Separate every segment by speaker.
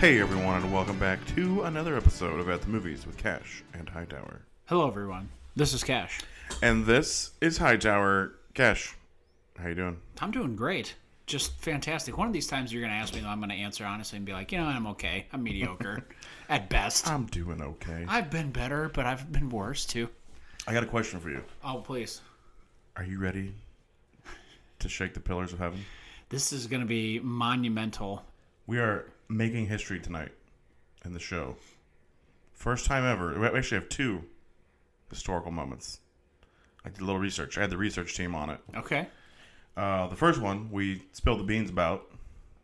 Speaker 1: Hey everyone, and welcome back to another episode of At the Movies with Cash and Hightower.
Speaker 2: Hello, everyone. This is Cash.
Speaker 1: And this is Hightower. Cash, how you doing?
Speaker 2: I'm doing great. Just fantastic. One of these times you're going to ask me, though, I'm going to answer honestly and be like, you know, I'm okay. I'm mediocre at best.
Speaker 1: I'm doing okay.
Speaker 2: I've been better, but I've been worse too.
Speaker 1: I got a question for you.
Speaker 2: Oh, please.
Speaker 1: Are you ready to shake the pillars of heaven?
Speaker 2: This is going to be monumental.
Speaker 1: We are making history tonight in the show. First time ever. We actually have two historical moments. I did a little research. I had the research team on it.
Speaker 2: Okay.
Speaker 1: Uh, the first one we spilled the beans about.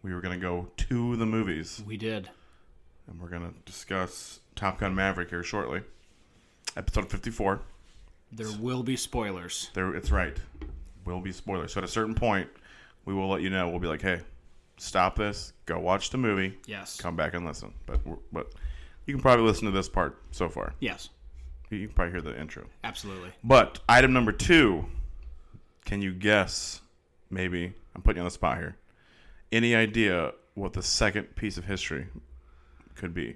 Speaker 1: We were going to go to the movies.
Speaker 2: We did.
Speaker 1: and we're gonna discuss Top Gun Maverick here shortly. Episode fifty-four.
Speaker 2: There will be spoilers.
Speaker 1: There, it's right. Will be spoilers. So at a certain point, we will let you know. We'll be like, hey, stop this. Go watch the movie.
Speaker 2: Yes.
Speaker 1: Come back and listen. But we're- but you can probably listen to this part so far.
Speaker 2: Yes.
Speaker 1: You can probably hear the intro.
Speaker 2: Absolutely.
Speaker 1: But item number two. Can you guess? Maybe I'm putting you on the spot here. Any idea what the second piece of history could be?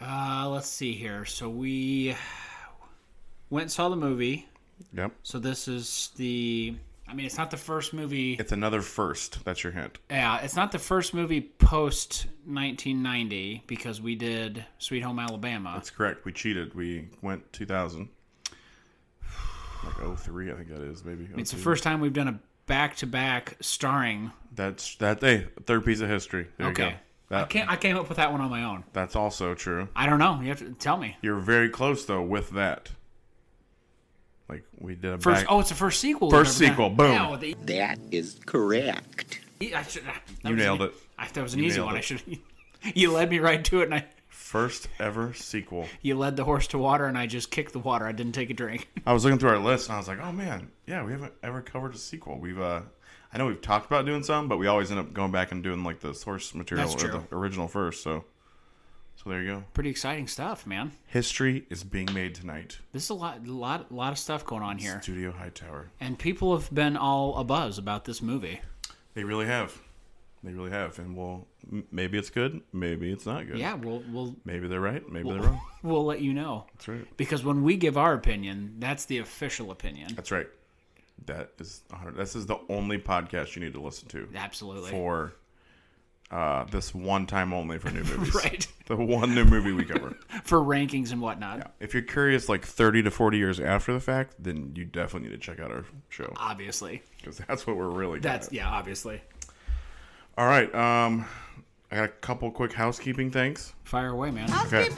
Speaker 2: Uh, let's see here. So we went and saw the movie.
Speaker 1: Yep.
Speaker 2: So this is the. I mean, it's not the first movie.
Speaker 1: It's another first. That's your hint.
Speaker 2: Yeah, it's not the first movie post 1990 because we did Sweet Home Alabama.
Speaker 1: That's correct. We cheated. We went 2000. Like 03, I think that is, maybe.
Speaker 2: It's the
Speaker 1: 02.
Speaker 2: first time we've done a back to back starring.
Speaker 1: That's that hey, third piece of history. There you
Speaker 2: Okay.
Speaker 1: go.
Speaker 2: I
Speaker 1: That,
Speaker 2: can't. I came up with that one on my own.
Speaker 1: that's also true.
Speaker 2: I don't know. You have to tell me
Speaker 1: You're very close though with that. Like we did a
Speaker 2: first.
Speaker 1: back-
Speaker 2: oh, it's the first sequel.
Speaker 1: First
Speaker 2: we've ever
Speaker 1: sequel,
Speaker 2: done.
Speaker 1: boom.
Speaker 2: Yeah, with the- E,
Speaker 3: That is correct.
Speaker 2: I should- that
Speaker 1: You
Speaker 2: was
Speaker 1: nailed
Speaker 2: an-
Speaker 1: it.
Speaker 2: I, that was an
Speaker 1: You
Speaker 2: easy
Speaker 1: nailed
Speaker 2: one.
Speaker 1: it.
Speaker 2: I should. You led me right to it, and I.
Speaker 1: first ever sequel.
Speaker 2: You led the horse to water, and I just kicked the water. I didn't take a drink.
Speaker 1: I was looking through our list and I was like, "Oh man, yeah, we haven't ever covered a sequel. We've uh I know we've talked about doing some, but we always end up going back and doing like the source material
Speaker 2: That's
Speaker 1: or
Speaker 2: true.
Speaker 1: the original first, so so there you go.
Speaker 2: Pretty exciting stuff, man.
Speaker 1: History is being made tonight.
Speaker 2: This is a lot, lot, lot of stuff going on here,
Speaker 1: Studio Hightower.
Speaker 2: and people have been all abuzz about this movie.
Speaker 1: They really have. They really have. And well, m- maybe it's good. Maybe it's not good.
Speaker 2: Yeah, we'll we'll
Speaker 1: Maybe they're right. Maybe they're wrong.
Speaker 2: we'll let you know.
Speaker 1: That's right.
Speaker 2: Because when we give our opinion, that's the official opinion.
Speaker 1: That's right. That is 100. This is the only podcast you need to listen to
Speaker 2: Absolutely.
Speaker 1: for uh, this one time only for new movies.
Speaker 2: Right.
Speaker 1: The one new movie we cover.
Speaker 2: For rankings and whatnot.
Speaker 1: if you're curious, like 30 to 40 years after the fact, then you definitely need to check out our show
Speaker 2: Obviously.
Speaker 1: because that's what we're really. good
Speaker 2: That's
Speaker 1: at.
Speaker 2: yeah, obviously.
Speaker 1: all right. Um, I got a couple quick housekeeping things.
Speaker 2: Fire away, man.
Speaker 1: Okay.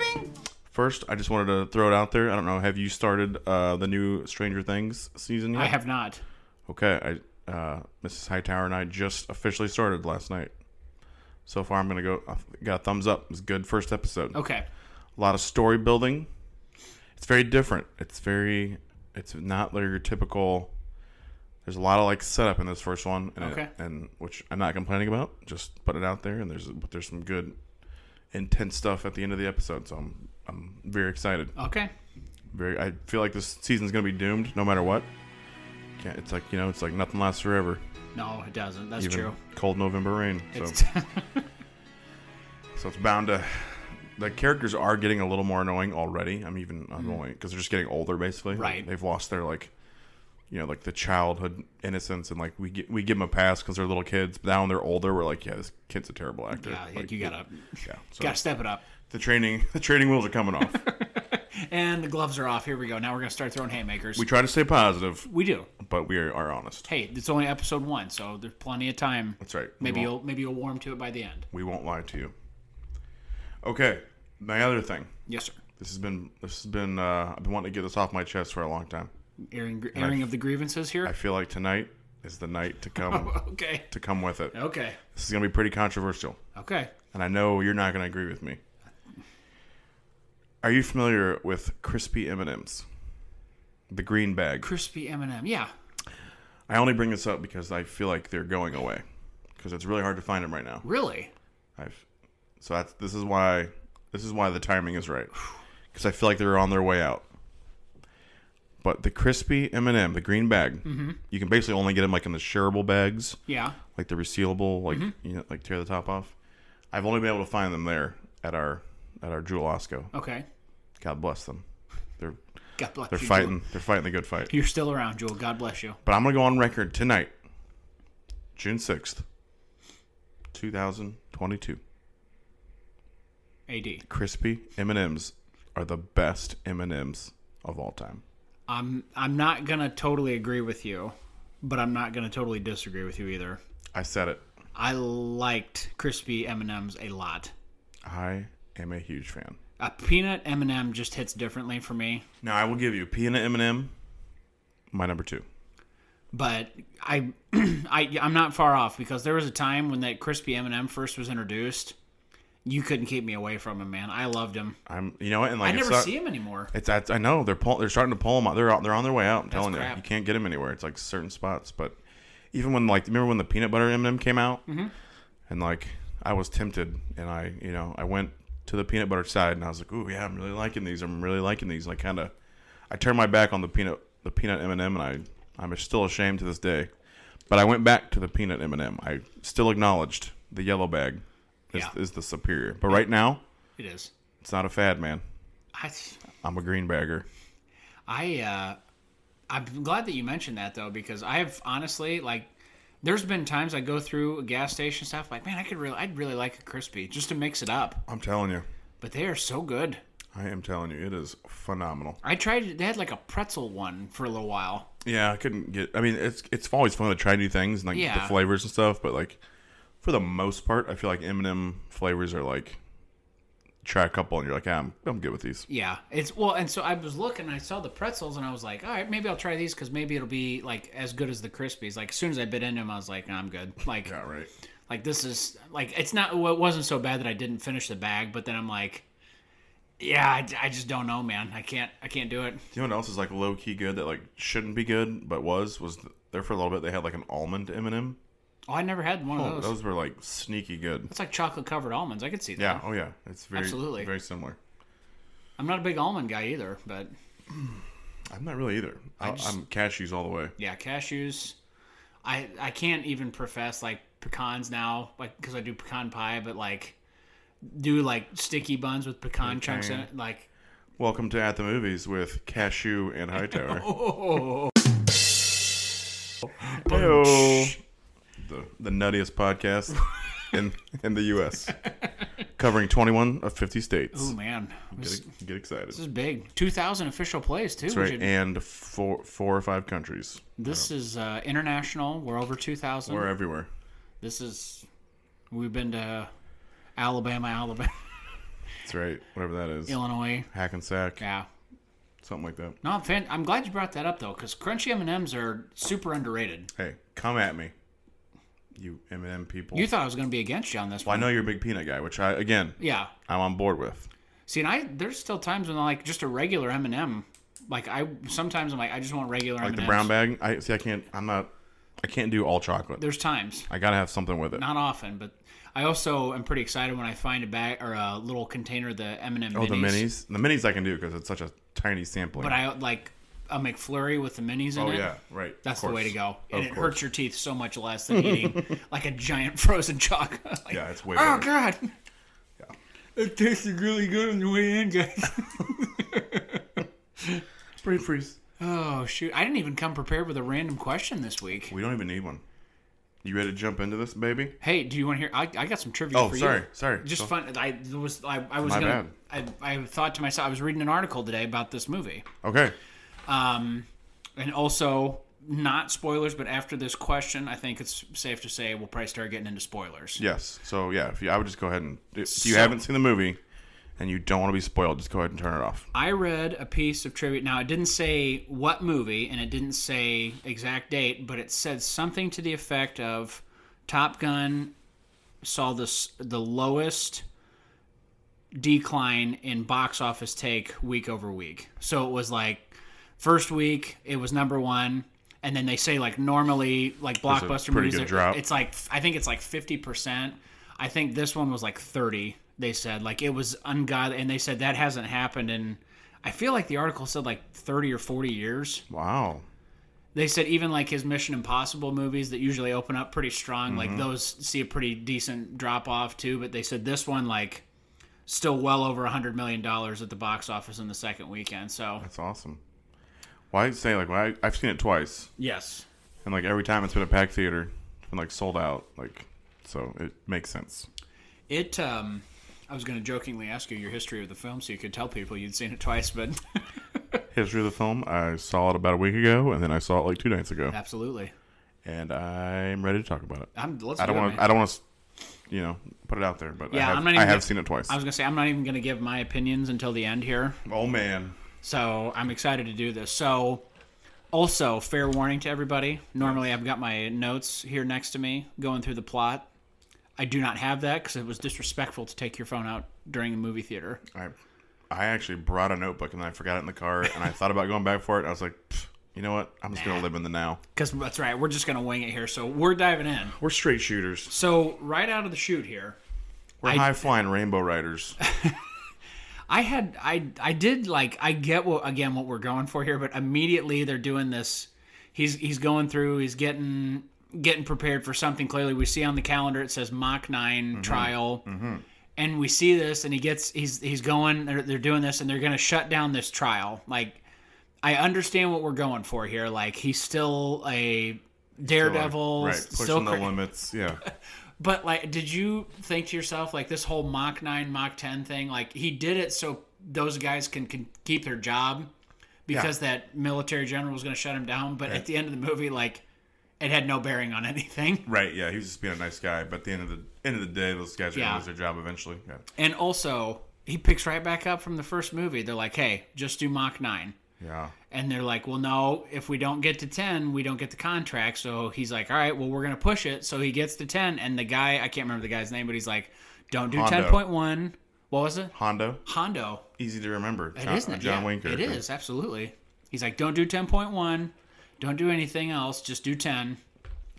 Speaker 1: First, I just wanted to throw it out there. I don't know. Have you started uh, the new Stranger Things season yet?
Speaker 2: I have not.
Speaker 1: Okay. I, uh, Mrs. Hightower and I just officially started last night. So far, I'm gonna go. I got a thumbs up. It was a good first episode.
Speaker 2: Okay.
Speaker 1: A lot of story building. It's very different. It's very. It's not like your typical. There's a lot of like setup in this first one, and, it-
Speaker 2: Okay.
Speaker 1: and which I'm not complaining about. Just put it out there, and there's but there's some good, intense stuff at the end of the episode. So I'm I'm very excited.
Speaker 2: Okay.
Speaker 1: Very. I feel like this season's gonna be doomed, no matter what. Can't, it's like you know, it's like nothing lasts forever.
Speaker 2: No, it doesn't. That's
Speaker 1: Even
Speaker 2: true.
Speaker 1: cold November rain. So,
Speaker 2: It's
Speaker 1: so it's bound to. The characters are getting a little more annoying already. I'm even annoying because they're just getting older, basically. Like,
Speaker 2: Mm-hmm. Right.
Speaker 1: they've lost their like, you know, like the childhood innocence, and like we gi- we give them a pass because they're little kids. But now when they're older, we're like, yeah, this kid's a terrible actor.
Speaker 2: yeah,
Speaker 1: like,
Speaker 2: you gotta
Speaker 1: yeah. So
Speaker 2: gotta step it up.
Speaker 1: the training the training wheels are coming off.
Speaker 2: And the gloves are off. Here we go. Now we're gonna start throwing haymakers.
Speaker 1: we
Speaker 2: We,
Speaker 1: try to stay positive,
Speaker 2: do.
Speaker 1: but we are, are honest.
Speaker 2: Hey, it's only episode one, so there's plenty of time.
Speaker 1: That's right. We
Speaker 2: Maybe
Speaker 1: won't-
Speaker 2: you'll maybe you'll warm to it by the end.
Speaker 1: We won't lie to you. Okay, my other thing.
Speaker 2: Yes, sir.
Speaker 1: This has been this has been uh, I've been wanting to get this off my chest for a long time.
Speaker 2: Airing, airing of the grievances here.
Speaker 1: I feel like tonight is the night to come
Speaker 2: okay.
Speaker 1: to come with it.
Speaker 2: Okay.
Speaker 1: This is gonna be pretty controversial,
Speaker 2: Okay.
Speaker 1: and I know you're not gonna agree with me. Are you familiar with crispy M and M's? The green bag.
Speaker 2: Crispy M&M. Yeah.
Speaker 1: I only bring this up because I feel like they're going away, because it's really hard to find them right now.
Speaker 2: Really?
Speaker 1: I've so that's this is why this is why the timing is right because I feel like they're on their way out. But the crispy M and m the green bag, you can basically only get them like in the shareable bags,
Speaker 2: Yeah.
Speaker 1: like the resealable, like you know, like tear the top off. I've only been able to find them there. at our at our Jewel Osco.
Speaker 2: Okay.
Speaker 1: God bless them. They're
Speaker 2: God bless
Speaker 1: they're
Speaker 2: you. Jewel.
Speaker 1: fighting they're fighting the good fight.
Speaker 2: You're still around, Jewel. God bless you.
Speaker 1: But I'm gonna go on record tonight, June sixth, two thousand twenty-two.
Speaker 2: AD.
Speaker 1: Crispy M and M's are the best M and M's of all time.
Speaker 2: I'm I'm not gonna totally agree with you, but I'm not gonna totally disagree with you either.
Speaker 1: I said it.
Speaker 2: I liked crispy M and M's a lot.
Speaker 1: I am a huge fan.
Speaker 2: A peanut M and M just hits differently for me,
Speaker 1: Now I will give you peanut M and M, my number two.
Speaker 2: but I I I'm not far off because there was a time when that crispy M and M first was introduced. You couldn't keep me away from him, man. I loved him.
Speaker 1: I'm you know what? And
Speaker 2: I
Speaker 1: like it's
Speaker 2: never
Speaker 1: not-
Speaker 2: see him anymore.
Speaker 1: It's that's I know they're pull, they're starting to pull them out. They're out, they're on their way out. I'm telling
Speaker 2: crap.
Speaker 1: you, you can't get them anywhere. It's like certain spots, but even when like remember when the peanut butter M M came out,
Speaker 2: Mm-hmm.
Speaker 1: and like I was tempted, and I you know I went to the peanut butter side, and I was like, ooh yeah, I'm really liking these. I'm really liking these. And I kind of I turned my back on the peanut the peanut M and m and I I'm still ashamed to this day. But I went back to the peanut M and m I still acknowledged the yellow bag is,
Speaker 2: Yeah.
Speaker 1: is the superior. But right now,
Speaker 2: It is.
Speaker 1: it's not a fad, man.
Speaker 2: I
Speaker 1: I'm a green bagger.
Speaker 2: I uh, I'm glad that you mentioned that though because I have honestly like there's been times I go through a gas station stuff like man I could really I'd really like a crispy just to mix it up
Speaker 1: I'm telling you.
Speaker 2: but they are so good.
Speaker 1: I am telling you, it is phenomenal.
Speaker 2: I tried they had like a pretzel one for a little while.
Speaker 1: Yeah, I couldn't get. I mean, it's it's always fun to try new things and like
Speaker 2: Yeah.
Speaker 1: the flavors and stuff, but like for the most part, I feel like M and M flavors are like try a couple and you're like, ah, I'm I'm good with these.
Speaker 2: Yeah, it's well, and so I was looking, I saw the pretzels, and I was like, all right, maybe I'll try these because maybe it'll be like as good as the crispies. Like as soon as I bit into them, I was like, I'm good. Like
Speaker 1: Yeah, right.
Speaker 2: like this is like it's not well, it wasn't so bad that i didn't finish the bag but then i'm like yeah I, I just don't know man i can't i can't do it
Speaker 1: You know what else is like low key good that like shouldn't be good but was was there for a little bit. They had like an almond M and m
Speaker 2: oh i never had one of
Speaker 1: Oh,
Speaker 2: those.
Speaker 1: those were like sneaky good.
Speaker 2: it's like chocolate covered almonds i could see that
Speaker 1: Yeah. Oh yeah. It's very
Speaker 2: Absolutely.
Speaker 1: very similar.
Speaker 2: i'm not a big almond guy either but
Speaker 1: I'm not really either. I
Speaker 2: just-
Speaker 1: I'm cashews all the way.
Speaker 2: yeah cashews i i can't even profess like pecans now like because i do pecan pie but like do like sticky buns with pecan chunks in it like
Speaker 1: Welcome to At the Movies with Cashew and Hightower.
Speaker 2: oh
Speaker 1: Hello. The, the nuttiest podcast in in the U.S. covering 21 of 50 states.
Speaker 2: Ooh, oh, man this,
Speaker 1: get, get excited.
Speaker 2: this is big 2000 official plays too
Speaker 1: That's
Speaker 2: we
Speaker 1: right,
Speaker 2: should-
Speaker 1: and four four or five countries.
Speaker 2: This is uh, international. We're over 2,000.
Speaker 1: We're everywhere.
Speaker 2: This is. We've been to Alabama, Alabama,
Speaker 1: That's right. Whatever that is,
Speaker 2: Illinois.
Speaker 1: hack and sack,
Speaker 2: Yeah.
Speaker 1: something like that.
Speaker 2: No, I'm, fan- I'm glad you brought that up though, because crunchy M and M's are super underrated.
Speaker 1: Hey, come at me, you M&M people.
Speaker 2: You thought I was going to be against you on this
Speaker 1: I
Speaker 2: one.
Speaker 1: know you're a big peanut guy, which I again
Speaker 2: Yeah.
Speaker 1: I'm on board with.
Speaker 2: See, and I there's still times when I like just a regular M and m Like I sometimes I'm like I just want regular
Speaker 1: Like
Speaker 2: M&Ms.
Speaker 1: the brown bag. I see. I can't. I'm not. I can't do all chocolate.
Speaker 2: There's times.
Speaker 1: I gotta have something with it.
Speaker 2: Not often, but I also am pretty excited when I find a bag or a little container of the M and m
Speaker 1: Oh, the minis. The minis I can do because it's such a tiny sampling.
Speaker 2: But I like a McFlurry with the minis in
Speaker 1: Oh
Speaker 2: it.
Speaker 1: yeah, right. of
Speaker 2: That's the way
Speaker 1: course.
Speaker 2: to go.
Speaker 1: Of
Speaker 2: And it
Speaker 1: course.
Speaker 2: hurts your teeth so much less than eating like a giant frozen chocolate. Like,
Speaker 1: Yeah, it's way
Speaker 2: Oh
Speaker 1: better.
Speaker 2: god. It tasted really good on the way in, guys.
Speaker 1: Brain freeze.
Speaker 2: oh shoot. I didn't even come prepared with a random question this week.
Speaker 1: We don't even need one. You ready to jump into this, baby?
Speaker 2: Hey, do you want to hear I, I got some trivia
Speaker 1: Oh,
Speaker 2: for
Speaker 1: sorry,
Speaker 2: you.
Speaker 1: sorry.
Speaker 2: Just
Speaker 1: Go-
Speaker 2: fun I was I, I was
Speaker 1: My
Speaker 2: gonna I, I thought to myself I was reading an article today about this movie.
Speaker 1: Okay.
Speaker 2: Um, and also, not spoilers, but after this question, I think it's safe to say we'll probably start getting into spoilers.
Speaker 1: Yes. So yeah, if you, I would just go ahead and if you
Speaker 2: So-
Speaker 1: haven't seen the movie and you don't want to be spoiled, just go ahead and turn it off.
Speaker 2: I read a piece of trivia. Now, it didn't say what movie and it didn't say exact date, but it said something to the effect of Top Gun saw this the lowest decline in box office take week over week. So it was like first week it was number 1 and then they say like normally like blockbuster
Speaker 1: pretty
Speaker 2: movies
Speaker 1: good
Speaker 2: are-
Speaker 1: drop.
Speaker 2: it's like I think it's like 50%. I think this one was like 30 they said like it was ungodly and they said that hasn't happened in I feel like the article said like 30 or 40 years.
Speaker 1: Wow.
Speaker 2: They said even like his Mission Impossible movies that usually open up pretty strong, like those see a pretty decent drop off too. But they said this one like still well over hundred million dollars at the box office in the second weekend. So
Speaker 1: That's awesome. Why well, say like why I've seen it twice,
Speaker 2: yes,
Speaker 1: and like every time it's been a packed theater, it's been like sold out. Like so, it makes sense.
Speaker 2: it. Um, I was going to jokingly ask you your history of the film so you could tell people you'd seen it twice, but
Speaker 1: History of the film. I saw it about a week ago, and then I saw it like two nights ago,
Speaker 2: absolutely,
Speaker 1: and I'm ready to talk about it.
Speaker 2: I'm. Let's
Speaker 1: I don't
Speaker 2: do it,
Speaker 1: want.
Speaker 2: man.
Speaker 1: I don't want to. You know, put it out there, but
Speaker 2: Yeah,
Speaker 1: I have,
Speaker 2: I'm not even
Speaker 1: I have
Speaker 2: gonna-
Speaker 1: seen it twice.
Speaker 2: I was gonna say I'm not even gonna give my opinions until the end here,
Speaker 1: oh man,
Speaker 2: so I'm excited to do this. So, also fair warning to everybody. Normally I've got my notes here next to me going through the plot. I do not have that because it was disrespectful to take your phone out during the movie theater.
Speaker 1: I I actually brought a notebook and I forgot it in the car, and I thought about going back for it. And I was like, "Pfft, you know what? I'm just gonna live in the now.
Speaker 2: Because that's right, we're just gonna wing it here. So we're diving in.
Speaker 1: We're straight shooters.
Speaker 2: So right out of the chute here,
Speaker 1: We're high flying rainbow riders.
Speaker 2: I had I I did like I get what again what we're going for here, but immediately they're doing this. He's he's going through. He's getting getting prepared for something. Clearly, we see on the calendar it says Mach 9
Speaker 1: Mm-hmm.
Speaker 2: trial, and we see this, and he gets he's he's going. They're they're doing this, and they're going to shut down this trial. Like I understand what we're going for here. Like he's still a daredevil,
Speaker 1: right,
Speaker 2: still
Speaker 1: pushing the
Speaker 2: cra-
Speaker 1: limits. Yeah,
Speaker 2: but like, did you think to yourself like this whole Mach nine, Mach ten thing? Like he did it so those guys can, can keep their job because that military general was going to shut him down. But at the end of the movie, like it had no bearing on anything.
Speaker 1: right. Yeah, he was just being a nice guy, but at the end of the end of the day, those guys are
Speaker 2: Yeah.
Speaker 1: gonna lose their job eventually. Yeah.
Speaker 2: And also, he picks right back up from the first movie. They're like, hey, just do Mach nine.
Speaker 1: Yeah.
Speaker 2: And they're like, well, no, if we don't get to 10, we don't get the contract. So he's like, all right, well, we're going to push it. So he gets to 10. And the guy, I can't remember the guy's name, but he's like, don't do
Speaker 1: Hondo.
Speaker 2: 10.1. What was it?
Speaker 1: Hondo,
Speaker 2: Hondo.
Speaker 1: easy to remember.
Speaker 2: It
Speaker 1: John,
Speaker 2: is
Speaker 1: a
Speaker 2: not
Speaker 1: John
Speaker 2: yeah,
Speaker 1: Wayne
Speaker 2: It
Speaker 1: character.
Speaker 2: is absolutely. He's like, don't do ten point one, don't do anything else, just do ten.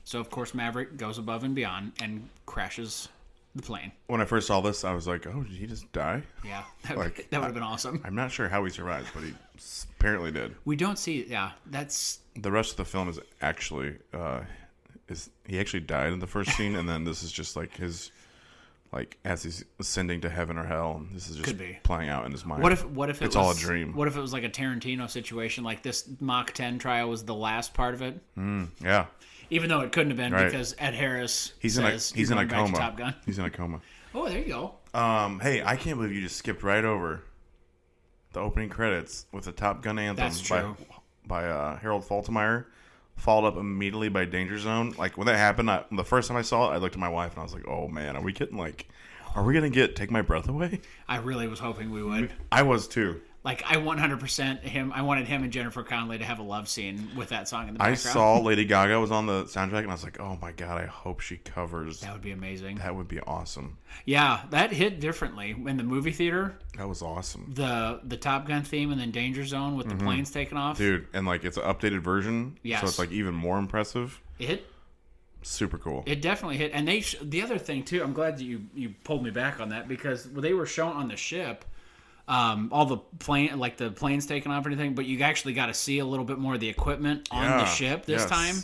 Speaker 2: So of course Maverick goes above and beyond and crashes the plane.
Speaker 1: When I first saw this, I was like, "Oh, did he just die?"
Speaker 2: Yeah, that,
Speaker 1: Like,
Speaker 2: that would have been awesome.
Speaker 1: I'm not sure how he survived, but he s- apparently did.
Speaker 2: We don't see. Yeah, that's
Speaker 1: the rest of the film is actually uh is he actually died in the first scene and then this is just like his like as he's ascending to heaven or hell and this is just
Speaker 2: Could be.
Speaker 1: playing out in his mind
Speaker 2: what if what if it
Speaker 1: It's
Speaker 2: was,
Speaker 1: all a dream.
Speaker 2: What if it was like a Tarantino situation, like this Mach ten trial was the last part of it,
Speaker 1: yeah
Speaker 2: even though it couldn't have been
Speaker 1: Right.
Speaker 2: because Ed Harris
Speaker 1: he's in a
Speaker 2: says
Speaker 1: he's in
Speaker 2: you're
Speaker 1: a
Speaker 2: going back to
Speaker 1: coma
Speaker 2: Top Gun.
Speaker 1: he's in a coma
Speaker 2: Oh, there you go.
Speaker 1: um hey i can't believe you just skipped right over the opening credits with the top gun anthem
Speaker 2: That's
Speaker 1: by,
Speaker 2: true.
Speaker 1: by uh harold faltermeyer followed up immediately by danger zone like when that happened I, the first time i saw it i looked at my wife and i was like oh man are we getting like are we gonna get take my breath away
Speaker 2: I really was hoping we would.
Speaker 1: I was too.
Speaker 2: Like I 100% him. I wanted him and Jennifer Connelly to have a love scene with that song in the
Speaker 1: I
Speaker 2: background.
Speaker 1: saw Lady Gaga was on the soundtrack, and I was like, "Oh my god, I hope she covers."
Speaker 2: that would be amazing.
Speaker 1: That would be awesome.
Speaker 2: Yeah, that hit differently in the movie theater.
Speaker 1: That was awesome,
Speaker 2: The the Top Gun theme and then Danger Zone with the planes taking off.
Speaker 1: Mm-hmm. dude. And like, it's an updated version,
Speaker 2: Yes.
Speaker 1: so it's like even more impressive.
Speaker 2: It hit.
Speaker 1: Super cool.
Speaker 2: It definitely hit. And they sh- the other thing too. I'm glad that you you pulled me back on that because they were shown on the ship. Um, all the plane, like the planes taking off or anything, but you actually got to see a little bit more of the equipment on the
Speaker 1: Yeah,
Speaker 2: ship this
Speaker 1: yes.
Speaker 2: time.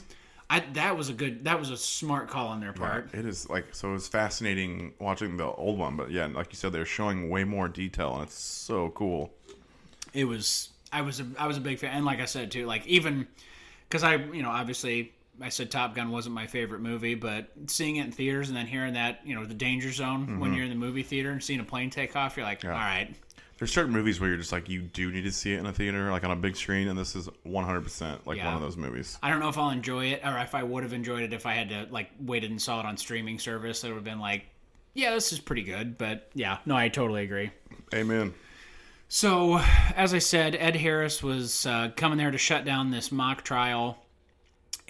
Speaker 2: I, that was a good, that was a smart call on their part.
Speaker 1: It is like so. It was fascinating watching the old one, but yeah, like you said, they're showing way more detail, and it's so cool.
Speaker 2: it was I was a, I was a big fan, and like I said too, like even because I you know obviously I said Top Gun wasn't my favorite movie, but seeing it in theaters and then hearing that you know the danger zone when you're in the movie theater and seeing a plane take off, you're like, all right,
Speaker 1: There's certain movies where you're just like, you do need to see it in a theater, like on a big screen, and this is 100 percent like
Speaker 2: Yeah.
Speaker 1: one of those movies.
Speaker 2: I don't know if I'll enjoy it or if I would have enjoyed it if I had to like waited and saw it on streaming service. It would have been like, yeah, this is pretty good, but yeah, no, I totally agree.
Speaker 1: Amen.
Speaker 2: So, as I said, Ed Harris was uh, coming there to shut down this mock trial,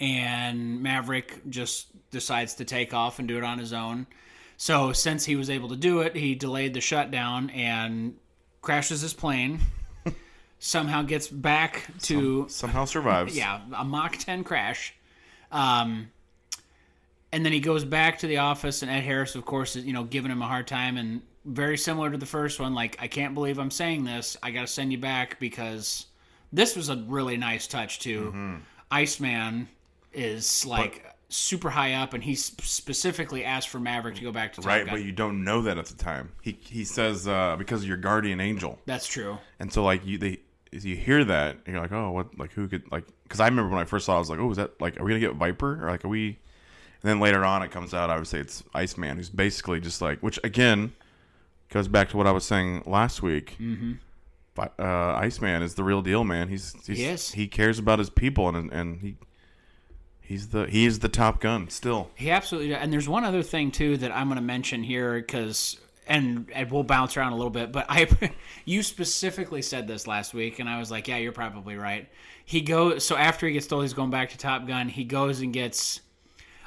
Speaker 2: and Maverick just decides to take off and do it on his own. So, since he was able to do it, he delayed the shutdown and crashes his plane. somehow gets back to
Speaker 1: Somehow survives.
Speaker 2: yeah, a Mach 10 crash. Um, and then he goes back to the office, and Ed Harris, of course, is you know giving him a hard time, and very similar to the first one. Like, I can't believe I'm saying this. I got to send you back because
Speaker 1: Mm-hmm.
Speaker 2: this was a really nice touch too. Iceman is like super high up, and he sp- specifically asked for Maverick to go back to Top
Speaker 1: right?
Speaker 2: Gun.
Speaker 1: But you don't know that at the time. He he says uh, because of your guardian angel,
Speaker 2: That's true.
Speaker 1: and so like you they you hear that and you're like, oh, what like who could like? Because I remember when I first saw, it, I was like, oh, is that like are we gonna get Viper or like are we? And then later on, it comes out. I would say it's Iceman, who's basically just like, which again goes back to what I was saying last week. Mm-hmm. But uh, Iceman is the real deal, man. He's, he's
Speaker 2: He is.
Speaker 1: he cares about his people, and and he he's the he is the Top Gun still.
Speaker 2: He absolutely does. And there's one other thing too that I'm going to mention here because and, and we'll bounce around a little bit, but I you specifically said this last week, and I was like, yeah, you're probably right. He goes so after he gets told he's going back to Top Gun, he goes and gets.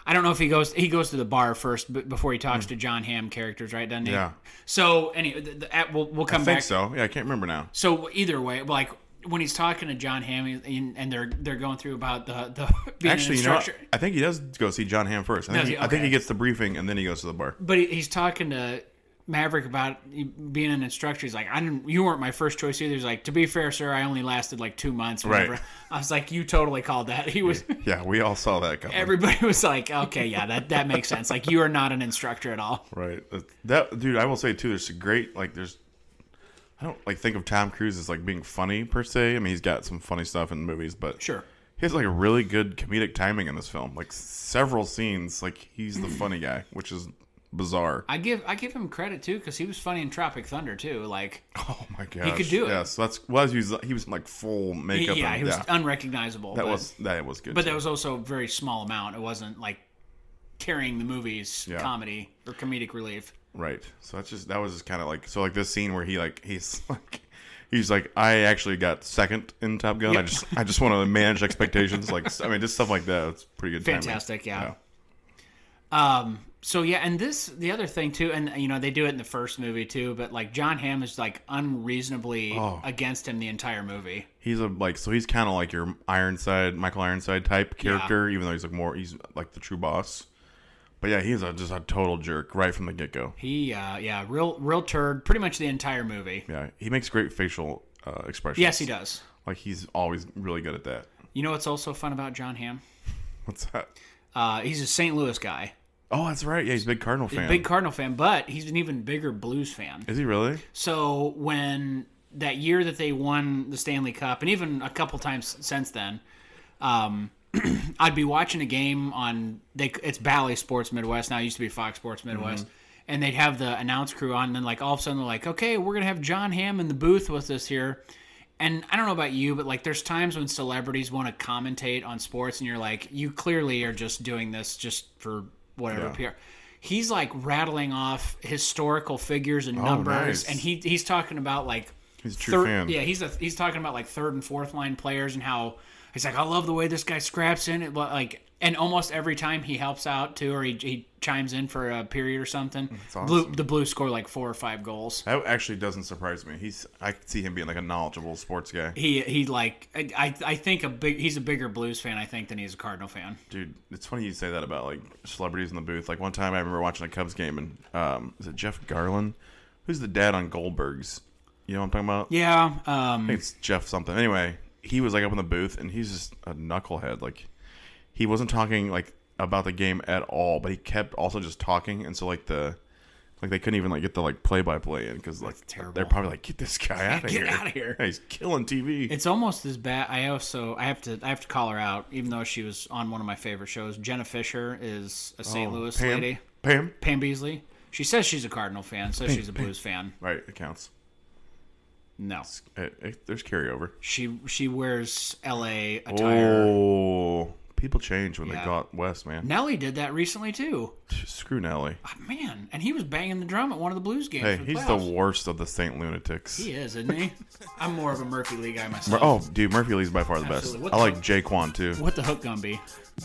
Speaker 2: I don't know if he goes. He goes to the bar first, but before he talks to John Hamm characters, right? Doesn't he?
Speaker 1: Hmm. Yeah.
Speaker 2: So anyway, the, the, at, we'll, we'll come
Speaker 1: I
Speaker 2: back.
Speaker 1: think so. Yeah, I can't remember now.
Speaker 2: So either way, like when he's talking to John Hamm, and- and they're they're going through about the the being
Speaker 1: Actually,
Speaker 2: an
Speaker 1: you know, what?
Speaker 2: instructor.
Speaker 1: I think he does go see John Hamm first. I think,
Speaker 2: Does
Speaker 1: he,
Speaker 2: he?
Speaker 1: I think
Speaker 2: Okay.
Speaker 1: he gets the briefing and then he goes to the bar.
Speaker 2: But he, he's talking to Maverick about being an instructor. He's like, "I didn't. You weren't my first choice either." He's like, "To be fair, sir, I only lasted like two months." whatever."
Speaker 1: Right.
Speaker 2: I was like, "You totally called that." He was.
Speaker 1: Yeah, we all saw that coming.
Speaker 2: Everybody was like, "Okay, yeah, that that makes sense." Like, you are not an instructor at all.
Speaker 1: right. That dude, I will say too. There's a great like. There's. I don't like think of Tom Cruise as like being funny per se. I mean, he's got some funny stuff in movies, but
Speaker 2: Sure.
Speaker 1: he has like a really good comedic timing in this film. Like several scenes, like he's the funny guy, which is bizarre.
Speaker 2: I give I give him credit too because he was funny in Tropic Thunder too. Like,
Speaker 1: Oh my god,
Speaker 2: could do it.
Speaker 1: Yes, that's well. He was he was in, like full
Speaker 2: he-
Speaker 1: makeup.
Speaker 2: yeah,
Speaker 1: and,
Speaker 2: he was
Speaker 1: yeah.
Speaker 2: unrecognizable.
Speaker 1: that
Speaker 2: but,
Speaker 1: was that was good.
Speaker 2: but
Speaker 1: too.
Speaker 2: that was also a very small amount. It wasn't like carrying the movie's
Speaker 1: Yeah.
Speaker 2: comedy or comedic relief.
Speaker 1: Right. So that's just that was just kind of like so like this scene where he like he's like he's like I actually got second in Top Gun. I just I just want to manage expectations. Like I mean, just stuff like that. It's pretty good. timing.
Speaker 2: Fantastic, yeah. Um. So yeah, and this the other thing too, and you know they do it in the first movie too, but like John Hamm is like unreasonably against him the entire movie.
Speaker 1: He's a like so he's kind of like your Ironside Michael Ironside type character, even though he's like more he's like the true boss. But yeah, he's a, just a total jerk right from the get go.
Speaker 2: He, uh, yeah, real real turd, pretty much the entire movie.
Speaker 1: Yeah, he makes great facial uh, expressions.
Speaker 2: Yes, he does.
Speaker 1: Like he's always really good at that.
Speaker 2: You know what's also fun about John Hamm?
Speaker 1: What's that?
Speaker 2: Uh, he's a St. Louis guy,
Speaker 1: Oh, that's right. Yeah, he's a big Cardinal fan.
Speaker 2: big Cardinal fan, but he's an even bigger Blues fan.
Speaker 1: Is he really?
Speaker 2: So when that year that they won the Stanley Cup, and even a couple times since then, um, I'd be watching a game on they it's Bally Sports Midwest now. It used to be Fox Sports Midwest.
Speaker 1: Mm-hmm.
Speaker 2: And they'd have the announce crew on, and then like all of a sudden they're like, "Okay, we're gonna have John Hamm in the booth with us here." And I don't know about you, but like there's times when celebrities want to commentate on sports, and you're like, "You clearly are just doing this just for whatever
Speaker 1: Yeah.
Speaker 2: PR." He's like rattling off historical figures and numbers,
Speaker 1: Oh, nice.
Speaker 2: and he he's talking about like
Speaker 1: He's a true
Speaker 2: third-
Speaker 1: fan.
Speaker 2: Yeah, he's a, he's talking about like third and fourth line players and how he's like, I love the way this guy scraps in it, but like, and almost every time he helps out too, or he, he chimes in for a period or something, blue,
Speaker 1: awesome.
Speaker 2: the Blues score like four or five goals.
Speaker 1: That actually doesn't surprise me. He's I could see him being like a knowledgeable sports guy.
Speaker 2: He he like I I- I think a big he's a bigger Blues fan I think than he's a Cardinal fan.
Speaker 1: Dude, it's funny you say that about like celebrities in the booth. Like one time I remember watching a Cubs game and um is it Jeff Garland? Who's the dad on Goldberg's? You know what I'm talking about?
Speaker 2: Yeah, um,
Speaker 1: It's Jeff something. Anyway, he was like up in the booth and he's just a knucklehead. Like he wasn't talking like about the game at all, but he kept also just talking and so like the like they couldn't even like get the like play by play in because like
Speaker 2: terrible.
Speaker 1: they're probably like get this guy out of
Speaker 2: Get
Speaker 1: here.
Speaker 2: outta here.
Speaker 1: Yeah, he's killing TV.
Speaker 2: it's almost as bad. I also I have to I have to call her out even though she was on one of my favorite shows. Jenna Fisher is a St. Louis
Speaker 1: Oh, Pam,
Speaker 2: lady.
Speaker 1: Pam.
Speaker 2: Pam Beasley. She says she's a Cardinal fan, says she's a Blues fan.
Speaker 1: Right, it counts.
Speaker 2: No,
Speaker 1: It, it- there's carryover.
Speaker 2: she she wears L.A. attire.
Speaker 1: Oh, people change when
Speaker 2: Yeah.
Speaker 1: they got west, man.
Speaker 2: Nelly did that recently too.
Speaker 1: Screw Nelly.
Speaker 2: Ah, Man, and he was banging the drum at one of the Blues games.
Speaker 1: Hey,
Speaker 2: for the
Speaker 1: he's the
Speaker 2: playoffs.
Speaker 1: worst of the Saint lunatics.
Speaker 2: He is, isn't he? I'm more of a Murphy Lee guy
Speaker 1: Mur-
Speaker 2: myself.
Speaker 1: Oh, dude, Murphy Lee's by far the best.
Speaker 2: Absolutely. What
Speaker 1: I
Speaker 2: the-
Speaker 1: like Jaquan too.
Speaker 2: What the hook gonna be?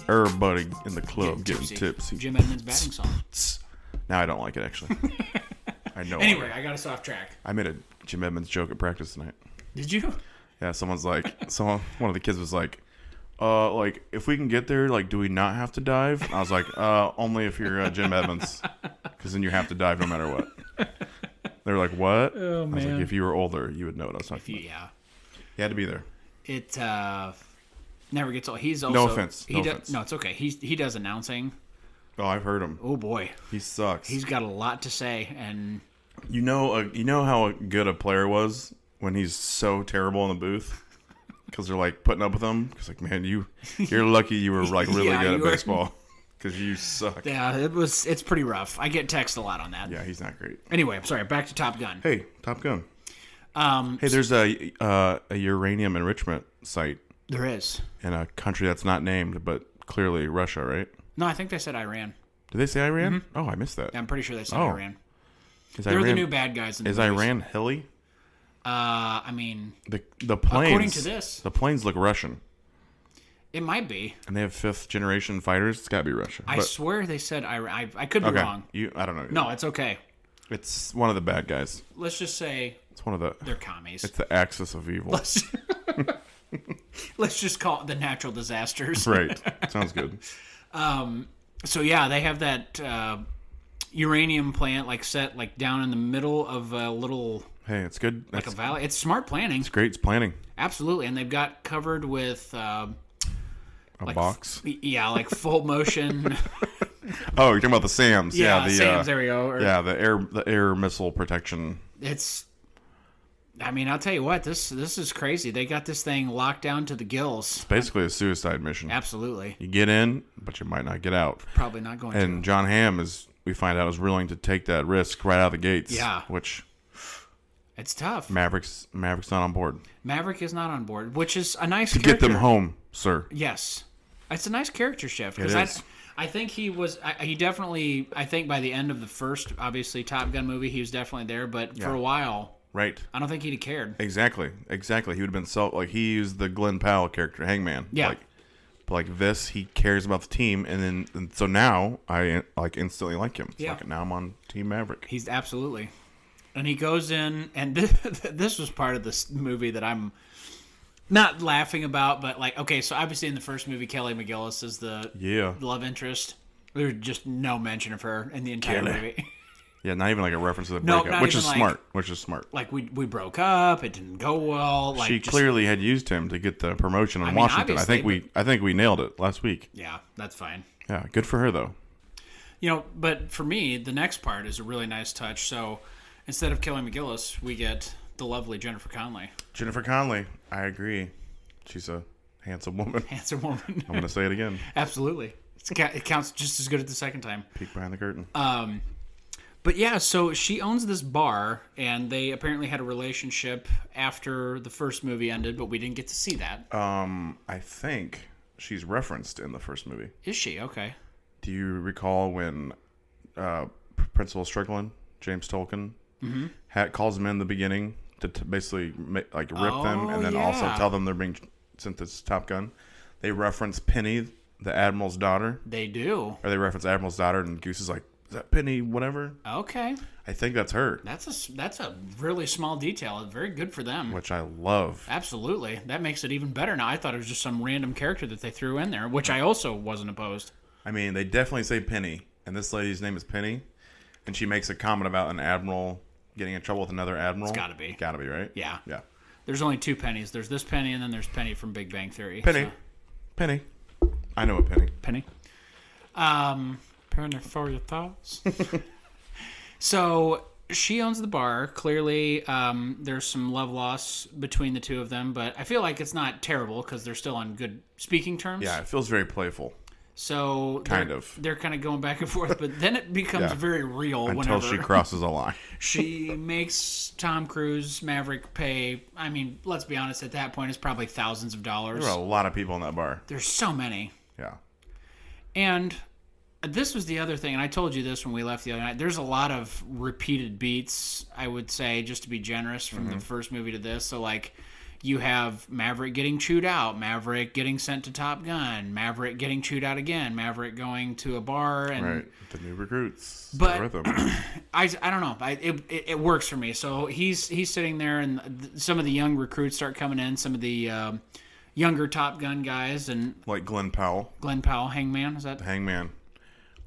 Speaker 1: Everybody in the club getting tipsy.
Speaker 2: Jim Edmonds batting song.
Speaker 1: Oh. Now I don't like it actually. I know.
Speaker 2: Anyway, I got us off track.
Speaker 1: I made a Jim Edmonds joke at practice tonight.
Speaker 2: Did you?
Speaker 1: Yeah, someone's like, someone, one of the kids was like, uh, like if we can get there, like, do we not have to dive? And I was like, uh, only if you're uh, Jim Evans, because then you have to dive no matter what. They were like, what? Oh I was like, if you were older, you would know what I was talking about.
Speaker 2: Yeah.
Speaker 1: You had to be there.
Speaker 2: It. uh Never gets old. He's also
Speaker 1: offense,
Speaker 2: He
Speaker 1: no
Speaker 2: do-
Speaker 1: offense.
Speaker 2: no, it's okay. He he does announcing.
Speaker 1: Oh, I've heard him.
Speaker 2: Oh boy,
Speaker 1: He sucks.
Speaker 2: he's got a lot to say, and
Speaker 1: you know, uh, you know how good a player was when he's so terrible in the booth. Because they're like putting up with him. Because like, man, you you're lucky you were like really
Speaker 2: Yeah,
Speaker 1: good at
Speaker 2: you were-
Speaker 1: baseball. Because you suck.
Speaker 2: yeah, it was it's pretty rough. I get text a lot on that.
Speaker 1: Yeah, he's not great.
Speaker 2: Anyway, I'm sorry. Back to Top Gun.
Speaker 1: Hey, Top Gun.
Speaker 2: Um,
Speaker 1: Hey, there's a uh, a uranium enrichment site
Speaker 2: there is
Speaker 1: in a country that's not named, but clearly Russia, right?
Speaker 2: no. I think they said Iran.
Speaker 1: Did they say Iran?
Speaker 2: Mm-hmm.
Speaker 1: Oh, I missed that.
Speaker 2: I'm pretty sure they said
Speaker 1: Oh.
Speaker 2: Iran.
Speaker 1: Is
Speaker 2: They're
Speaker 1: Iran
Speaker 2: the new bad guys in the
Speaker 1: is
Speaker 2: movies.
Speaker 1: Iran hilly?
Speaker 2: Uh, I mean,
Speaker 1: The the planes
Speaker 2: to this.
Speaker 1: the planes look Russian,
Speaker 2: it might be.
Speaker 1: and they have fifth generation fighters. It's got to be Russia.
Speaker 2: I
Speaker 1: But-
Speaker 2: swear they said Iran. I, I could be
Speaker 1: okay,
Speaker 2: wrong.
Speaker 1: you I don't know.
Speaker 2: No, it's okay.
Speaker 1: it's one of the bad guys.
Speaker 2: Let's just say
Speaker 1: It's one of the
Speaker 2: they're commies.
Speaker 1: it's the axis of evil.
Speaker 2: Let's just call it the natural disasters.
Speaker 1: right. Sounds good.
Speaker 2: So yeah, they have that uh, uranium plant like set like down in the middle of a little
Speaker 1: Hey, it's good.
Speaker 2: like a
Speaker 1: That's
Speaker 2: valley. It's smart planning,
Speaker 1: great. It's planning
Speaker 2: absolutely, and they've got covered with uh,
Speaker 1: a box.
Speaker 2: yeah, like full motion.
Speaker 1: Oh, you're talking about the Sams. Yeah,
Speaker 2: yeah,
Speaker 1: the
Speaker 2: Sam's.
Speaker 1: uh,
Speaker 2: there we go. Or
Speaker 1: Yeah, the air the air missile protection.
Speaker 2: It's. I mean, I'll tell you what this this is crazy. They got this thing locked down to the gills.
Speaker 1: Basically a suicide mission.
Speaker 2: Absolutely,
Speaker 1: You get in, but you might not get out.
Speaker 2: probably not going to.
Speaker 1: And John Hamm is we find out is willing to take that risk right out of the gates.
Speaker 2: Yeah.
Speaker 1: Which
Speaker 2: It's tough.
Speaker 1: Mavericks Mavericks not on board.
Speaker 2: Maverick is not on board, which is a nice
Speaker 1: Get them
Speaker 2: character-
Speaker 1: home, sir.
Speaker 2: Yes, it's a nice character shift because
Speaker 1: It
Speaker 2: I,
Speaker 1: is.
Speaker 2: I think he was. I, he definitely. I think by the end of the first, obviously Top Gun movie, he was definitely there. But for a while,
Speaker 1: Right.
Speaker 2: I don't think he'd have cared.
Speaker 1: Exactly. Exactly. He would have been so like he used the Glenn Powell character, Hangman.
Speaker 2: Yeah.
Speaker 1: Like, but like this, he cares about the team, and then and so now I like instantly like him. It's
Speaker 2: Yeah.
Speaker 1: like, now I'm on Team Maverick.
Speaker 2: He's absolutely. And he goes in, and this, this was part of this movie that I'm not laughing about, but like, okay, so obviously in the first movie, Kelly McGillis is the
Speaker 1: Yeah.
Speaker 2: love interest. There's just no mention of her in the entire
Speaker 1: Kelly.
Speaker 2: movie.
Speaker 1: Yeah. Not even like a reference to the
Speaker 2: No,
Speaker 1: breakup,
Speaker 2: not
Speaker 1: which
Speaker 2: even,
Speaker 1: is
Speaker 2: like-
Speaker 1: smart. Which is smart.
Speaker 2: like we we broke up, it didn't go well. Like
Speaker 1: she
Speaker 2: just-
Speaker 1: clearly had used him to get the promotion in
Speaker 2: mean,
Speaker 1: Washington. I think
Speaker 2: obviously,
Speaker 1: we I think we nailed it last week.
Speaker 2: yeah, that's fine.
Speaker 1: Yeah, good for her though.
Speaker 2: You know, but for me, the next part is a really nice touch. So instead of Kelly McGillis, we get the lovely Jennifer Conley,
Speaker 1: Jennifer Conley, I agree. She's a handsome woman.
Speaker 2: handsome woman.
Speaker 1: I'm gonna say it again.
Speaker 2: Absolutely, it's, ca- it counts just as good at the second time.
Speaker 1: Peek behind the curtain.
Speaker 2: Uh, But yeah, so she owns this bar, and they apparently had a relationship after the first movie ended, but we didn't get to see that. Is
Speaker 1: um, I think she's referenced in the first movie.
Speaker 2: she okay?
Speaker 1: Do you recall when uh, P- Principal Strickland, James Tolkien,
Speaker 2: Mm-hmm.
Speaker 1: ha- calls them in the beginning to t- basically ma- like rip them,
Speaker 2: Oh,
Speaker 1: and then also
Speaker 2: yeah.
Speaker 1: tell them they're being sent to Top Gun? They reference Penny, the admiral's daughter,
Speaker 2: They do.
Speaker 1: or they reference admiral's daughter, and Goose is like, "Is that Penny? Whatever."
Speaker 2: Okay,
Speaker 1: I think that's her,
Speaker 2: that's a s- that's a really small detail. Very good for them.
Speaker 1: which I love.
Speaker 2: Absolutely. That makes it even better now. I thought it was just some random character that they threw in there, which I also wasn't opposed.
Speaker 1: I mean, they definitely say Penny, and this lady's name is Penny, and she makes a comment about an admiral getting in trouble with another admiral.
Speaker 2: gotta be.
Speaker 1: gotta be right.
Speaker 2: Yeah.
Speaker 1: yeah.
Speaker 2: There's only two pennies. There's this penny, and then there's Penny from Big Bang Theory.
Speaker 1: Penny,
Speaker 2: So,
Speaker 1: Penny. I know a Penny.
Speaker 2: penny. Um, penny for your thoughts. so she owns the bar. Clearly, um, there's some love loss between the two of them, but I feel like it's not terrible because they're still on good speaking terms.
Speaker 1: Yeah, it feels very playful
Speaker 2: So
Speaker 1: Kind
Speaker 2: they're-
Speaker 1: of.
Speaker 2: They're kind of going back and forth, but then it becomes
Speaker 1: Yeah.
Speaker 2: very real
Speaker 1: until
Speaker 2: whenever
Speaker 1: she crosses a line.
Speaker 2: She makes Tom Cruise Maverick pay. I mean, let's be honest. At that point, it's probably thousands of dollars.
Speaker 1: There were a lot of people in that bar.
Speaker 2: There's so many,
Speaker 1: Yeah,
Speaker 2: and this was the other thing. And I told you this when we left the other night. There's a lot of repeated beats. I would say just to be generous from the first movie to this. So like. You have Maverick getting chewed out, Maverick getting sent to Top Gun, Maverick getting chewed out again, Maverick going to a bar and
Speaker 1: right. The new recruits. the
Speaker 2: But-
Speaker 1: rhythm.
Speaker 2: I, I don't know. I, it, it, it works for me. So he's he's sitting there, and th- some of the young recruits start coming in. Some of the um, younger Top Gun guys and
Speaker 1: like Glenn Powell,
Speaker 2: Glenn Powell, Hangman. Is that
Speaker 1: Hangman,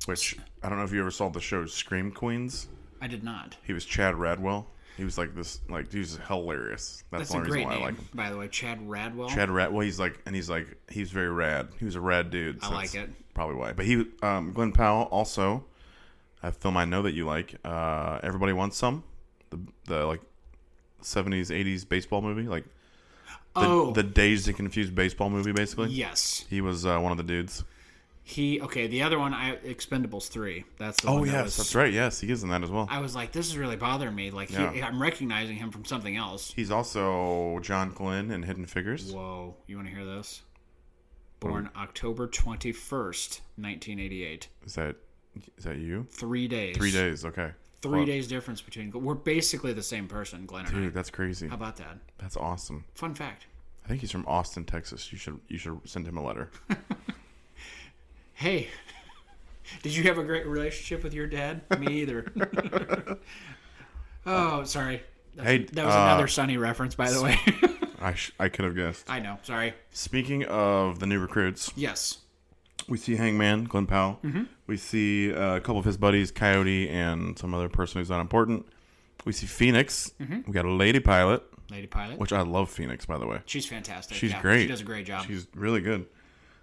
Speaker 1: which I don't know if you ever saw the show Scream Queens.
Speaker 2: I did not.
Speaker 1: He was Chad Radwell. He was like this, like he was hilarious. That's,
Speaker 2: That's
Speaker 1: the
Speaker 2: a
Speaker 1: only reason
Speaker 2: great
Speaker 1: why
Speaker 2: name,
Speaker 1: I like him.
Speaker 2: by the way. Chad Radwell.
Speaker 1: Chad Rad. Well, he's like, and he's like, he's very rad. He was a rad dude. so
Speaker 2: I like
Speaker 1: that's
Speaker 2: it.
Speaker 1: Probably why. But he, um, Glenn Powell also, a film I know that you like. Uh, Everybody wants some. The the like, seventies, eighties baseball movie, like the,
Speaker 2: oh,
Speaker 1: the dazed and confused baseball movie, basically.
Speaker 2: yes.
Speaker 1: He was uh, one of the dudes.
Speaker 2: He okay. The other one, I Expendables three. That's the one
Speaker 1: Oh
Speaker 2: that
Speaker 1: yes,
Speaker 2: was-
Speaker 1: that's right. Yes, he is in that as well.
Speaker 2: I was like, this is really bothering me. Like, he,
Speaker 1: Yeah.
Speaker 2: I'm recognizing him from something else.
Speaker 1: He's also John Glenn in Hidden Figures.
Speaker 2: Whoa, you want to hear this? Born October 21st, 1988.
Speaker 1: Is that is that you?
Speaker 2: Three days.
Speaker 1: Three days. Okay.
Speaker 2: Three
Speaker 1: Wow.
Speaker 2: days difference between. We're basically the same person, Glenn and
Speaker 1: Dude,
Speaker 2: I.
Speaker 1: that's crazy.
Speaker 2: How about that?
Speaker 1: That's awesome.
Speaker 2: Fun fact.
Speaker 1: I think he's from Austin, Texas. You should you should send him a letter.
Speaker 2: Hey, did you have a great relationship with your dad? Me either. oh, sorry. That's,
Speaker 1: Hey,
Speaker 2: that was
Speaker 1: uh,
Speaker 2: another Sunny reference, by the way.
Speaker 1: I sh- I could have guessed.
Speaker 2: I know. Sorry.
Speaker 1: Speaking of the new recruits,
Speaker 2: Yes.
Speaker 1: we see Hangman Glenn Powell.
Speaker 2: Mm-hmm.
Speaker 1: We see uh, a couple of his buddies, Coyote, and some other person who's not important. We see Phoenix.
Speaker 2: Mm-hmm.
Speaker 1: We got a lady pilot,
Speaker 2: Lady Pilot.
Speaker 1: which I love. Phoenix, by the way,
Speaker 2: She's fantastic.
Speaker 1: she's
Speaker 2: Yeah,
Speaker 1: great.
Speaker 2: She does a great job.
Speaker 1: She's really good.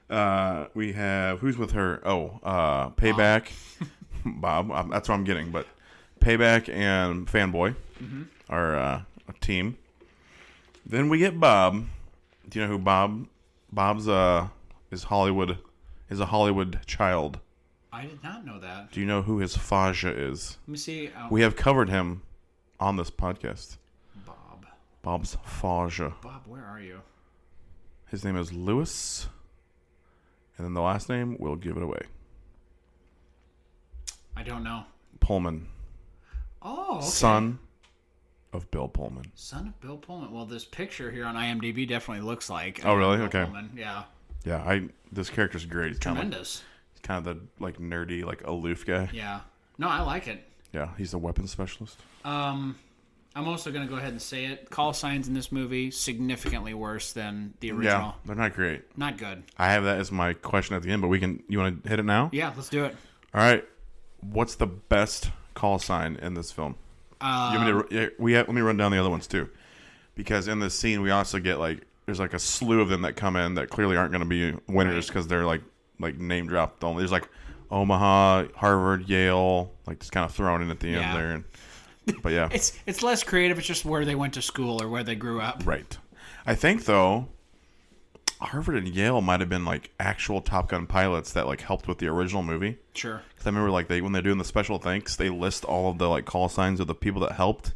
Speaker 1: Uh, we have who's with her? Oh, uh, Payback, Bob. Um, that's what I'm getting. But Payback and Fanboy are uh, a team. Then we get Bob. Do you know who Bob? Bob's uh is Hollywood is a Hollywood child.
Speaker 2: I did not know that.
Speaker 1: Do you know who his Faja is?
Speaker 2: Let me see. Oh,
Speaker 1: We have covered him on this podcast.
Speaker 2: Bob.
Speaker 1: Bob's Faja.
Speaker 2: Bob, where are you?
Speaker 1: His name is Lewis. And then the last name, we'll give it away.
Speaker 2: I don't know.
Speaker 1: Pullman,
Speaker 2: Oh, okay.
Speaker 1: son of Bill Pullman.
Speaker 2: Son of Bill Pullman. Well, this picture here on IMDb definitely looks like.
Speaker 1: Oh, really?
Speaker 2: Bill
Speaker 1: Okay.
Speaker 2: Pullman. Yeah.
Speaker 1: Yeah, I this character's great. He's kind of like,
Speaker 2: Tremendous.
Speaker 1: he's kind of the like nerdy, like aloof guy.
Speaker 2: Yeah. No, I like it.
Speaker 1: Yeah, he's a weapons specialist.
Speaker 2: Um, I'm also going to go ahead and say it. Call signs in this movie significantly worse than the original.
Speaker 1: Yeah, they're not great.
Speaker 2: Not good.
Speaker 1: I have that as my question at the end, but we can. You want to hit it now?
Speaker 2: Yeah, let's do it.
Speaker 1: All right. What's the best call sign in this film?
Speaker 2: Uh,
Speaker 1: You want me to, yeah, we have, let me run down the other ones too, because in this scene we also get like there's like a slew of them that come in that clearly aren't going to be winners because they're like like name dropped only. There's like Omaha, Harvard, Yale, like just kind of thrown in at the
Speaker 2: Yeah.
Speaker 1: end there. And, but yeah,
Speaker 2: it's it's less creative. It's just where they went to school or where they grew up.
Speaker 1: right. I think though, Harvard and Yale might have been like actual Top Gun pilots that like helped with the original movie.
Speaker 2: Sure.
Speaker 1: 'Cause I remember like they when they're doing the special thanks, they list all of the like call signs of the people that helped.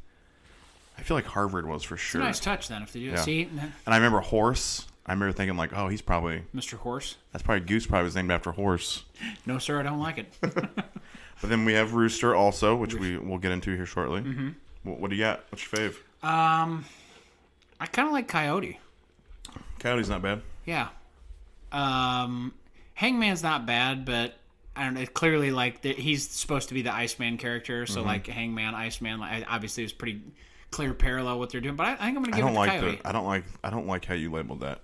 Speaker 1: I feel like Harvard was for sure.
Speaker 2: Nice touch then. If they do see
Speaker 1: And I remember horse. I remember thinking like, oh, he's probably
Speaker 2: Mr. Horse.
Speaker 1: that's probably goose. Probably was named after horse.
Speaker 2: No, sir, I don't like it.
Speaker 1: But then we have rooster also, which we will get into here shortly. Mm-hmm. What, what do you got? What's your fave?
Speaker 2: I kind of like Coyote.
Speaker 1: Coyote's not bad.
Speaker 2: Yeah. Um, Hangman's not bad, but I don't know. Clearly, like the, he's supposed to be the Iceman character,
Speaker 1: Mm-hmm.
Speaker 2: so like Hangman, Iceman, like, I- obviously, it's pretty clear parallel what they're doing. But I, I think I'm gonna
Speaker 1: I
Speaker 2: give it
Speaker 1: don't
Speaker 2: to
Speaker 1: like
Speaker 2: Coyote.
Speaker 1: the. I don't like. I don't like how you labeled that.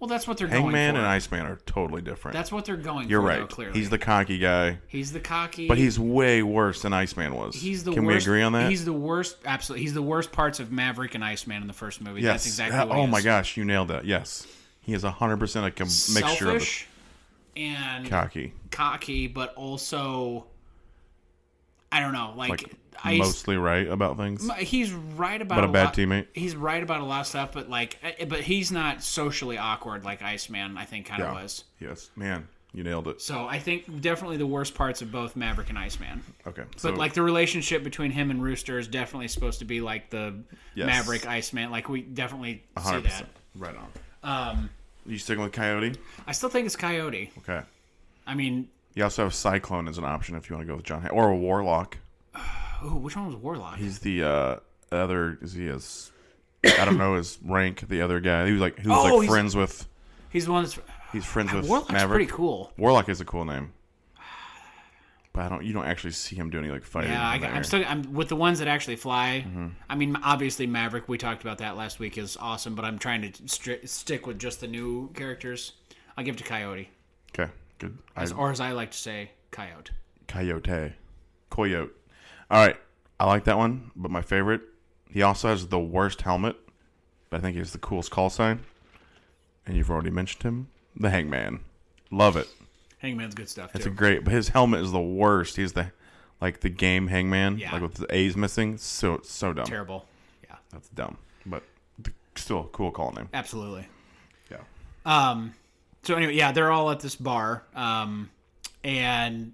Speaker 2: Well, that's what they're going
Speaker 1: Hangman
Speaker 2: for.
Speaker 1: and Iceman are totally different.
Speaker 2: that's what they're going.
Speaker 1: You're
Speaker 2: for,
Speaker 1: right.
Speaker 2: Though, clearly,
Speaker 1: he's the cocky guy,
Speaker 2: he's the cocky,
Speaker 1: but he's way worse than Iceman was.
Speaker 2: he's the
Speaker 1: Can
Speaker 2: worst,
Speaker 1: we agree on that?
Speaker 2: He's the worst. Absolutely, he's the worst parts of Maverick and Iceman in the first movie.
Speaker 1: yes.
Speaker 2: That's exactly
Speaker 1: That-
Speaker 2: what.
Speaker 1: oh
Speaker 2: he
Speaker 1: my
Speaker 2: is.
Speaker 1: gosh, you nailed that. Yes, he is hundred percent a com- mixture of the
Speaker 2: Selfish and
Speaker 1: cocky,
Speaker 2: cocky, but also I don't know, like,
Speaker 1: like
Speaker 2: I
Speaker 1: mostly right about things.
Speaker 2: he's right about
Speaker 1: But a bad
Speaker 2: lot-
Speaker 1: teammate.
Speaker 2: He's right about a lot of stuff, but like, eh, but he's not socially awkward like Iceman. I think kind of
Speaker 1: Yeah.
Speaker 2: was.
Speaker 1: Yes, man, you nailed it.
Speaker 2: So I think definitely the worst parts of both Maverick and Iceman.
Speaker 1: Okay, so
Speaker 2: But like the relationship between him and Rooster is definitely supposed to be like the
Speaker 1: Yes.
Speaker 2: Maverick Iceman. Like we definitely see
Speaker 1: 100%.
Speaker 2: that.
Speaker 1: right on. Um, you sticking with Coyote?
Speaker 2: I still think it's Coyote.
Speaker 1: Okay.
Speaker 2: I mean,
Speaker 1: You also have Cyclone as an option if you want to go with John Hamm. or a Warlock.
Speaker 2: ooh, which one was Warlock?
Speaker 1: He's the uh, other. Is he is? I don't know his rank. The other guy. He was like who was
Speaker 2: Oh,
Speaker 1: like
Speaker 2: he's-
Speaker 1: friends with.
Speaker 2: He's the one that's
Speaker 1: He's friends with
Speaker 2: Warlock's
Speaker 1: Maverick.
Speaker 2: pretty cool.
Speaker 1: Warlock is a cool name. But I don't. You don't actually see him doing any like fighting.
Speaker 2: Yeah, I,
Speaker 1: in
Speaker 2: I'm
Speaker 1: there.
Speaker 2: still I'm with the ones that actually fly.
Speaker 1: Mm-hmm.
Speaker 2: I mean, obviously Maverick. We talked about that last week is awesome, but I'm trying to stri- stick with just the new characters. I'll give it to Coyote,
Speaker 1: Okay. Good. I,
Speaker 2: as, or as I like to say, Coyote.
Speaker 1: coyote. Coyote. All right. I like that one, but my favorite He also has the worst helmet, but I think he has the coolest call sign. And you've already mentioned him, the Hangman. Love it.
Speaker 2: Hangman's good stuff
Speaker 1: It's a
Speaker 2: too.
Speaker 1: great, but his helmet is the worst. He's the like the game Hangman,
Speaker 2: Yeah.
Speaker 1: like with the A's missing. So so dumb.
Speaker 2: Terrible. Yeah,
Speaker 1: That's dumb, but th- still a cool call name.
Speaker 2: absolutely.
Speaker 1: Yeah.
Speaker 2: Um, So anyway, yeah, they're all at this bar, um, and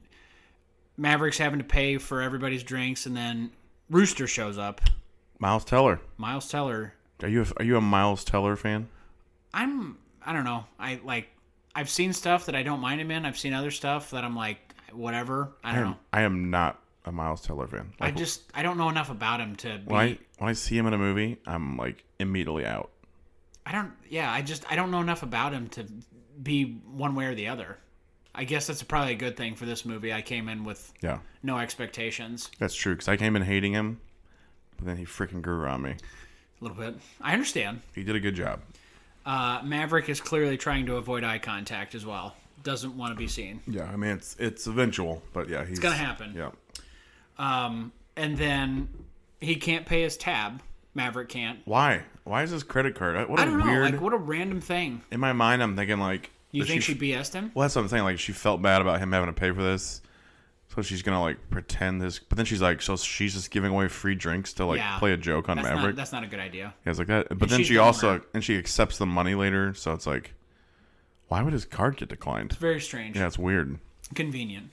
Speaker 2: Maverick's having to pay for everybody's drinks, and then Rooster shows up.
Speaker 1: Miles Teller.
Speaker 2: Miles Teller,
Speaker 1: Are you a, are you a Miles Teller fan?
Speaker 2: I'm, I don't know, I like, I've seen stuff that I don't mind him in. I've seen other stuff that I'm like, whatever. I
Speaker 1: I
Speaker 2: don't
Speaker 1: am,
Speaker 2: know.
Speaker 1: I am not a Miles Teller fan.
Speaker 2: I
Speaker 1: Like,
Speaker 2: just, I don't know enough about him to be.
Speaker 1: when I when I see him in a movie, I'm like immediately out.
Speaker 2: I don't. Yeah, I just I don't know enough about him to be one way or the other. I guess that's probably a good thing for this movie. I came in with
Speaker 1: Yeah,
Speaker 2: no expectations
Speaker 1: that's true. Because I came in hating him, but then he freaking grew on me.
Speaker 2: a little bit. I understand.
Speaker 1: He did a good job.
Speaker 2: Uh, Maverick is clearly trying to avoid eye contact as well. Doesn't want to be seen.
Speaker 1: Yeah, I mean it's it's eventual, but yeah, he's it's
Speaker 2: gonna happen.
Speaker 1: Yeah,
Speaker 2: And then he can't pay his tab. Maverick can't.
Speaker 1: why? Why is his credit card? What a
Speaker 2: I don't know.
Speaker 1: weird.
Speaker 2: Like what a random thing.
Speaker 1: in my mind, I'm thinking like
Speaker 2: You
Speaker 1: that
Speaker 2: think
Speaker 1: she
Speaker 2: she BS'd him?
Speaker 1: Well, that's what I'm saying. Like, she felt bad about him having to pay for this, so she's gonna like pretend this. But then she's like, so she's just giving away free drinks to like
Speaker 2: Yeah.
Speaker 1: play a joke on
Speaker 2: That's not,
Speaker 1: Maverick.
Speaker 2: that's not a good idea.
Speaker 1: yeah, it's like that. But then
Speaker 2: she's
Speaker 1: she
Speaker 2: dumber.
Speaker 1: also and she accepts the money later, so it's like, why would his card get declined?
Speaker 2: Very strange.
Speaker 1: Yeah, it's weird.
Speaker 2: Convenient.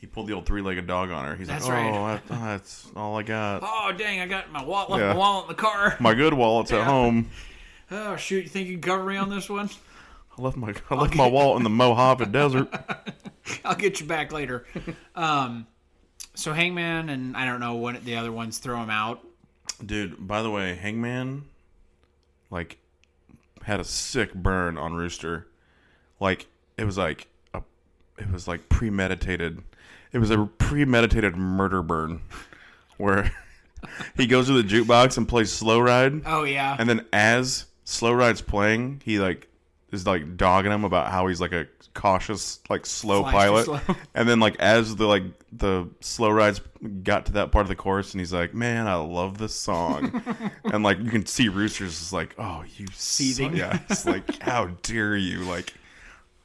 Speaker 1: He pulled the old three-legged dog on her. He's
Speaker 2: That's
Speaker 1: like,
Speaker 2: right.
Speaker 1: oh, that- oh, that's all I got.
Speaker 2: Oh dang! I got my wallet.
Speaker 1: Yeah.
Speaker 2: My wallet in the car.
Speaker 1: My good wallet's at home.
Speaker 2: Oh shoot! You think you can cover me on this one?
Speaker 1: I left my I left my wallet in the Mojave Desert.
Speaker 2: I'll get you back later. um, so Hangman and I don't know what the other ones throw him out.
Speaker 1: Dude, by the way, Hangman like had a sick burn on Rooster. Like it was like a it was like premeditated. It was a premeditated murder burn where he goes to the jukebox and plays Slow Ride
Speaker 2: Oh yeah,
Speaker 1: and then as Slow Ride's playing, he like is like dogging him about how he's like a cautious like slow
Speaker 2: Flies too
Speaker 1: pilot.
Speaker 2: slow.
Speaker 1: And then like as the like the Slow Ride's got to that part of the chorus and he's like, "Man, I love this song." and like you can see Rooster's just like, "Oh, you
Speaker 2: Seething.
Speaker 1: son-" Yeah, it's like, "How dare you like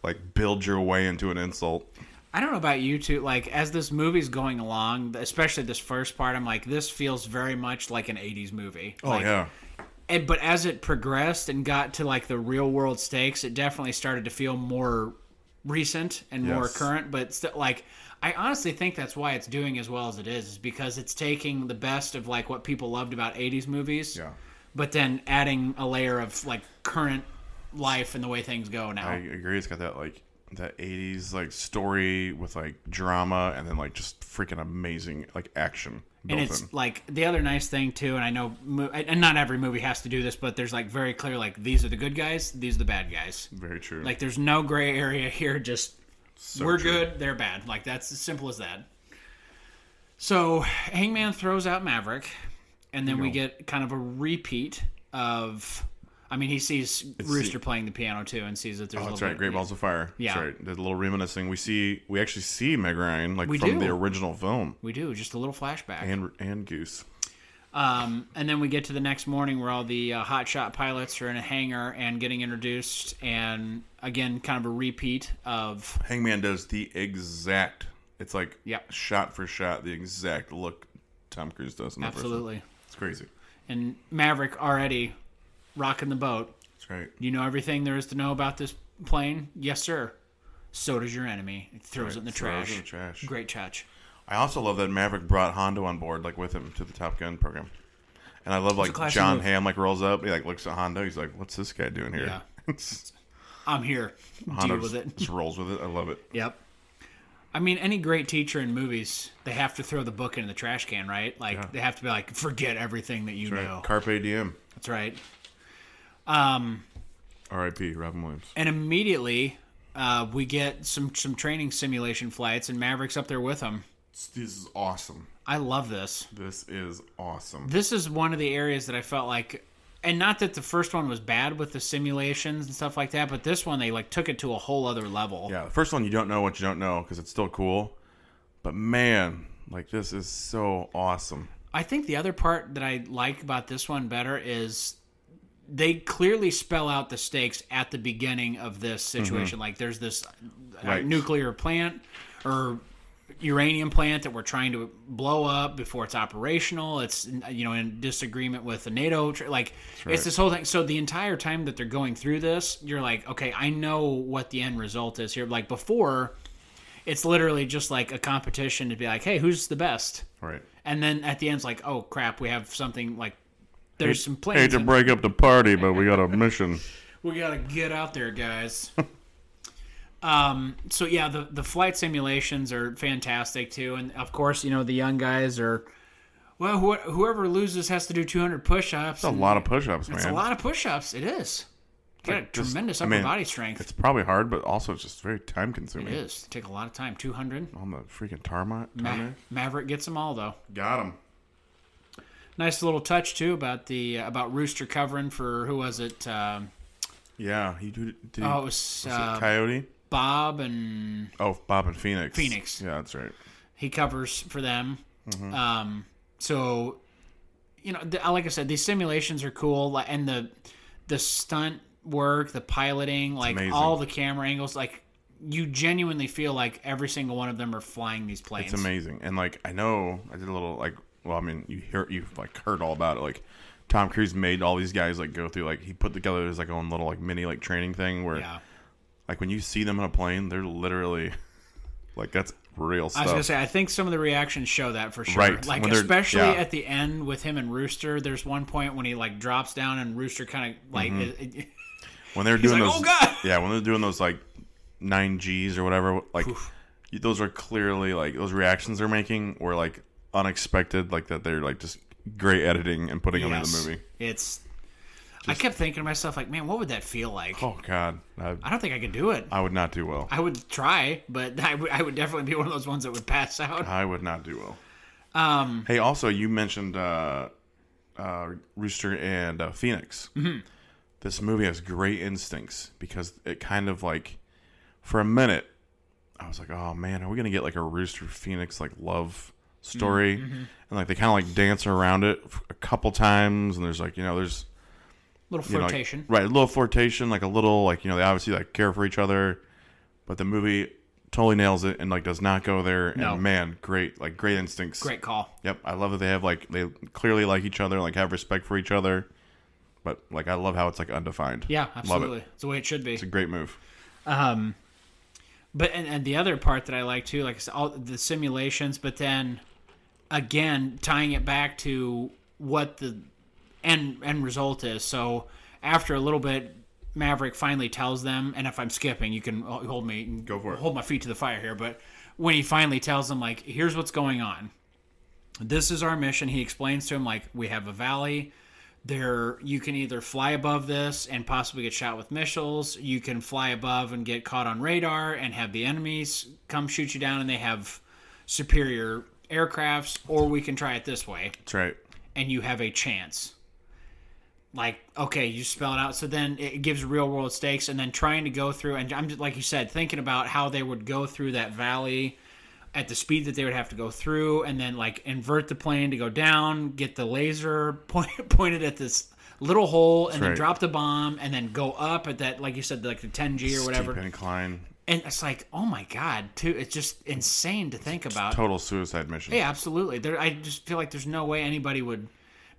Speaker 1: like build your way into an insult."
Speaker 2: I don't know about you two. Like as this movie's going along, especially this first part, I'm like, this feels very much like an '80s movie.
Speaker 1: Oh yeah.
Speaker 2: And, but as it progressed and got to like the real world stakes, it definitely started to feel more recent and more
Speaker 1: Yes.
Speaker 2: current. But st- like, I honestly think that's why it's doing as well as it is, is because it's taking the best of like what people loved about '80s movies.
Speaker 1: Yeah.
Speaker 2: but then adding a layer of like current life and the way things go now.
Speaker 1: I agree. It's got that like that '80s like story with like drama, and then like just freaking amazing like action built
Speaker 2: and it's
Speaker 1: in.
Speaker 2: like the other nice thing too, and I know, mo- and not every movie has to do this, but there's like very clear like these are the good guys, these are the bad guys.
Speaker 1: Very true.
Speaker 2: Like there's no gray area here. Just
Speaker 1: So
Speaker 2: we're
Speaker 1: true.
Speaker 2: good, they're bad. Like that's as simple as that. So Hangman throws out Maverick, and then we get kind of a repeat of. I mean, he sees Rooster playing the piano too, and sees that there's a
Speaker 1: Oh, That's
Speaker 2: little
Speaker 1: right.
Speaker 2: bit-
Speaker 1: Great Balls of Fire.
Speaker 2: Yeah.
Speaker 1: That's right. There's a little reminiscing. We see. We actually see Meg Ryan like
Speaker 2: We
Speaker 1: from
Speaker 2: do.
Speaker 1: the original film
Speaker 2: We do just a little flashback.
Speaker 1: and and Goose.
Speaker 2: Um, and then we get to the next morning where all the uh, hotshot pilots are in a hangar and getting introduced, and again, kind of a repeat of
Speaker 1: Hangman does the exact. It's like
Speaker 2: Yep.
Speaker 1: shot for shot, the exact look Tom Cruise does in the first.
Speaker 2: absolutely.
Speaker 1: Absolutely. It's crazy.
Speaker 2: And Maverick already rocking the boat.
Speaker 1: That's right.
Speaker 2: You know everything there is to know about this plane? Yes, sir. So does your enemy. It throws it in the
Speaker 1: Throws
Speaker 2: trash.
Speaker 1: in the trash.
Speaker 2: Great touch.
Speaker 1: I also love that Maverick brought Hondo on board, like with him to the Top Gun program. And I love like
Speaker 2: classy
Speaker 1: John
Speaker 2: move.
Speaker 1: Hamm like rolls up, he like looks at Hondo, he's like, "What's this guy doing here?"
Speaker 2: I'm here.
Speaker 1: Hondo
Speaker 2: Deal with
Speaker 1: just,
Speaker 2: it.
Speaker 1: just rolls with it. I love it.
Speaker 2: Yep. I mean, any great teacher in movies, they have to throw the book into the trash can, right? Like they have to be like, forget everything that you
Speaker 1: Right.
Speaker 2: know.
Speaker 1: Carpe diem.
Speaker 2: That's right.
Speaker 1: R.I.P. Robin Williams.
Speaker 2: and immediately uh, we get some some training simulation flights, and Maverick's up there with him.
Speaker 1: This is awesome.
Speaker 2: I love this.
Speaker 1: This is awesome.
Speaker 2: This is one of the areas that I felt like, and not that the first one was bad with the simulations and stuff like that, but this one they like took it to a whole other level.
Speaker 1: Yeah, the first one you don't know what you don't know because it's still cool, but man, like this is so awesome.
Speaker 2: I think the other part that I like about this one better is they clearly spell out the stakes at the beginning of this situation. Like there's this uh,
Speaker 1: Right.
Speaker 2: nuclear plant or uranium plant that we're trying to blow up before it's operational. It's you know in disagreement with the NATO. tr- Like it's this whole thing. So the entire time that they're going through this, you're like, okay, I know what the end result is here. Like before, it's literally just like a competition to be like, hey, who's the best?
Speaker 1: Right.
Speaker 2: And then at the end, it's like, oh crap, we have something like there's some plans.
Speaker 1: Hate to
Speaker 2: in-
Speaker 1: break up the party, but we got a mission.
Speaker 2: we gotta get out there, guys. um. So yeah, the the flight simulations are fantastic too, and of course, you know the young guys are. Well, wh- whoever loses has to do 200 push-ups.
Speaker 1: A lot of push-ups, man.
Speaker 2: It's a lot of push-ups. It is. Got a
Speaker 1: just-
Speaker 2: tremendous
Speaker 1: I
Speaker 2: upper
Speaker 1: mean,
Speaker 2: body strength.
Speaker 1: It's probably hard, but also it's just very
Speaker 2: It
Speaker 1: time-consuming.
Speaker 2: is. Take a lot of time. 200.
Speaker 1: On the freaking tarmac.
Speaker 2: Ma-
Speaker 1: tarmac.
Speaker 2: Maverick gets them all though.
Speaker 1: Got him.
Speaker 2: Nice little touch too about the about Rooster covering for who was it? Um,
Speaker 1: Yeah, he did. did he-
Speaker 2: oh, it
Speaker 1: was
Speaker 2: was,
Speaker 1: it
Speaker 2: uh,
Speaker 1: Coyote?
Speaker 2: Bob and
Speaker 1: Oh, Bob and Phoenix.
Speaker 2: Phoenix.
Speaker 1: Yeah, that's right.
Speaker 2: he covers for them.
Speaker 1: Mm-hmm.
Speaker 2: Um, so, you know, the, uh, like I said, these simulations are cool, like, and the the stunt work, the piloting, like
Speaker 1: amazing.
Speaker 2: all the camera angles, like you genuinely feel like every single one of them are flying these planes.
Speaker 1: It's amazing. And like I know I did a little like well, I mean, you hear you've like heard all about it. Like Tom Cruise made all these guys like go through like he put together his like own little like mini like training thing where
Speaker 2: Yeah,
Speaker 1: like when you see them in a plane, they're literally like that's real
Speaker 2: I
Speaker 1: stuff.
Speaker 2: was gonna say, I think some of the reactions show that for sure.
Speaker 1: Right.
Speaker 2: Like
Speaker 1: When they're-
Speaker 2: especially
Speaker 1: yeah.
Speaker 2: at the end with him and Rooster. There's one point when he like drops down and Rooster kind of like
Speaker 1: Mm-hmm.
Speaker 2: it- it-
Speaker 1: when they're doing
Speaker 2: like,
Speaker 1: those
Speaker 2: "Oh, God!"
Speaker 1: Yeah, when they're doing those like 9 Gs or whatever like you- those are clearly like those reactions they're making were like unexpected like that they're like just great editing and putting them in
Speaker 2: yes.
Speaker 1: the movie.
Speaker 2: It's. I kept thinking to myself, like, man, what would that feel like?
Speaker 1: Oh god. I,
Speaker 2: I don't think I could do it.
Speaker 1: I would not do well.
Speaker 2: I would try, but I would- I would definitely be one of those ones that would pass out.
Speaker 1: I would not do well. Um, hey, also you mentioned uh, uh, Rooster and uh, Phoenix. This movie has great instincts because it kind of like, for a minute, I was like, oh man, are we gonna get like a Rooster Phoenix like love story? And like they kind of like dance around it f- a couple times, and there's like you know there's
Speaker 2: Little
Speaker 1: you know, like-
Speaker 2: flirtation.
Speaker 1: right? A little flirtation, like a little like you know they obviously like care for each other, but the movie totally nails it and like does not go there.
Speaker 2: No.
Speaker 1: And man, great like great instincts.
Speaker 2: Great call.
Speaker 1: Yep, I love that they have like they clearly like each other, like have respect for each other, but like I love how it's like undefined.
Speaker 2: Yeah,
Speaker 1: Love
Speaker 2: absolutely.
Speaker 1: it.
Speaker 2: It's the way it should be.
Speaker 1: It's a great move.
Speaker 2: Um, but and, and the other part that I like too, like I said, all the simulations, but then again tying it back to what the end end result is. So after a little bit, Maverick finally tells them, and if I'm skipping, you can h- hold me, go
Speaker 1: for it.
Speaker 2: hold my feet to the fire here. But when he finally tells them, like, here's what's going on. This is our mission. He explains to him, like, we have a valley there you can either fly above this and possibly get shot with missiles you can fly above and get caught on radar and have the enemies come shoot you down and they have superior aircrafts or we can try it this way
Speaker 1: That's right.
Speaker 2: and you have a chance like okay you spell it out so then it gives real world stakes and then trying to go through and i'm just like you said thinking about how they would go through that valley at the speed that they would have to go through and then like invert the plane to go down get the laser point, pointed at this little hole and then
Speaker 1: right.
Speaker 2: drop the bomb and then go up at that like you said like the 10g or whatever
Speaker 1: Steep incline,
Speaker 2: and it's like oh my god too it's just insane to think about
Speaker 1: total suicide mission.
Speaker 2: yeah, absolutely. There, I just feel like there's no way anybody would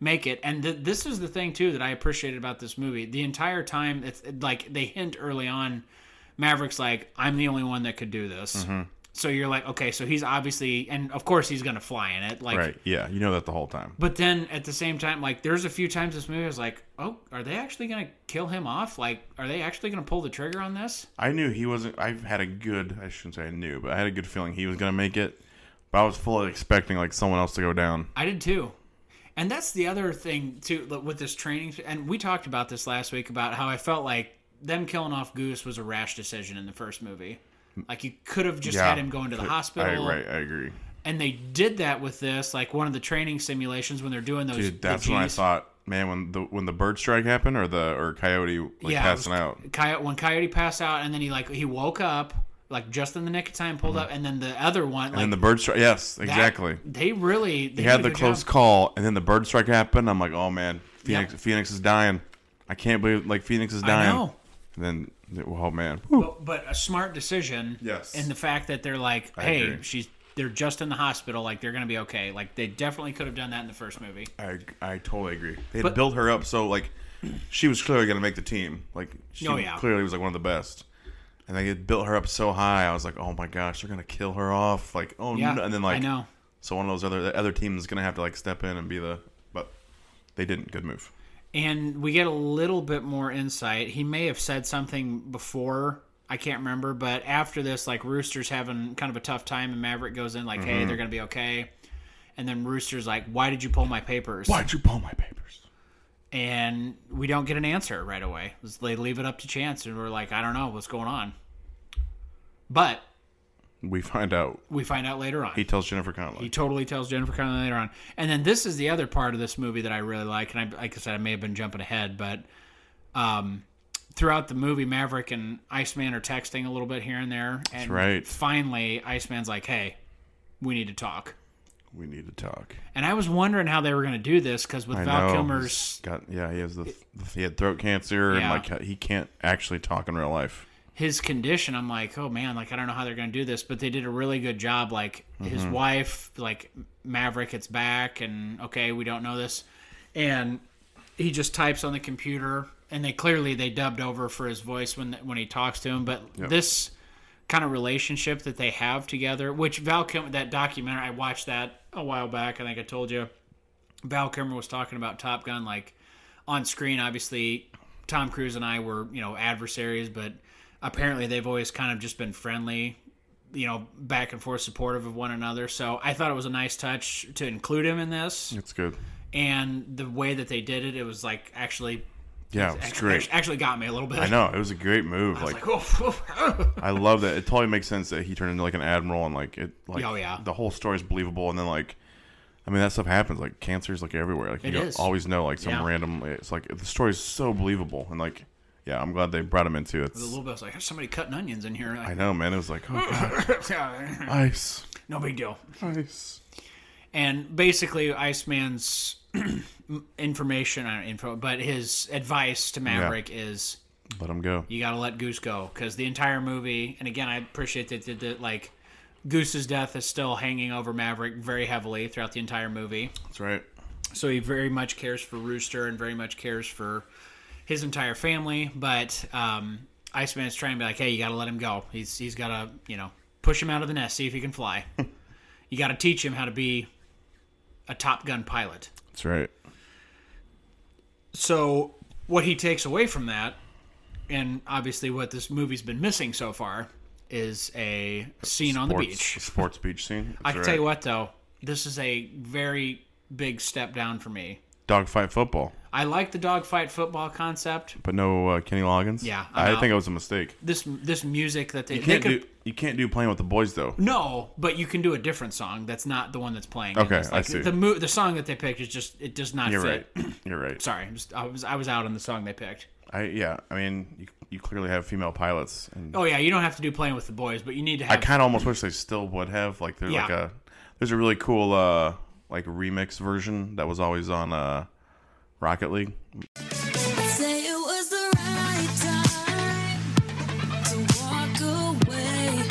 Speaker 2: make it. And th- this is the thing too that I appreciated about this movie. The entire time, it's like they hint early on. Maverick's like, I'm the only one that could do this. So you're like, okay, so he's obviously, and of course he's gonna fly in it. Like,
Speaker 1: Right. Yeah, you know that the whole time.
Speaker 2: but then at the same time, like there's a few times this movie I was like, oh, are they actually gonna kill him off? Like, are they actually gonna pull the trigger on this?
Speaker 1: I knew he wasn't. I had a good. I shouldn't say I knew, but I had a good feeling he was gonna make it. But I was fully expecting like someone else to go down.
Speaker 2: I did too. And that's the other thing too like, with this training. And we talked about this last week about how I felt like them killing off Goose was a rash decision in the first movie. Like you could have just had him go into the
Speaker 1: I-
Speaker 2: hospital,
Speaker 1: right, I agree.
Speaker 2: and they did that with this, like one of the training simulations when they're doing those.
Speaker 1: Dude,
Speaker 2: the
Speaker 1: that's when I
Speaker 2: Gs.
Speaker 1: thought, man, when the when the bird strike happened or the or coyote like
Speaker 2: Yeah, it
Speaker 1: passing
Speaker 2: was-
Speaker 1: out.
Speaker 2: Coyote, when Coyote passed out, and then he like he woke up, like just in the nick of time pulled up, and then the other one, like
Speaker 1: Mm-hmm. and the bird strike. Yes,
Speaker 2: that-
Speaker 1: exactly.
Speaker 2: they really
Speaker 1: He
Speaker 2: they did
Speaker 1: had
Speaker 2: a
Speaker 1: the
Speaker 2: good
Speaker 1: close
Speaker 2: job.
Speaker 1: call, and then the bird strike happened. I'm like, oh man, Phoenix, Phoenix is dying. I can't believe like Phoenix is dying.
Speaker 2: know.
Speaker 1: And then, oh man, Whew.
Speaker 2: But, but a smart decision.
Speaker 1: Yes.
Speaker 2: And the fact that they're like, hey,
Speaker 1: agree.
Speaker 2: she's they're just in the hospital, like they're gonna be okay. Like they definitely could have done that in the first movie.
Speaker 1: I I totally agree. They had
Speaker 2: But-
Speaker 1: built her up so like she was clearly gonna make the team. Like she
Speaker 2: Oh, yeah.
Speaker 1: clearly was like one of the best. And they had built her up so high, I was like, oh my gosh, they're gonna kill her off. Like oh
Speaker 2: Yeah.
Speaker 1: no, and then like
Speaker 2: I know.
Speaker 1: so one of those other the other teams is gonna have to like step in and be the but they didn't. Good move.
Speaker 2: and we get a little bit more insight. He may have said something before, I can't remember, but after this, like Rooster's having kind of a tough time, and Maverick goes in like,
Speaker 1: Mm-hmm.
Speaker 2: "Hey, they're gonna be okay," and then Rooster's like, "Why did you pull my papers?"
Speaker 1: Why'd you pull my papers?
Speaker 2: And we don't get an answer right away. They leave it up to chance, and we're like, "I don't know what's going on," but
Speaker 1: We find out
Speaker 2: we find out later on.
Speaker 1: he tells Jennifer Connelly.
Speaker 2: He totally tells Jennifer Connelly later on. And then this is the other part of this movie that I really like. And I, like I said, I may have been jumping ahead, but um, throughout the movie, Maverick and Iceman are texting a little bit here and there. And That's
Speaker 1: right.
Speaker 2: Finally, Iceman's like, "Hey, we need to talk."
Speaker 1: we need to talk.
Speaker 2: And I was wondering how they were going to do this because with
Speaker 1: I
Speaker 2: Val
Speaker 1: know.
Speaker 2: Kilmer's
Speaker 1: He's got yeah. He has the he had throat cancer
Speaker 2: Yeah.
Speaker 1: and like he can't actually talk in real life.
Speaker 2: his condition, I'm like, oh man, like I don't know how they're gonna do this, but they did a really good job. Like his wife, like Maverick, it's back, and okay, we don't know this, and he just types on the computer, and they clearly they dubbed over for his voice when when he talks to him. But this kind of relationship that they have together, which Val Kilmer, that documentary, I watched that a while back. I think I told you, Val Kilmer was talking about Top Gun, like on screen, obviously, Tom Cruise and I were, you know, adversaries, but apparently they've always kind of just been friendly, you know, back and forth supportive of one another. So I thought it was a nice touch to include him in this.
Speaker 1: It's good.
Speaker 2: And the way that they did it, it was like actually
Speaker 1: Yeah, it's
Speaker 2: actually,
Speaker 1: great.
Speaker 2: actually, got me a little bit.
Speaker 1: I know it was a great move.
Speaker 2: It's
Speaker 1: Like
Speaker 2: like, oh,
Speaker 1: I love that. It totally makes sense that he turned into like an admiral and like it like
Speaker 2: Oh, yeah.
Speaker 1: the whole story's believable and then like I mean that stuff happens like cancer's like everywhere. Like you
Speaker 2: It
Speaker 1: don't
Speaker 2: is.
Speaker 1: always know like some
Speaker 2: Yeah.
Speaker 1: random it's like the story's so believable and like yeah, I'm glad they brought him into it.
Speaker 2: a
Speaker 1: It's-
Speaker 2: little bit. I was like, there's somebody cutting onions in here.
Speaker 1: I
Speaker 2: Like,
Speaker 1: know, man. It was like oh, God, ice,
Speaker 2: no big deal.
Speaker 1: ice.
Speaker 2: and basically Iceman's information on info, but his advice to Maverick is
Speaker 1: Let him go.
Speaker 2: you got to let Goose go because the entire movie, and again, I appreciate that, that, that like Goose's death is still hanging over Maverick very heavily throughout the entire movie.
Speaker 1: That's right.
Speaker 2: So he very much cares for Rooster and very much cares for his entire family. But um, Iceman's trying to be like, hey, you got to let him go. He's he's got to you know push him out of the nest, see if he can fly. you got to teach him how to be a Top Gun pilot.
Speaker 1: That's right.
Speaker 2: So what he takes away from that, and obviously what this movie's been missing so far, is a scene on the
Speaker 1: Sports-
Speaker 2: beach.
Speaker 1: Sports beach scene. That's
Speaker 2: I can
Speaker 1: right.
Speaker 2: tell you what though, this is a very big step down for me.
Speaker 1: Dogfight football,
Speaker 2: I like the dogfight football concept.
Speaker 1: but no uh, Kenny Loggins.
Speaker 2: Yeah, I'm
Speaker 1: I
Speaker 2: out.
Speaker 1: think it was a mistake.
Speaker 2: This this music that they,
Speaker 1: You
Speaker 2: they
Speaker 1: can't
Speaker 2: could-
Speaker 1: do you can't do playing with the boys though.
Speaker 2: no, but you can do a different song that's not the one that's playing. in
Speaker 1: Okay,
Speaker 2: this.
Speaker 1: I
Speaker 2: like,
Speaker 1: see.
Speaker 2: The mo- the song that they picked is just it does not
Speaker 1: You're
Speaker 2: fit.
Speaker 1: right. You're right.
Speaker 2: Sorry, I'm just, I was I was out on the song they picked.
Speaker 1: I yeah. I mean, you, you clearly have female pilots, and
Speaker 2: Oh yeah, you don't have to do playing with the boys, but you need to
Speaker 1: I
Speaker 2: have
Speaker 1: kind of almost wish they still would have. Like there's like
Speaker 2: Yeah.
Speaker 1: a there's a really cool uh like remix version that was always on uh Rocket League.
Speaker 4: Say it was the right time to walk away.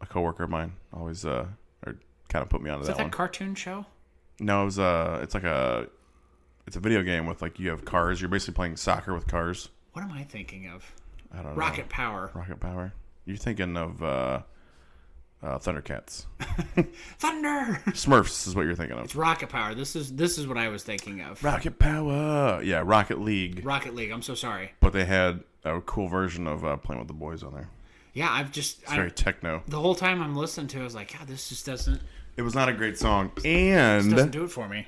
Speaker 1: A coworker of mine always uh or kind of put me onto
Speaker 2: is that,
Speaker 1: that, one.
Speaker 2: that cartoon show.
Speaker 1: no, it was uh it's like a it's a video game with like you have cars. You're basically playing soccer with cars.
Speaker 2: What am I thinking of?
Speaker 1: I don't know.
Speaker 2: Rocket Power.
Speaker 1: Rocket Power. You're thinking of uh, uh Thundercats.
Speaker 2: Thunder.
Speaker 1: Smurfs is what you're thinking of.
Speaker 2: It's Rocket Power. This is this is what I was thinking of.
Speaker 1: Rocket Power. Yeah, Rocket League.
Speaker 2: Rocket League. I'm so sorry.
Speaker 1: but they had a cool version of uh, playing with the boys on there.
Speaker 2: Yeah, I've just
Speaker 1: It's
Speaker 2: I,
Speaker 1: very techno.
Speaker 2: the whole time I'm listening to, it, I was like, God, this just doesn't
Speaker 1: It was not a great song,
Speaker 2: doesn't
Speaker 1: and
Speaker 2: do it for me.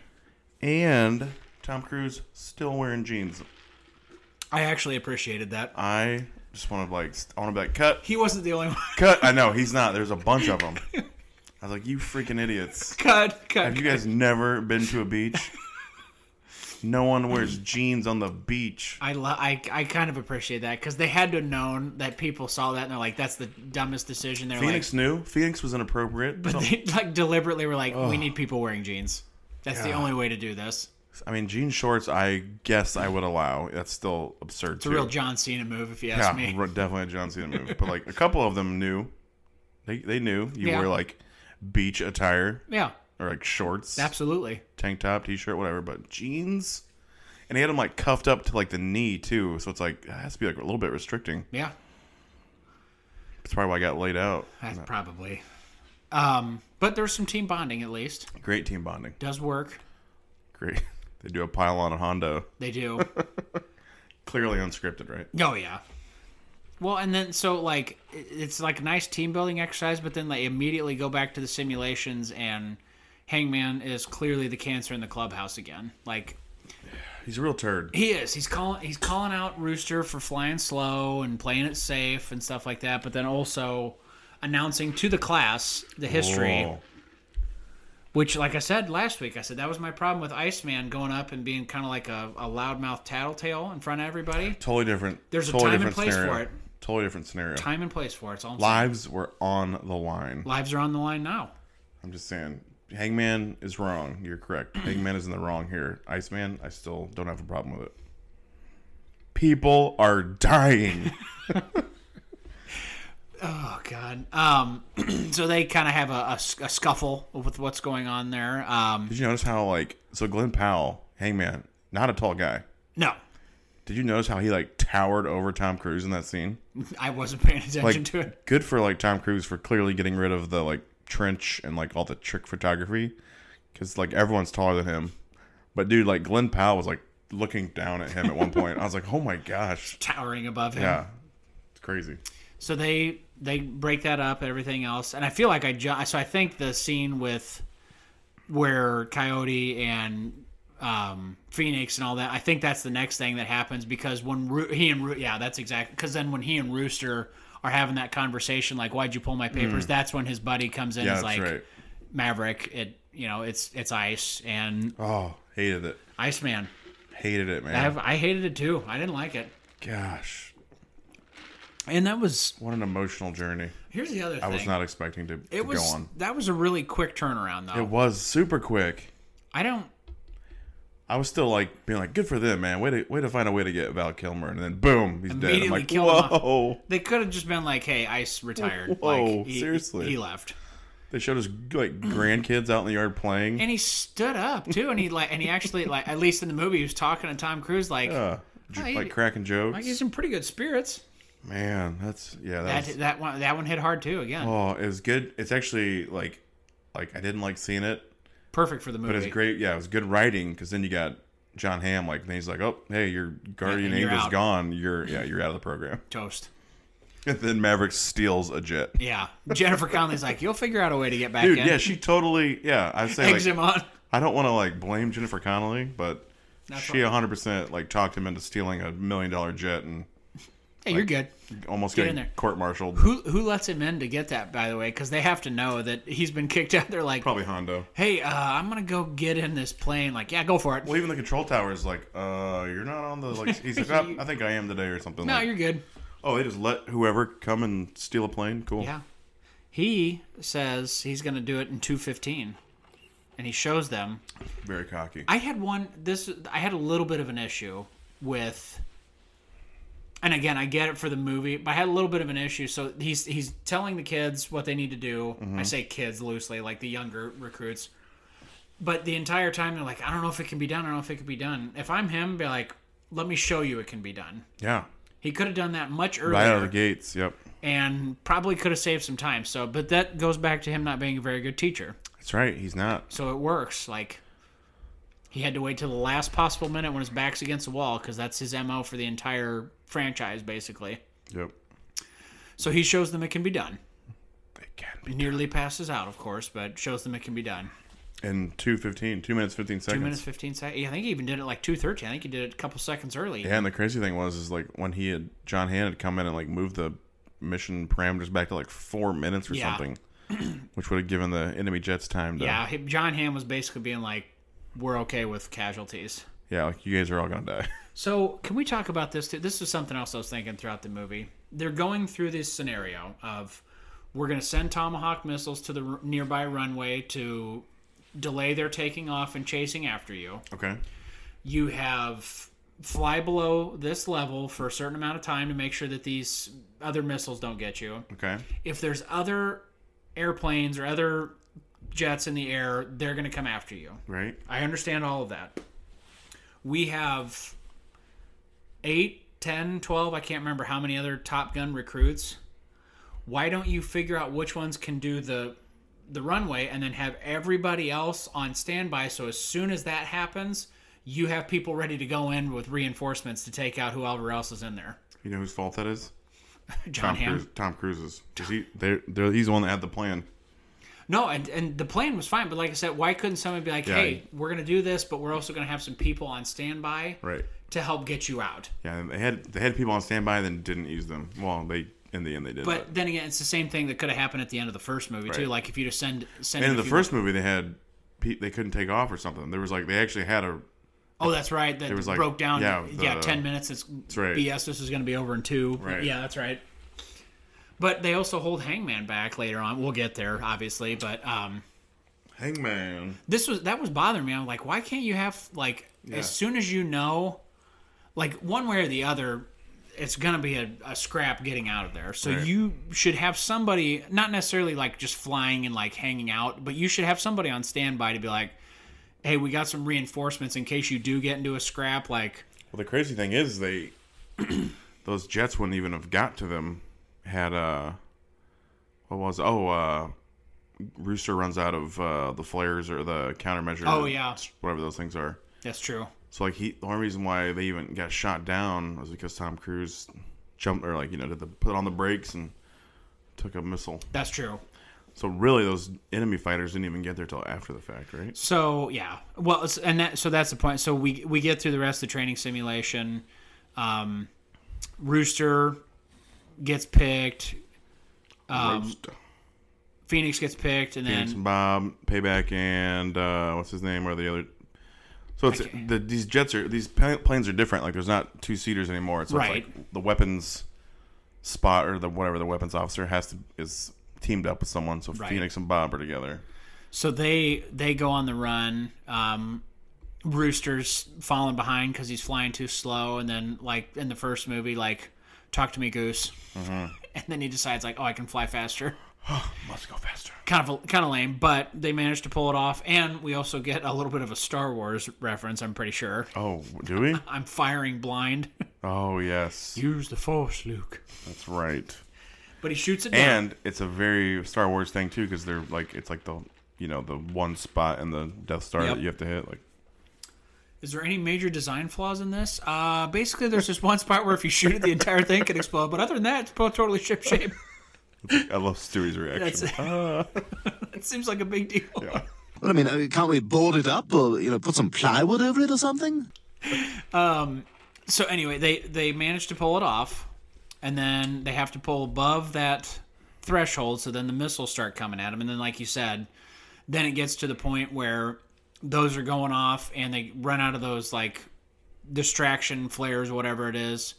Speaker 1: and Tom Cruise still wearing jeans.
Speaker 2: I actually appreciated that.
Speaker 1: I just want to like, st- I want to be like, cut,
Speaker 2: He wasn't the only one.
Speaker 1: cut. I know he's not. There's a bunch of them. I was like, you freaking idiots.
Speaker 2: cut, cut.
Speaker 1: Have you guys never been to a beach? No one wears jeans on the beach.
Speaker 2: I, lo- I I kind of appreciate that because they had to have known that people saw that and they're like, that's the dumbest decision. They're
Speaker 1: Phoenix knew. Phoenix was inappropriate.
Speaker 2: like, they like deliberately were like, we need people wearing jeans. That's the
Speaker 1: Yeah.
Speaker 2: only way to do this.
Speaker 1: I mean, jean shorts. I guess I would allow. That's still absurd.
Speaker 2: It's a real John Cena move, if you ask
Speaker 1: yeah,
Speaker 2: me.
Speaker 1: Ah, ro- definitely a John Cena move. But like a couple of them knew. They they knew you
Speaker 2: Yeah.
Speaker 1: wear like beach attire
Speaker 2: Yeah,
Speaker 1: or like shorts,
Speaker 2: absolutely.
Speaker 1: tank top, t-shirt, whatever. But jeans, and he had them like cuffed up to like the knee too. So it's like it has to be like a little bit restricting.
Speaker 2: Yeah,
Speaker 1: That's probably why I got laid out.
Speaker 2: that's probably. Um, but there's some team bonding at least.
Speaker 1: Great team bonding.
Speaker 2: Does work.
Speaker 1: Great. They do a pile on a Hondo.
Speaker 2: They do.
Speaker 1: Clearly unscripted, right?
Speaker 2: Oh yeah. Well, and then so like it- it's like a nice team building exercise, but then they immediately go back to the simulations and Hangman is clearly the cancer in the clubhouse again. Like
Speaker 1: He's a real turd.
Speaker 2: he is. He's calling. He's calling out Rooster for flying slow and playing it safe and stuff like that. But then also announcing to the class the history,
Speaker 1: Whoa.
Speaker 2: which, like I said last week, I said that was my problem with Iceman going up and being kind of like a, a loudmouth tattletale in front of everybody.
Speaker 1: Totally different.
Speaker 2: There's a
Speaker 1: totally
Speaker 2: time and
Speaker 1: different
Speaker 2: place
Speaker 1: scenario.
Speaker 2: for it.
Speaker 1: Totally different scenario.
Speaker 2: Time and place for it. It's all I'm saying.
Speaker 1: Lives were on the line.
Speaker 2: lives are on the line now.
Speaker 1: I'm just saying. Hangman is wrong. You're correct. Hangman is in the wrong here. Iceman, I still don't have a problem with it. People are dying.
Speaker 2: Oh God. Um, so they kind of have a, a s- a scuffle with what's going on there. Um,
Speaker 1: Did you notice how like so Glenn Powell, Hangman, not a tall guy.
Speaker 2: no,
Speaker 1: Did you notice how he like towered over Tom Cruise in that scene?
Speaker 2: I wasn't paying attention
Speaker 1: Like
Speaker 2: to it.
Speaker 1: good for like Tom Cruise for clearly getting rid of the like trench and like all the trick photography cuz like everyone's taller than him. But dude, like Glenn Powell was like looking down at him at one point. I was like, "Oh my gosh."
Speaker 2: Towering above him.
Speaker 1: Yeah. It's crazy.
Speaker 2: So they they break that up. Everything else, and I feel like I ju- so I think the scene with where Coyote and um, Phoenix and all that. I think that's the next thing that happens because when Roo- he and Roo- yeah, that's exactly because then when he and Rooster are having that conversation, like why'd you pull my papers? That's when his buddy comes in.
Speaker 1: Mm. Yeah,
Speaker 2: and is
Speaker 1: that's
Speaker 2: like,
Speaker 1: right.
Speaker 2: Maverick. It you know it's it's Ice and
Speaker 1: Oh, hated it.
Speaker 2: Iceman.
Speaker 1: Hated it, man.
Speaker 2: I have I hated it too. I didn't like it.
Speaker 1: Gosh,
Speaker 2: And that was
Speaker 1: what an emotional journey.
Speaker 2: here's the other thing.
Speaker 1: I was not expecting to, to
Speaker 2: it was
Speaker 1: go on.
Speaker 2: that was a really quick turnaround though.
Speaker 1: It was super quick.
Speaker 2: I don't.
Speaker 1: I was still like being like, "Good for them, man! Way to way to find a way to get Val Kilmer," and then boom, he's dead. I'm
Speaker 2: Immediately
Speaker 1: like,
Speaker 2: kill him off.
Speaker 1: whoa!
Speaker 2: They could have just been like, "Hey, Ice retired."
Speaker 1: Whoa,
Speaker 2: like, he,
Speaker 1: Oh, seriously.
Speaker 2: he left,
Speaker 1: They showed his like grandkids out in the yard playing.
Speaker 2: and he stood up too, and he like, and he actually like, at least in the movie, he was talking to Tom Cruise like,
Speaker 1: uh, j-
Speaker 2: Oh, he-
Speaker 1: like cracking jokes.
Speaker 2: like he's in pretty good spirits.
Speaker 1: man, that's yeah. That,
Speaker 2: That
Speaker 1: was,
Speaker 2: that one that one hit hard too. Again,
Speaker 1: oh, it was good. It's actually like like I didn't like seeing it,
Speaker 2: perfect for the movie.
Speaker 1: but it's great. Yeah, it was good writing because then you got John Hamm. Like then he's like, "Oh, hey, your guardian
Speaker 2: Yeah, you're
Speaker 1: angel's
Speaker 2: out.
Speaker 1: gone. You're yeah, you're out of the program."
Speaker 2: Toast.
Speaker 1: And then Maverick steals a jet.
Speaker 2: Yeah, Jennifer Connelly's like, "You'll figure out a way to get back
Speaker 1: Dude,
Speaker 2: in."
Speaker 1: yeah, she totally. Yeah, I say
Speaker 2: eggs
Speaker 1: like,
Speaker 2: him on.
Speaker 1: I don't want to like blame Jennifer Connelly, but she
Speaker 2: fine.
Speaker 1: 100 percent like talked him into stealing a million dollar jet and
Speaker 2: Hey, you're good.
Speaker 1: almost
Speaker 2: Get in
Speaker 1: getting
Speaker 2: there.
Speaker 1: court martialed.
Speaker 2: Who who lets him in to get that? By the way, because they have to know that he's been kicked out. They're like,
Speaker 1: Probably Hondo.
Speaker 2: "Hey, uh, I'm gonna go get in this plane." Like, yeah, go for it.
Speaker 1: Well, even the control tower is like, uh, you're not on the like. He's like, "Oh, I think I am today or something.
Speaker 2: no,
Speaker 1: like,
Speaker 2: you're good.
Speaker 1: oh, they just let whoever come and steal a plane. Cool.
Speaker 2: Yeah. He says he's going to do it in 215. And he shows them.
Speaker 1: Very cocky.
Speaker 2: I had one this I had a little bit of an issue with and again, I get it for the movie, but I had a little bit of an issue. So he's he's telling the kids what they need to do.
Speaker 1: Mm-hmm.
Speaker 2: I say kids loosely, like the younger recruits. But the entire time they're like, I don't know if it can be done. I don't know if it can be done. If I'm him, be like, let me show you it can be done.
Speaker 1: yeah.
Speaker 2: He could have done that much earlier
Speaker 1: Right out of the gates. Yep.
Speaker 2: and probably could have saved some time. So, but that goes back to him not being a very good teacher.
Speaker 1: That's right. He's not.
Speaker 2: So it works. Like he had to wait till the last possible minute when his back's against the wall because that's his mo for the entire franchise, basically.
Speaker 1: Yep.
Speaker 2: So he shows them it can be done.
Speaker 1: It can be.
Speaker 2: Nearly passes out, of course, but shows them it can be done.
Speaker 1: In two fifteen, two minutes fifteen seconds.
Speaker 2: Two minutes fifteen seconds. Yeah, I think he even did it like two thirty. I think he did it a couple seconds early.
Speaker 1: Yeah, and the crazy thing was is like when he had John Han had come in and like moved the mission parameters back to like four minutes or
Speaker 2: Yeah.
Speaker 1: something, which would have given the enemy jets time to.
Speaker 2: Yeah, he- John Hamm was basically being like, "We're okay with casualties."
Speaker 1: Yeah, like you guys are all gonna die.
Speaker 2: So, can we talk about this too? This is something else I was thinking throughout the movie. They're going through this scenario of we're going to send Tomahawk missiles to the r- nearby runway to delay their taking off and chasing after you.
Speaker 1: Okay.
Speaker 2: You have fly below this level for a certain amount of time to make sure that these other missiles don't get you.
Speaker 1: Okay.
Speaker 2: If there's other airplanes or other jets in the air, they're going to come after you.
Speaker 1: Right.
Speaker 2: I understand all of that. We have 8, 10, 12, I can't remember how many other Top Gun recruits. Why don't you figure out which ones can do the the runway and then have everybody else on standby so as soon as that happens, you have people ready to go in with reinforcements to take out whoever else is in there.
Speaker 1: You know whose fault that is?
Speaker 2: John
Speaker 1: Tom
Speaker 2: Hamm.
Speaker 1: Cruise. Tom Cruise's. 'Cause He, they're, they're, he's the one that had the plan.
Speaker 2: No, and, and the plan was fine, but like I said, why couldn't somebody be like,
Speaker 1: Yeah.
Speaker 2: hey, we're going to do this, but we're also going to have some people on standby
Speaker 1: Right.
Speaker 2: to help get you out?
Speaker 1: Yeah, and they had they had people on standby, and then didn't use them. Well, they in the end they did.
Speaker 2: But then again, it's the same thing that could have happened at the end of the first movie too.
Speaker 1: Right.
Speaker 2: Like if you just send send
Speaker 1: and
Speaker 2: a
Speaker 1: in the
Speaker 2: few-
Speaker 1: first movie, they had pe- they couldn't take off or something. There was like they actually had a
Speaker 2: oh that's right that
Speaker 1: was like-
Speaker 2: broke down yeah,
Speaker 1: yeah, the-
Speaker 2: ten minutes it's
Speaker 1: right.
Speaker 2: BS this is going to be over in two
Speaker 1: Right.
Speaker 2: yeah that's right. But they also hold Hangman back later on. We'll get there obviously, but um,
Speaker 1: hangman.
Speaker 2: this was that was bothering me. I'm like, why can't you have like as soon as you know, like one way or the other, it's gonna be a, a scrap getting out of there. So
Speaker 1: Right.
Speaker 2: you should have somebody, not necessarily like just flying and like hanging out, but you should have somebody on standby to be like, hey, we got some reinforcements in case you do get into a scrap. Like,
Speaker 1: Well, the crazy thing is they those jets wouldn't even have got to them had uh what was it? oh uh Rooster runs out of uh the flares or the countermeasures.
Speaker 2: Oh, yeah.
Speaker 1: whatever those things are.
Speaker 2: that's true.
Speaker 1: So like he the only reason why they even got shot down was because Tom Cruise jumped or like you know did the put on the brakes and took a missile.
Speaker 2: That's true.
Speaker 1: So really those enemy fighters didn't even get there till after the fact, right?
Speaker 2: So yeah, well, it's- and that so that's the point. So we we get through the rest of the training simulation. Um, Rooster gets picked.
Speaker 1: Roast.
Speaker 2: Phoenix gets picked, Um, and
Speaker 1: Phoenix
Speaker 2: then
Speaker 1: and Bob, Payback, and uh, what's his name or the other. So it's the, these jets are these pla- planes are different. Like there's not two seaters anymore. So
Speaker 2: Right.
Speaker 1: it's like the weapons spot or the whatever the weapons officer has to is teamed up with someone. So Phoenix and Bob are together.
Speaker 2: so they they go on the run. Um, Rooster's falling behind because he's flying too slow, and then like in the first movie, like talk to me, Goose, and then he decides like, oh, I can fly faster.
Speaker 1: Must go faster.
Speaker 2: Kind of kind of lame, but they managed to pull it off, and we also get a little bit of a Star Wars reference. I'm pretty sure.
Speaker 1: Oh, do we?
Speaker 2: I'm firing blind.
Speaker 1: Oh yes,
Speaker 2: Use the force, Luke.
Speaker 1: that's right.
Speaker 2: But he shoots it down.
Speaker 1: And it's a very Star Wars thing too because they're like it's like the you know the one spot in the Death Star
Speaker 2: Yep.
Speaker 1: that you have to hit. Like
Speaker 2: Is there any major design flaws in this? Uh, basically, there's this one spot where if you shoot it, the entire thing could explode. But other than that, it's totally ship shape.
Speaker 1: I love Stewie's
Speaker 2: That's
Speaker 1: reaction.
Speaker 2: it. it seems like a big deal.
Speaker 5: Well, I mean, uh, can't we board it up or, you know, put some plywood over it or something?
Speaker 2: So anyway, they they manage to pull it off, and then they have to pull above that threshold. So then the missiles start coming at them, and then like you said, then it gets to the point where those are going off, and they run out of those like distraction flares, whatever it is.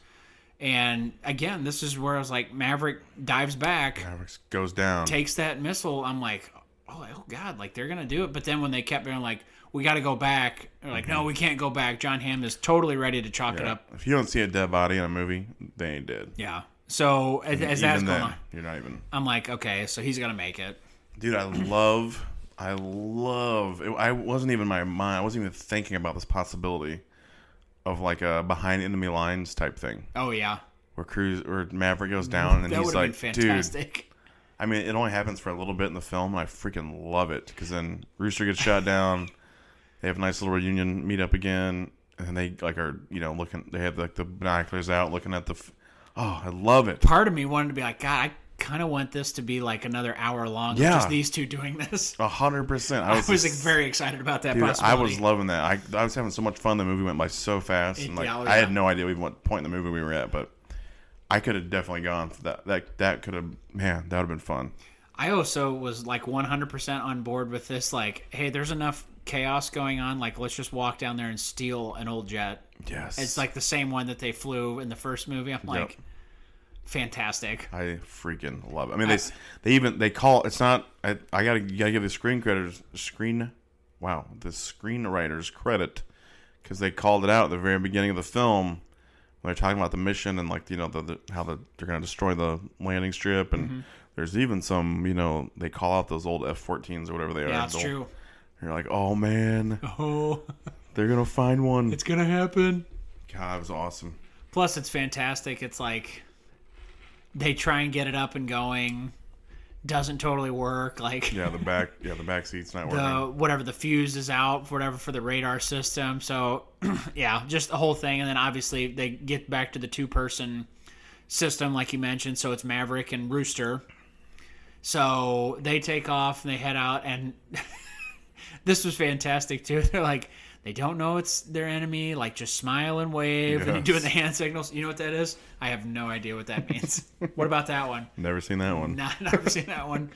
Speaker 2: And again, this is where I was like, Maverick dives back.
Speaker 1: Mavericks goes down.
Speaker 2: takes that missile, I'm like, oh, oh god, like they're gonna do it. But then when they kept being like, we got to go back, they're like, no, we can't go back. John Hamm is totally ready to chalk it
Speaker 1: Yeah.
Speaker 2: up.
Speaker 1: If you don't see a dead body in a movie, they ain't dead.
Speaker 2: Yeah. So as, as that's
Speaker 1: Even
Speaker 2: going
Speaker 1: then,
Speaker 2: on,
Speaker 1: you're not even.
Speaker 2: I'm like, okay, so he's gonna make it.
Speaker 1: Dude, I love, I love. It, I wasn't even in my mind. I wasn't even thinking about this possibility of like a behind enemy lines type thing
Speaker 2: Oh yeah,
Speaker 1: where Cruz or Maverick goes down and
Speaker 2: that
Speaker 1: he's
Speaker 2: would have
Speaker 1: like,
Speaker 2: been
Speaker 1: dude.
Speaker 2: fantastic.
Speaker 1: I mean, it only happens for a little bit in the film, and I freaking love it because then Rooster gets shot down. They have a nice little reunion meetup again, and then they like are you know looking. They have like the binoculars out, looking at the. F- oh, I love it.
Speaker 2: Part of me wanted to be like, God, I kind of want this to be like another hour long. Yeah.
Speaker 1: Yeah.
Speaker 2: Just these two doing this.
Speaker 1: A hundred percent.
Speaker 2: I was like very excited about that.
Speaker 1: Dude, I
Speaker 2: possibility.
Speaker 1: was loving that. I, I was having so much fun. The movie went by so fast,
Speaker 2: It-
Speaker 1: and like
Speaker 2: yeah, oh,
Speaker 1: I
Speaker 2: yeah.
Speaker 1: had no idea even what point in the movie we were at. But I could have definitely gone for that. That that could have man, that would have been fun.
Speaker 2: I also was like 100% on board with this. Like, hey, there's enough chaos going on, like let's just walk down there and steal an old jet.
Speaker 1: Yes.
Speaker 2: It's like the same one that they flew in the first movie. I'm like, fantastic.
Speaker 1: I freaking love it. I mean, they s they even they call it's not. I, I gotta you gotta give the screen creditors screen, wow, the screenwriters credit because they called it out at the very beginning of the film when they're talking about the mission and like you know the, the how the, they're gonna destroy the landing strip
Speaker 2: Mm-hmm.
Speaker 1: and there's even some you know they call out those old F-14s or whatever they are.
Speaker 2: Yeah, that's
Speaker 1: They'll-
Speaker 2: true.
Speaker 1: You're like, oh man,
Speaker 2: Oh,
Speaker 1: they're gonna find one.
Speaker 2: it's gonna happen.
Speaker 1: God, it was awesome.
Speaker 2: Plus, it's fantastic. It's like they try and get it up and going, doesn't totally work. Like
Speaker 1: Yeah, the back, yeah, the back seat's not working.
Speaker 2: the whatever the fuse is out, whatever for the radar system. So, yeah, just the whole thing. And then obviously they get back to the two person system, like you mentioned. So it's Maverick and Rooster. So they take off and they head out. And this was fantastic too. They're like, they don't know it's their enemy. Like, just smile and wave
Speaker 1: Yes.
Speaker 2: and doing the hand signals. You know what that is? I have no idea what that means. what about that one?
Speaker 1: Never seen that one.
Speaker 2: Not never seen that one.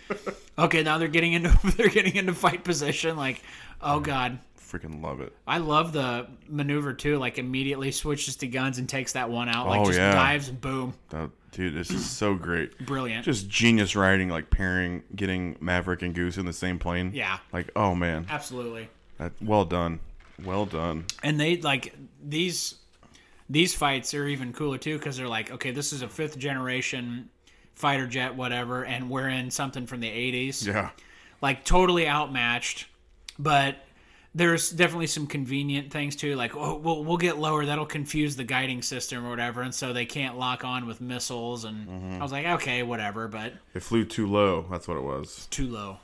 Speaker 2: Okay, now they're getting into they're getting into fight position. Like, oh god,
Speaker 1: Freaking love it.
Speaker 2: I love the maneuver too. Like immediately switches to guns and takes that one out. Like
Speaker 1: Oh,
Speaker 2: just
Speaker 1: yeah.
Speaker 2: dives and boom,
Speaker 1: That, dude, this is so great.
Speaker 2: brilliant.
Speaker 1: Just genius writing, like pairing, getting Maverick and Goose in the same plane.
Speaker 2: Yeah.
Speaker 1: Like, oh man,
Speaker 2: Absolutely.
Speaker 1: that, well done, well done.
Speaker 2: And they like these these fights are even cooler too because they're like, okay, this is a fifth generation fighter jet, whatever, and we're in something from the '80s.
Speaker 1: Yeah.
Speaker 2: like totally outmatched. But there's definitely some convenient things too, like oh, we'll we'll get lower, that'll confuse the guiding system or whatever, and so they can't lock on with missiles. And I was like, okay, whatever, but
Speaker 1: It flew too low. That's what it was.
Speaker 2: too low,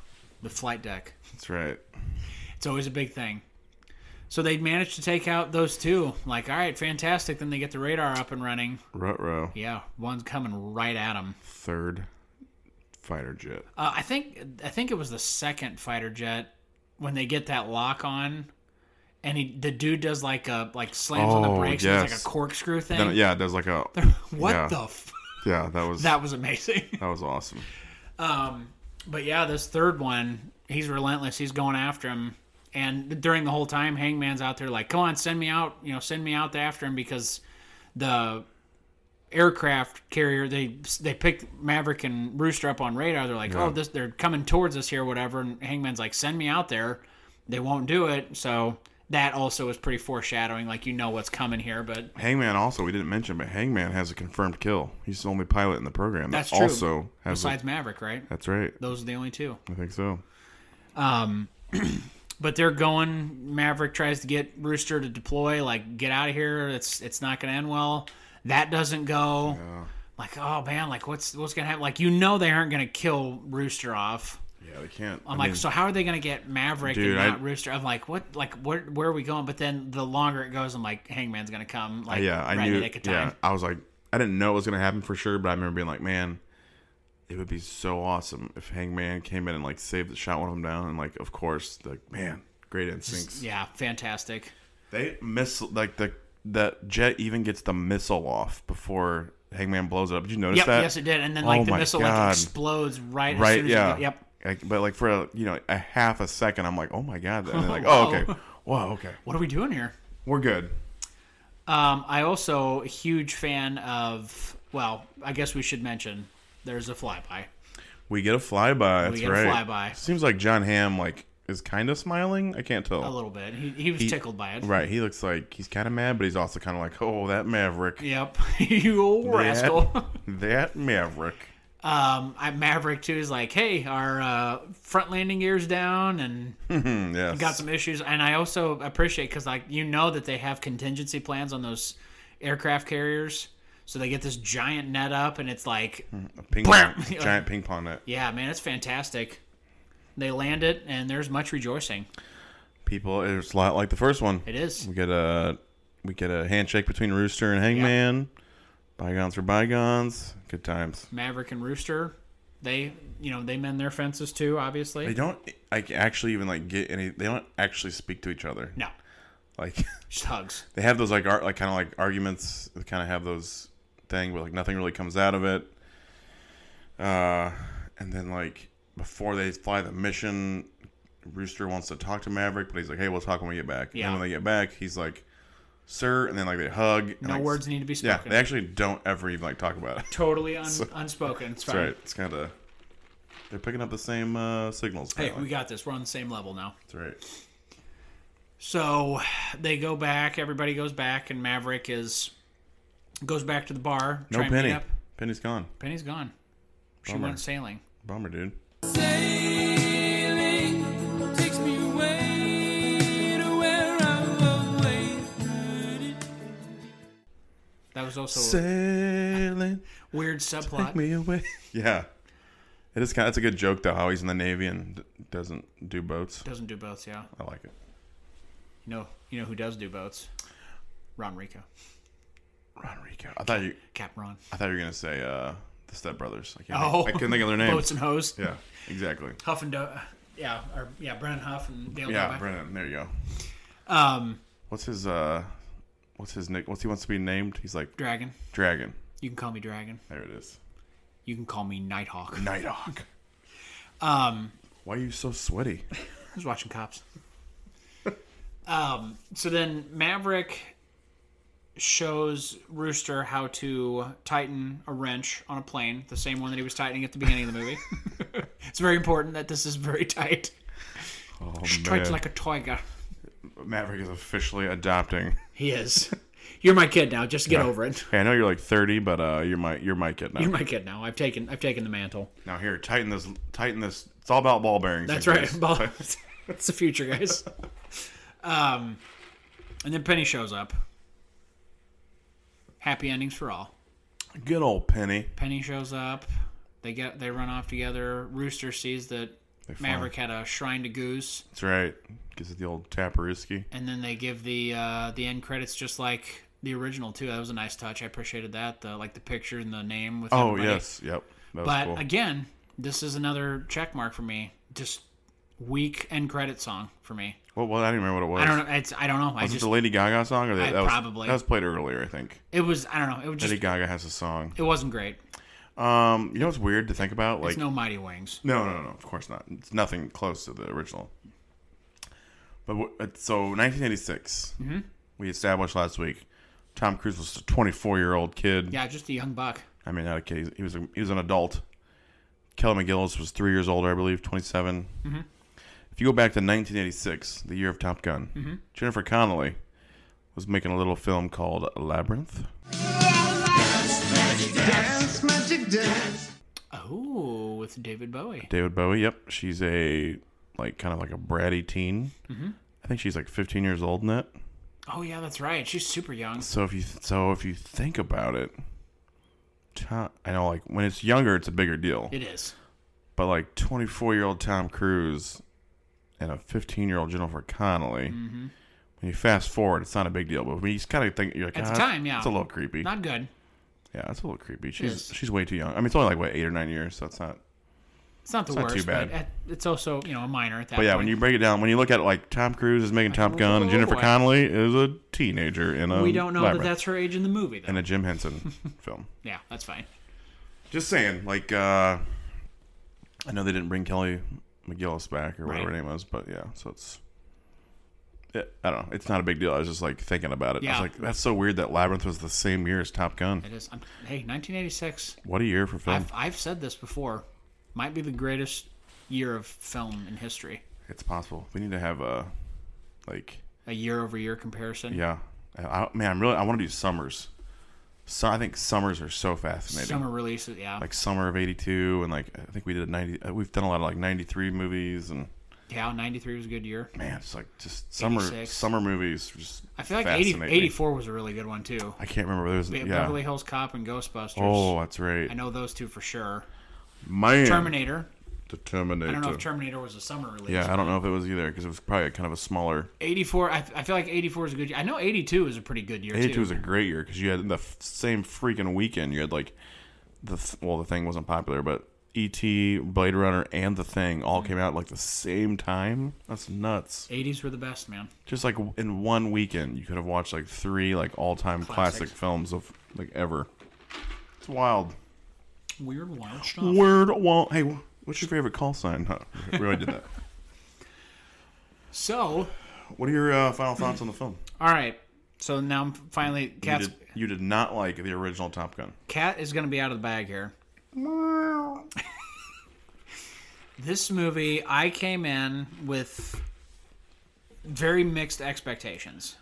Speaker 2: the flight deck.
Speaker 1: That's right.
Speaker 2: It's always a big thing. So they managed to take out those two. Like, all right, fantastic. Then they get the radar up and running.
Speaker 1: Rut row.
Speaker 2: Yeah, one's coming right at them.
Speaker 1: Third fighter jet.
Speaker 2: Uh, I think I think it was the second fighter jet when they get that lock on, and he the dude does like a like slams on the
Speaker 1: Oh,
Speaker 2: brakes and
Speaker 1: yes.
Speaker 2: it's like a corkscrew thing.
Speaker 1: Then, yeah, there's like a.
Speaker 2: What
Speaker 1: yeah.
Speaker 2: the? F-
Speaker 1: Yeah, that was that,
Speaker 2: that was amazing.
Speaker 1: was awesome.
Speaker 2: But yeah, this third one, he's relentless. He's going after him, and during the whole time, Hangman's out there like, "Come on, send me out! You know, send me out after him!" Because the aircraft carrier they they pick Maverick and Rooster up on radar. They're like, "Oh, this they're coming towards us here, whatever." And Hangman's like, "Send me out there." They won't do it. So that also is pretty foreshadowing. Like you know what's coming here, but
Speaker 1: Hangman also we didn't mention, but Hangman has a confirmed kill. He's the only pilot in the program
Speaker 2: That's
Speaker 1: that
Speaker 2: true.
Speaker 1: also has. a-
Speaker 2: besides Maverick, right?
Speaker 1: that's right.
Speaker 2: Those are the only two.
Speaker 1: I think so.
Speaker 2: but they're going. Maverick tries to get Rooster to deploy, like get out of here. It's it's not going to end well. That doesn't go. Like oh man, like what's what's going to happen? Like you know they aren't going to kill Rooster off.
Speaker 1: Yeah, they can't.
Speaker 2: I'm like, so how are they going to get Maverick
Speaker 1: Dude, I-
Speaker 2: and not Rooster? I'm like, what? Like where where are we going? But then the longer it goes, I'm like, Hangman's going to come. Like
Speaker 1: yeah, I
Speaker 2: right in
Speaker 1: knew.
Speaker 2: the nick of
Speaker 1: Yeah,
Speaker 2: time.
Speaker 1: I was like, I didn't know it was gonna happen for sure, but I remember being like, man, it would be so awesome if Hangman came in and like saved the shot one of them down, and like, of course, like, man, great instincts.
Speaker 2: yeah, fantastic.
Speaker 1: They miss like the that jet even gets the missile off before Hangman blows it up. Did you notice
Speaker 2: Yep,
Speaker 1: that?
Speaker 2: yes it did. And then
Speaker 1: Oh
Speaker 2: like the
Speaker 1: my
Speaker 2: missile
Speaker 1: God.
Speaker 2: like explodes right, as
Speaker 1: Right?
Speaker 2: soon as
Speaker 1: yeah.
Speaker 2: It, go- yep.
Speaker 1: Like, but like for a, you know a half a second, I'm like, oh my god, and then like, oh okay, wow, okay,
Speaker 2: What are we doing here?
Speaker 1: we're good.
Speaker 2: Um, I also a huge fan of. Well, I guess we should mention there's a flyby.
Speaker 1: We get a flyby. That's
Speaker 2: get a
Speaker 1: right.
Speaker 2: flyby.
Speaker 1: Seems like John Hamm like is kind of smiling. I can't tell.
Speaker 2: A little bit. He, he was tickled by it.
Speaker 1: Right. He looks like he's kind of mad, but he's also kind of like, oh, that Maverick.
Speaker 2: Yep. you old rascal.
Speaker 1: That, that Maverick.
Speaker 2: Um, I, Maverick too is like, hey, our uh, front landing gear's down and
Speaker 1: Mm, Yes.
Speaker 2: got some issues. And I also appreciate because like you know that they have contingency plans on those aircraft carriers. So they get this giant net up, and it's like
Speaker 1: A ping pong, giant ping pong net.
Speaker 2: Yeah, man, it's fantastic. They land it, and there's much rejoicing.
Speaker 1: People, it's a lot like the first one.
Speaker 2: It is.
Speaker 1: We get a we get a handshake between Rooster and Hangman. Bygones for bygones. Good times.
Speaker 2: Maverick and Rooster, they, you know, they mend their fences too, obviously.
Speaker 1: They don't like actually even like get any. They don't actually speak to each other.
Speaker 2: No,
Speaker 1: Like
Speaker 2: just hugs.
Speaker 1: they have those like art like kind of like arguments they kind of have those thing where like nothing really comes out of it uh and then like before they fly the mission Rooster wants to talk to Maverick, but he's like, "Hey, we'll talk when we get back."
Speaker 2: Yeah.
Speaker 1: And when they get back, he's like, "Sir," and then like they hug. and,
Speaker 2: No
Speaker 1: like,
Speaker 2: words need to be
Speaker 1: Yeah,
Speaker 2: spoken.
Speaker 1: they actually don't ever even like talk about it.
Speaker 2: Totally un- unspoken. It's
Speaker 1: That's
Speaker 2: fine.
Speaker 1: right. It's kind of they're picking up the same uh, signals.
Speaker 2: Hey,
Speaker 1: apparently.
Speaker 2: we got this. We're on the same level now.
Speaker 1: That's right.
Speaker 2: So they go back. Everybody goes back, and Maverick is goes back to the bar.
Speaker 1: No
Speaker 2: try and meet
Speaker 1: Penny.
Speaker 2: up.
Speaker 1: Penny's gone.
Speaker 2: Penny's gone. She
Speaker 1: Bummer.
Speaker 2: went sailing.
Speaker 1: Bummer, dude.
Speaker 6: Sailing takes me away to where I'm away.
Speaker 2: That was also
Speaker 1: Sailing,
Speaker 2: a weird subplot.
Speaker 1: take me away. yeah, it is kind. That's a good joke though. How he's in the navy and d- doesn't do boats.
Speaker 2: Doesn't do boats, yeah.
Speaker 1: I like it.
Speaker 2: You know, you know who does do boats? Ron Rico,
Speaker 1: Rodrigo. I thought you.
Speaker 2: Cap Ron.
Speaker 1: I thought you were gonna say uh, the Step Brothers. I can't.
Speaker 2: Oh.
Speaker 1: I couldn't think of their name.
Speaker 2: Boats and hose.
Speaker 1: Yeah, exactly.
Speaker 2: Huff and Do- yeah, or yeah, Brennan Huff and Dale
Speaker 1: Yeah,
Speaker 2: Novak.
Speaker 1: Brennan. There you go.
Speaker 2: Um,
Speaker 1: What's his uh, what's his nick? What's he wants to be named? He's like
Speaker 2: Dragon.
Speaker 1: Dragon.
Speaker 2: You can call me Dragon.
Speaker 1: There it is.
Speaker 2: You can call me Nighthawk.
Speaker 1: Nighthawk.
Speaker 2: Um,
Speaker 1: Why are you so sweaty?
Speaker 2: I was watching Cops. um, so then Maverick shows Rooster how to tighten a wrench on a plane, the same one that he was tightening at the beginning of the movie. it's very important that this is very tight.
Speaker 1: Oh
Speaker 2: Tight like a tiger.
Speaker 1: Maverick is officially adopting.
Speaker 2: He is. You're my kid now. Just get over it.
Speaker 1: Hey, I know you're like 30, but uh, you're my you're my kid now.
Speaker 2: You're my kid now. I've taken I've taken the mantle.
Speaker 1: now here, tighten this, tighten this. It's all about ball bearings.
Speaker 2: That's
Speaker 1: I
Speaker 2: right.
Speaker 1: guess.
Speaker 2: Ball- That's the future, guys. Um, and then Penny shows up. Happy endings for all.
Speaker 1: Good old Penny.
Speaker 2: Penny shows up. They get they run off together. Rooster sees that
Speaker 1: fly.
Speaker 2: Maverick had a shrine to Goose,
Speaker 1: That's right. Gives it the old Taparuski.
Speaker 2: and then they give the uh, the end credits just like the original too. That was a nice touch. I appreciated that. The like the picture and the name with.
Speaker 1: Oh
Speaker 2: everybody.
Speaker 1: yes, yep. That was
Speaker 2: But
Speaker 1: cool.
Speaker 2: again, this is another check mark for me. Just weak end credit song for me.
Speaker 1: Well, well, I don't even remember what it was.
Speaker 2: I don't know. It's I don't know. I
Speaker 1: Was it
Speaker 2: just
Speaker 1: the Lady Gaga song or that,
Speaker 2: I
Speaker 1: that was
Speaker 2: probably-
Speaker 1: that was played earlier? I think
Speaker 2: it was I don't know. It was just
Speaker 1: Lady Gaga has a song.
Speaker 2: it wasn't great.
Speaker 1: Um, you know what's weird to think about? Like,
Speaker 2: It's no Mighty Wings.
Speaker 1: no, no, no, of course not. It's nothing close to the original. But w- uh, so 1986,
Speaker 2: Mm-hmm.
Speaker 1: we established last week. Tom Cruise was a 24 year old kid.
Speaker 2: Yeah, just a young buck.
Speaker 1: I mean, not a kid. he's- He was a, he was an adult. Kelly McGillis was three years older, I believe, 27. If you go back to 1986, the year of Top Gun, Jennifer Connelly was making a little film called Labyrinth.
Speaker 2: Oh, with David Bowie.
Speaker 1: David Bowie. Yep, she's a like kind of like a bratty teen. I think she's like 15 years old in it.
Speaker 2: Oh yeah, that's right. She's super young.
Speaker 1: So if you so if you think about it, Tom, I know like when it's younger, it's a bigger deal.
Speaker 2: It is.
Speaker 1: but like 24 year old Tom Cruise and a 15 year old Jennifer Connelly.
Speaker 2: Mm-hmm.
Speaker 1: When you fast forward, it's not a big deal, but when you kind of think you're like
Speaker 2: At the
Speaker 1: "Ah,
Speaker 2: time, yeah.
Speaker 1: it's a little creepy.
Speaker 2: Not good.
Speaker 1: yeah, it's a little creepy. She's
Speaker 2: is.
Speaker 1: she's way too young. I mean, it's only like what eight or nine years, so it's not.
Speaker 2: It's not the
Speaker 1: not
Speaker 2: worst,
Speaker 1: too bad.
Speaker 2: but at, it's also you know a minor at that.
Speaker 1: But yeah,
Speaker 2: point.
Speaker 1: when you break it down, when you look at it, like Tom Cruise is making Top Gun, and
Speaker 2: oh,
Speaker 1: Jennifer
Speaker 2: boy.
Speaker 1: Connelly is a teenager in a
Speaker 2: we don't know
Speaker 1: labyrinth
Speaker 2: that that's her age in the movie though.
Speaker 1: in a Jim Henson film.
Speaker 2: yeah, that's fine.
Speaker 1: Just saying, like uh I know they didn't bring Kelly McGillis back or whatever
Speaker 2: Right.
Speaker 1: her name was, but yeah, so it's it, I don't know. It's not a big deal. I was just like thinking about it. I
Speaker 2: Yeah.
Speaker 1: was like, that's so weird that Labyrinth was the same year as Top Gun.
Speaker 2: It is. I'm, hey, 1986.
Speaker 1: What a year for film.
Speaker 2: I've I've said this before. Might be the greatest year of film in history.
Speaker 1: It's possible. We need to have a like
Speaker 2: A year over year comparison.
Speaker 1: yeah. I, I man, I'm really I want to do summers. So I think summers are so fascinating.
Speaker 2: Summer releases. Yeah.
Speaker 1: Like summer of '82, and like I think we did a '90. We've done a lot of like '93 movies, and
Speaker 2: yeah. 93 was a good year.
Speaker 1: man, it's like just summer
Speaker 2: 86.
Speaker 1: summer movies. are Just
Speaker 2: I feel like 80,
Speaker 1: fascinate me.
Speaker 2: 84 was a really good one too.
Speaker 1: I can't remember. There was
Speaker 2: Be-
Speaker 1: yeah.
Speaker 2: Beverly Hills Cop and Ghostbusters.
Speaker 1: Oh, that's right.
Speaker 2: I know those two for sure.
Speaker 1: Man,
Speaker 2: Terminator.
Speaker 1: The Terminator.
Speaker 2: I don't know if Terminator was a summer release.
Speaker 1: yeah, I don't know if it was either because it was probably kind of a smaller.
Speaker 2: 84. I, I feel like 84 is a good year. I know 82 is a pretty good year
Speaker 1: Eighty-two
Speaker 2: too.
Speaker 1: was a great year because you had the f- same freaking weekend. You had like the th- well, the thing wasn't popular, but E.T., Blade Runner, and the Thing
Speaker 2: Mm-hmm.
Speaker 1: all came out like the same time. That's nuts.
Speaker 2: 80s were the best, man.
Speaker 1: Just like w- in one weekend, you could have watched like three like all-time classic
Speaker 2: Classics.
Speaker 1: films of like ever. It's wild.
Speaker 2: Weird wild stuff.
Speaker 1: Word wall. Hey, wh- what's your favorite call sign? Huh, we already did that.
Speaker 2: So,
Speaker 1: What are your uh, final thoughts on the film?
Speaker 2: all right. So now I'm finally
Speaker 1: You
Speaker 2: Cat's
Speaker 1: did, you did not like the original Top Gun.
Speaker 2: Cat is going to be out of the bag here. this movie, I came in with very mixed expectations.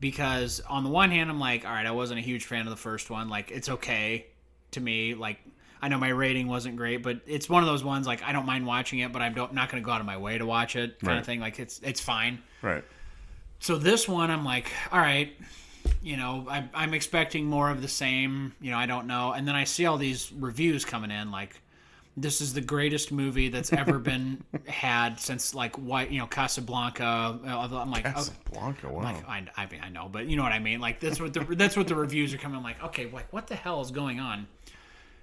Speaker 2: Because on the one hand, I'm like, all right, I wasn't a huge fan of the first one. Like, it's okay to me. Like, I know my rating wasn't great, but it's one of those ones like I don't mind watching it, but I'm don't, not going to go out of my way to watch it, kind
Speaker 1: Right.
Speaker 2: of thing. Like, it's it's fine
Speaker 1: Right.
Speaker 2: so this one i'm like all right you know I, i'm expecting more of the same you know i don't know and then i see all these reviews coming in like this is the greatest movie that's ever been had since like white you know casablanca Uh, i'm like oh,
Speaker 1: Casablanca. Wow.
Speaker 2: like I, I mean I know, but you know what I mean. Like that's what the that's what the reviews are coming. I'm like, okay, like what the hell is going on?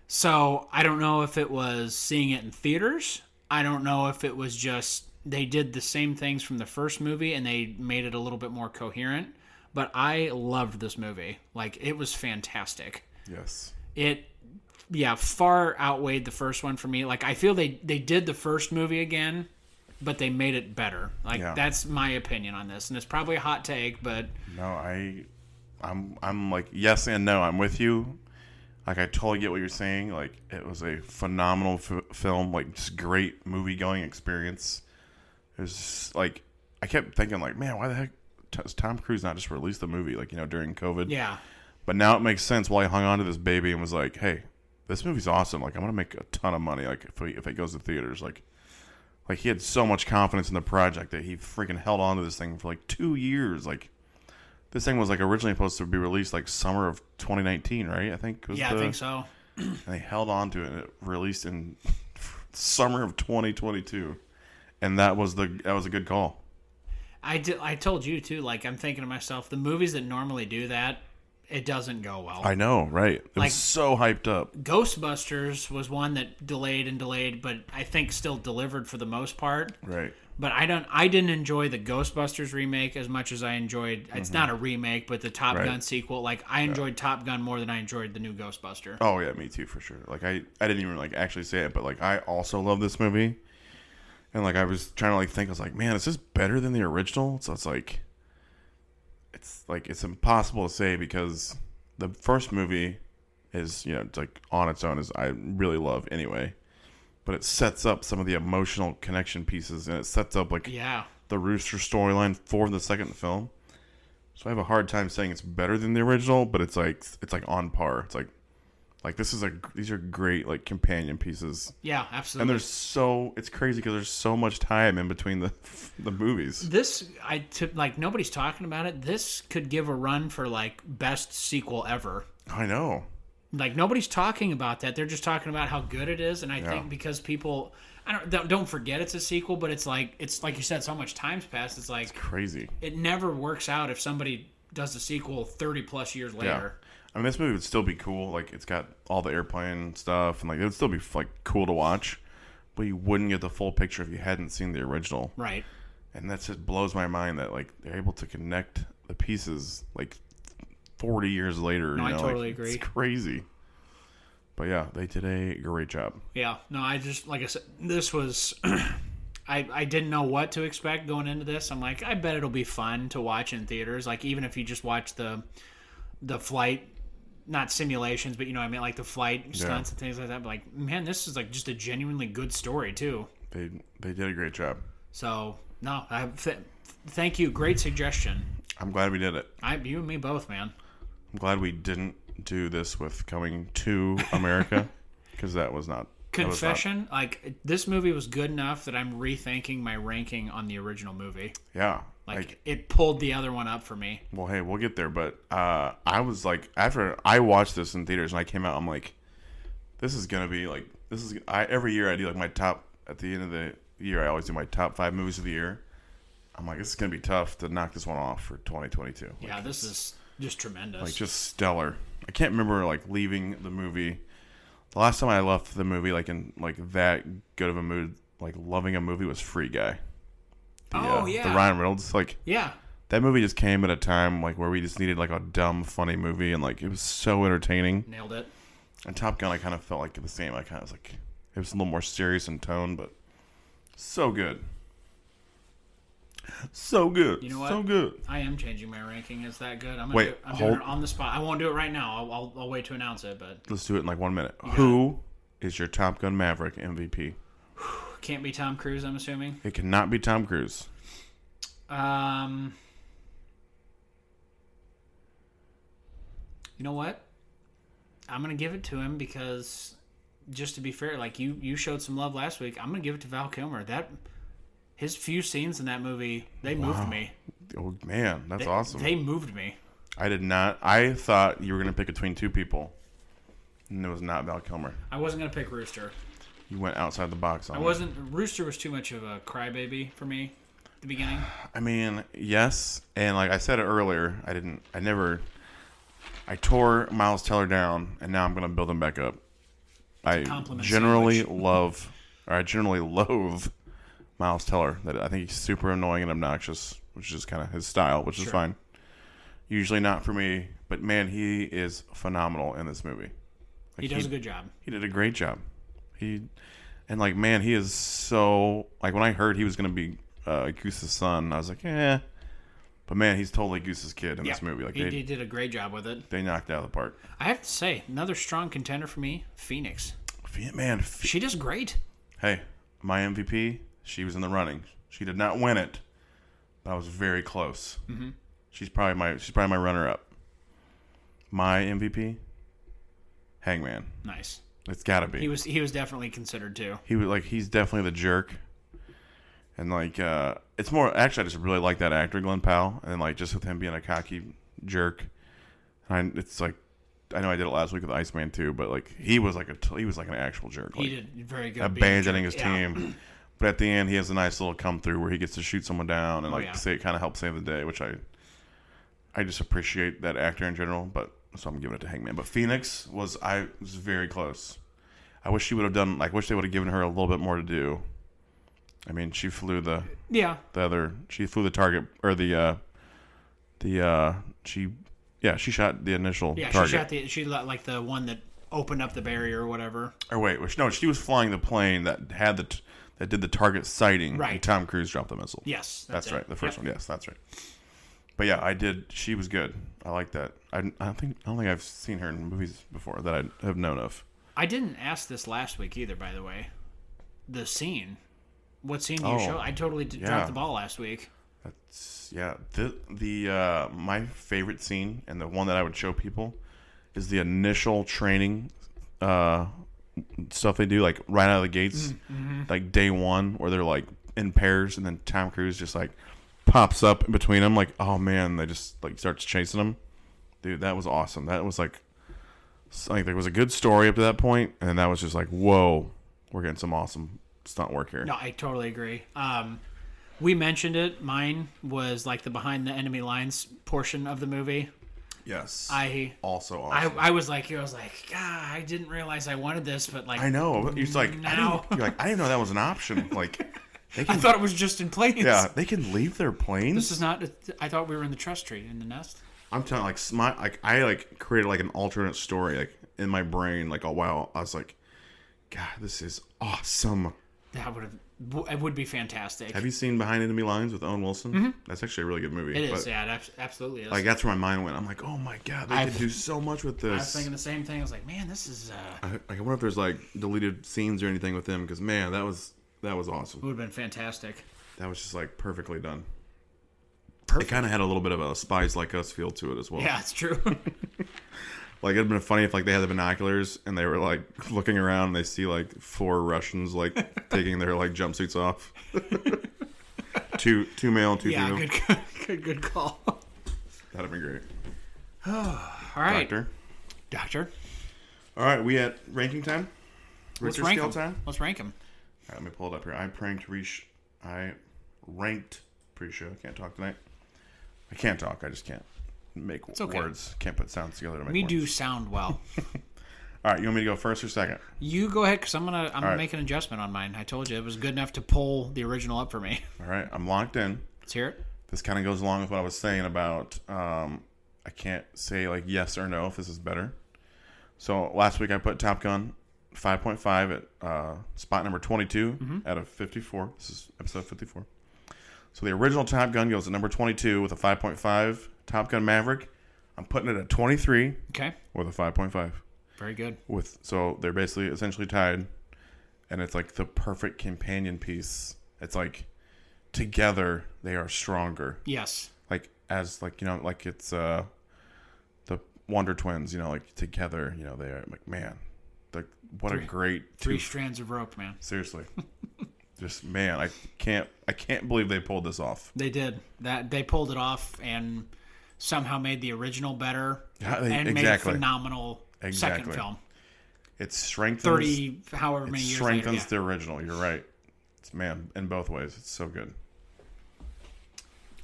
Speaker 2: So I don't know if it was seeing it in theaters. I don't know if it was just they did the same things from the first movie and they made it a little bit more coherent. But I loved this movie. Like it was fantastic
Speaker 1: yes.
Speaker 2: it yeah far outweighed the first one for me like i feel they they did the first movie again but they made it better like
Speaker 1: Yeah.
Speaker 2: that's my opinion on this and it's probably a hot take but
Speaker 1: No, I, I'm, I'm like yes and no. I'm with you. Like I totally get what you're saying. Like it was a phenomenal f- film. Like just great movie going experience. It was just, like I kept thinking like, man, why the heck does Tom Cruise not just release the movie like you know during COVID?
Speaker 2: yeah
Speaker 1: But now it makes sense why he hung on to this baby and was like, hey, this movie's awesome. Like I'm gonna make a ton of money. Like if we, if it goes to theaters, like. Like he had so much confidence in the project that he freaking held on to this thing for like two years. Like this thing was like originally supposed to be released like summer of 2019, right? I think. Was
Speaker 2: yeah
Speaker 1: the,
Speaker 2: i think so
Speaker 1: And they held on to it, and it released in summer of 2022, and that was the that was a good call.
Speaker 2: i did i told you too like i'm thinking to myself the movies that normally do that it doesn't go well
Speaker 1: I know, right? It
Speaker 2: Like-
Speaker 1: was so hyped up.
Speaker 2: ghostbusters was one that delayed and delayed but i think still delivered for the most part
Speaker 1: Right.
Speaker 2: but I don't. I didn't enjoy the Ghostbusters remake as much as I enjoyed. It's not a remake, but the Top
Speaker 1: Mm-hmm. Right.
Speaker 2: Gun sequel. Like I enjoyed Top Gun more than I enjoyed the new Ghostbuster.
Speaker 1: Oh yeah, me too for sure. Like I, I didn't even like actually say it, but like I also love this movie, and like I was trying to like think, I was like, man, is this better than the original? So it's like, it's like it's impossible to say because the first movie is you know it's like on its own is I really love anyway, but it sets up some of the emotional connection pieces and it sets up like
Speaker 2: Yeah,
Speaker 1: the Rooster storyline for the second film. So I have a hard time saying it's better than the original, but it's like it's like on par. It's like like this is a these are great like companion pieces,
Speaker 2: yeah,
Speaker 1: and
Speaker 2: absolutely.
Speaker 1: there's so it's crazy because there's so much time in between the the movies.
Speaker 2: this I took like nobody's talking about it. This could give a run for like best sequel ever.
Speaker 1: I know,
Speaker 2: Like nobody's talking about that. They're just talking about how good it is, and I think because people, I don't don't- don't forget it's a sequel, but it's like it's like you said, so much time's passed. It's like
Speaker 1: crazy.
Speaker 2: it never works out if somebody does a sequel thirty plus years later.
Speaker 1: Yeah, I mean this movie would still be cool. Like it's got all the airplane stuff, and like it would still be like cool to watch. But you wouldn't get the full picture if you hadn't seen the original.
Speaker 2: Right.
Speaker 1: and that just blows my mind that like they're able to connect the pieces like 40 years later
Speaker 2: No,
Speaker 1: you
Speaker 2: I
Speaker 1: know,
Speaker 2: totally
Speaker 1: like,
Speaker 2: agree.
Speaker 1: it's crazy but yeah they did a great job
Speaker 2: Yeah, no, I just like I said, this was. I, I didn't know what to expect going into this. I'm like, I bet it'll be fun to watch in theaters. Like even if you just watch the the flight, not simulations, but you know what I mean, like the flight stunts and things like that. But like, man, this is like just a genuinely good story too.
Speaker 1: they they did a great job
Speaker 2: So no, I th- thank you. Great suggestion.
Speaker 1: i'm glad we did it
Speaker 2: I you and me both, man.
Speaker 1: i'm glad we didn't do this with coming to america because that was not that was not-
Speaker 2: Confession, like this movie was good enough that I'm rethinking my ranking on the original movie.
Speaker 1: yeah
Speaker 2: Like,
Speaker 1: like
Speaker 2: it pulled the other one up for me.
Speaker 1: Well, hey, we'll get there. But uh, I was like, after I watched this in theaters and I came out, I'm like, this is gonna be like, this is. I every year I do like my top at the end of the year. I always do my top five movies of the year. I'm like, this is gonna be tough to knock this one off for 2022. Like,
Speaker 2: Yeah, this is just tremendous.
Speaker 1: like just stellar. I can't remember like leaving the movie. The last time I left the movie like in like that good of a mood, like loving a movie was Free Guy. The,
Speaker 2: Oh,
Speaker 1: uh,
Speaker 2: yeah.
Speaker 1: the Ryan Reynolds like
Speaker 2: yeah,
Speaker 1: that movie just came at a time like where we just needed like a dumb funny movie and like it was so entertaining
Speaker 2: nailed it.
Speaker 1: and top gun i kind of felt like the same i kind of was like it was a little more serious in tone but so good So good.
Speaker 2: You know what?
Speaker 1: So good.
Speaker 2: I am changing my ranking. Is that good? I'm gonna
Speaker 1: Wait,
Speaker 2: do, I'm
Speaker 1: hold-
Speaker 2: doing it on the spot. I won't do it right now. I'll, I'll, I'll wait to announce it, but
Speaker 1: Let's do it in like one minute. Who is your Top Gun Maverick MVP?
Speaker 2: can't be Tom Cruise. I'm assuming.
Speaker 1: It cannot be Tom Cruise.
Speaker 2: Um, you know what? I'm gonna give it to him because, just to be fair, like you you showed some love last week. I'm gonna give it to Val Kilmer. That his few scenes in that movie they moved me.
Speaker 1: Oh man, that's awesome.
Speaker 2: They moved me.
Speaker 1: I did not. I thought you were gonna pick between two people, and it was not Val Kilmer.
Speaker 2: I wasn't gonna pick Rooster.
Speaker 1: You went outside the box. On
Speaker 2: I wasn't. Rooster was too much of a crybaby for me. At the beginning.
Speaker 1: I mean, yes, and like I said earlier, I didn't. I never. I tore Miles Teller down, and now I'm gonna build him back up. I
Speaker 2: compliment
Speaker 1: generally love, or I generally loathe Miles Teller. That I think he's super annoying and obnoxious, which is kind of his style, which is fine. Usually not for me, but man, he is phenomenal in this movie.
Speaker 2: He does
Speaker 1: he-
Speaker 2: a good job.
Speaker 1: He did a great job. He and like man, he is so like when I heard he was gonna be uh, Goose's son, I was like, eh. But man, he's totally Goose's kid in this movie. Like
Speaker 2: he,
Speaker 1: they,
Speaker 2: he did a great job with it.
Speaker 1: they knocked it out of the park.
Speaker 2: I have to say, another strong contender for me, Phoenix.
Speaker 1: Fe- Man, fe-
Speaker 2: She does great.
Speaker 1: hey, my MVP. She was in the running. She did not win it, but I was very close. Mm-hmm. She's probably my she's probably my runner up. My MVP, Hangman.
Speaker 2: Nice.
Speaker 1: It's gotta be.
Speaker 2: He was he was definitely considered too.
Speaker 1: he was like he's definitely the jerk and like uh it's more actually i just really like that actor glenn powell and like just with him being a cocky jerk and I, it's like i know i did it last week with iceman too but like he was like a t- he was like an actual jerk like
Speaker 2: He did very good. being
Speaker 1: abandoning
Speaker 2: jerk.
Speaker 1: his
Speaker 2: Yeah.
Speaker 1: team but at the end he has a nice little come through where he gets to shoot someone down and like
Speaker 2: Oh, yeah.
Speaker 1: say it kind of helps save the day which i i just appreciate that actor in general but so i'm giving it to hangman but phoenix was i was very close i wish she would have done like wish they would have given her a little bit more to do i mean she flew the
Speaker 2: Yeah.
Speaker 1: the other she flew the target or the uh the uh she yeah she shot the initial
Speaker 2: Yeah,
Speaker 1: target
Speaker 2: she shot the she let, like the one that opened up the barrier or whatever.
Speaker 1: Or wait, which no, she was flying the plane that had the t- that did the target sighting.
Speaker 2: Right.
Speaker 1: And Tom Cruise dropped the missile.
Speaker 2: Yes,
Speaker 1: that's,
Speaker 2: that's it.
Speaker 1: right. The first one. Yes, that's right. But yeah, I did. She was good. I like that. I, I don't think I don't think I've seen her in movies before that I have known of.
Speaker 2: I didn't ask this last week either, by the way. The scene. What scene do you
Speaker 1: Oh,
Speaker 2: show? I totally d-
Speaker 1: yeah.
Speaker 2: dropped the ball last week.
Speaker 1: That's yeah. The the uh, my favorite scene and the one that I would show people is the initial training uh, stuff they do like right out of the gates, like day one, where they're like in pairs, and then Tom Cruise just like pops up in between them, like oh man, they just like starts chasing them. Dude, that was awesome. That was like s- like there was a good story up to that point, and that was just like whoa, we're getting some awesome stunt work here.
Speaker 2: No, I totally agree. Um, we mentioned it. Mine was like the behind the enemy lines portion of the movie.
Speaker 1: Yes,
Speaker 2: I
Speaker 1: also
Speaker 2: I,
Speaker 1: awesome.
Speaker 2: I was like I was like God, I didn't realize I wanted this, but like
Speaker 1: I know. He's like, I
Speaker 2: Now.
Speaker 1: didn't- you're like, I didn't know that was an option. Like, they
Speaker 2: I
Speaker 1: can,
Speaker 2: thought it was just in planes.
Speaker 1: yeah, they can leave their
Speaker 2: This
Speaker 1: planes.
Speaker 2: is not. I thought we were in the trust tree in the nest.
Speaker 1: I'm telling, like, my, like, I like created like an alternate story, like in my brain, like, oh wow, I was like, God, this is awesome.
Speaker 2: That would have. It would be fantastic.
Speaker 1: Have you seen Behind Enemy Lines with Owen Wilson? That's actually a really good movie.
Speaker 2: Mm-hmm. it is.
Speaker 1: but,
Speaker 2: yeah, it abs- absolutely is.
Speaker 1: Like that's where my mind went. I'm like, oh my god, they
Speaker 2: I've-
Speaker 1: could do so much with
Speaker 2: I was
Speaker 1: this.
Speaker 2: thinking the same thing. I was like, man, this is. Uh,
Speaker 1: I, like, I wonder if there's like deleted scenes or anything with them because man, that was that was awesome.
Speaker 2: would have been fantastic.
Speaker 1: That was just like perfectly done. Perfect. It kind of had a little bit of a spies like us feel to it as well.
Speaker 2: Yeah, it's true.
Speaker 1: Like it'd been funny if like they had the binoculars and they were like looking around and they see like four Russians like taking their like jumpsuits off. two two male, two
Speaker 2: yeah,
Speaker 1: female.
Speaker 2: good, good, good call. All
Speaker 1: That'd be great.
Speaker 2: right,
Speaker 1: Doctor.
Speaker 2: Doctor.
Speaker 1: All right, we at ranking time.
Speaker 2: Let's
Speaker 1: Richter
Speaker 2: rank
Speaker 1: scale
Speaker 2: them.
Speaker 1: time.
Speaker 2: Let's rank them.
Speaker 1: All right, let me pull it up here. I pranked reach. I ranked pre-show. Can't talk tonight. I can't talk. I just can't make
Speaker 2: okay.
Speaker 1: words. Can't put sounds together to make
Speaker 2: We
Speaker 1: words.
Speaker 2: do sound well.
Speaker 1: All right, you want me to go first or second?
Speaker 2: you go ahead, cause I'm gonna I'm gonna
Speaker 1: right.
Speaker 2: make an adjustment on mine. I told you it was good enough to pull the original up for me.
Speaker 1: All right, I'm locked in.
Speaker 2: Let's hear it.
Speaker 1: This kind of goes along with what I was saying about um, I can't say like yes or no if this is better. So last week I put Top Gun 5.5 at uh, spot number 22 out of 54. This is episode 54. So the original Top Gun goes at number 22 with a 5.5. Top Gun Maverick, I'm putting it at 23
Speaker 2: Okay.
Speaker 1: with a 5.5.
Speaker 2: Very good.
Speaker 1: With so they're basically essentially tied, and it's like the perfect companion piece. It's like together they are stronger.
Speaker 2: Yes.
Speaker 1: Like as like you know like it's uh the Wonder Twins. You know like together you know they are like man, like what a great
Speaker 2: Three
Speaker 1: two
Speaker 2: strands of rope, man.
Speaker 1: Seriously. Just man, I can't I can't believe they pulled this off.
Speaker 2: They did that. They pulled it off and somehow made the original better
Speaker 1: Yeah, they-
Speaker 2: and made a
Speaker 1: exactly.
Speaker 2: phenomenal second
Speaker 1: Exactly.
Speaker 2: film.
Speaker 1: It strengthens
Speaker 2: Thirty, however
Speaker 1: it
Speaker 2: many years later.
Speaker 1: strengthens
Speaker 2: Yeah.
Speaker 1: the original. You're right. It's man in both ways. It's so good.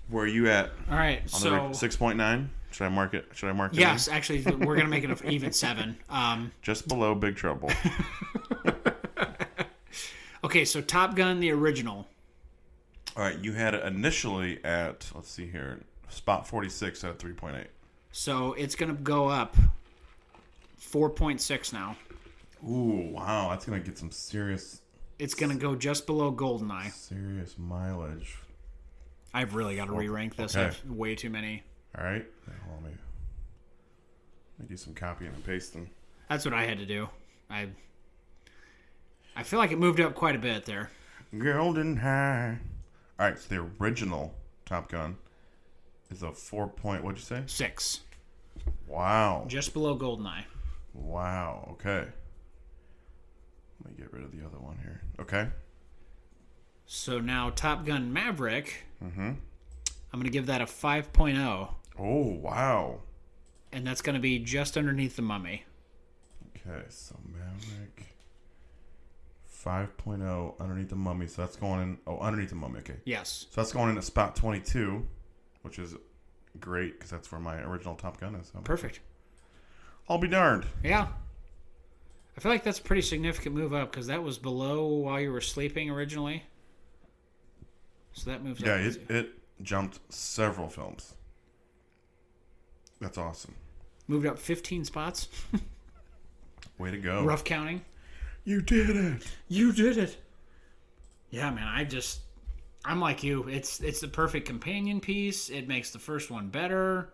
Speaker 1: Where are you at?
Speaker 2: All right.
Speaker 1: On
Speaker 2: So
Speaker 1: the six point nine? Should I mark it? Should I mark it? in?
Speaker 2: yes, actually, we're gonna make it an even seven. Um,
Speaker 1: Just below Big Trouble.
Speaker 2: okay, so Top Gun the original.
Speaker 1: All right, you had it initially at let's see here, spot forty six at three point eight.
Speaker 2: So it's gonna go up four point six now.
Speaker 1: Ooh, wow, that's gonna get some serious
Speaker 2: It's gonna go just below Goldeneye.
Speaker 1: serious mileage.
Speaker 2: I've really got to re-rank this.
Speaker 1: Oh, Okay.
Speaker 2: I have way too many.
Speaker 1: All right, hold on, let me, let me do some copying and pasting.
Speaker 2: That's what I had to do. I I feel like it moved up quite a bit there.
Speaker 1: Golden High. All right, so the original Top Gun is a four point. What'd you say?
Speaker 2: Six,
Speaker 1: Wow.
Speaker 2: just below Goldeneye.
Speaker 1: Wow. Okay. Let me get rid of the other one here. Okay.
Speaker 2: So now Top Gun Maverick.
Speaker 1: Mm-hmm.
Speaker 2: I'm gonna give that a 5.0,
Speaker 1: Oh wow.
Speaker 2: and that's gonna be just underneath the Mummy.
Speaker 1: Okay, so Maverick. 5.0 underneath the mummy. So that's going in. Oh, underneath the mummy. Okay.
Speaker 2: Yes.
Speaker 1: So that's going in at spot 22, which is great because that's where my original Top Gun is. So
Speaker 2: Perfect.
Speaker 1: I'll be darned.
Speaker 2: Yeah. I feel like that's a pretty significant move up because that was below while you were sleeping originally. So that moves
Speaker 1: Yeah,
Speaker 2: up.
Speaker 1: it, it jumped several films. That's awesome.
Speaker 2: moved up 15 spots.
Speaker 1: Way to go.
Speaker 2: Rough counting.
Speaker 1: You did it.
Speaker 2: You did it. Yeah, man. I just, I'm like you. It's it's the perfect companion piece. It makes the first one better.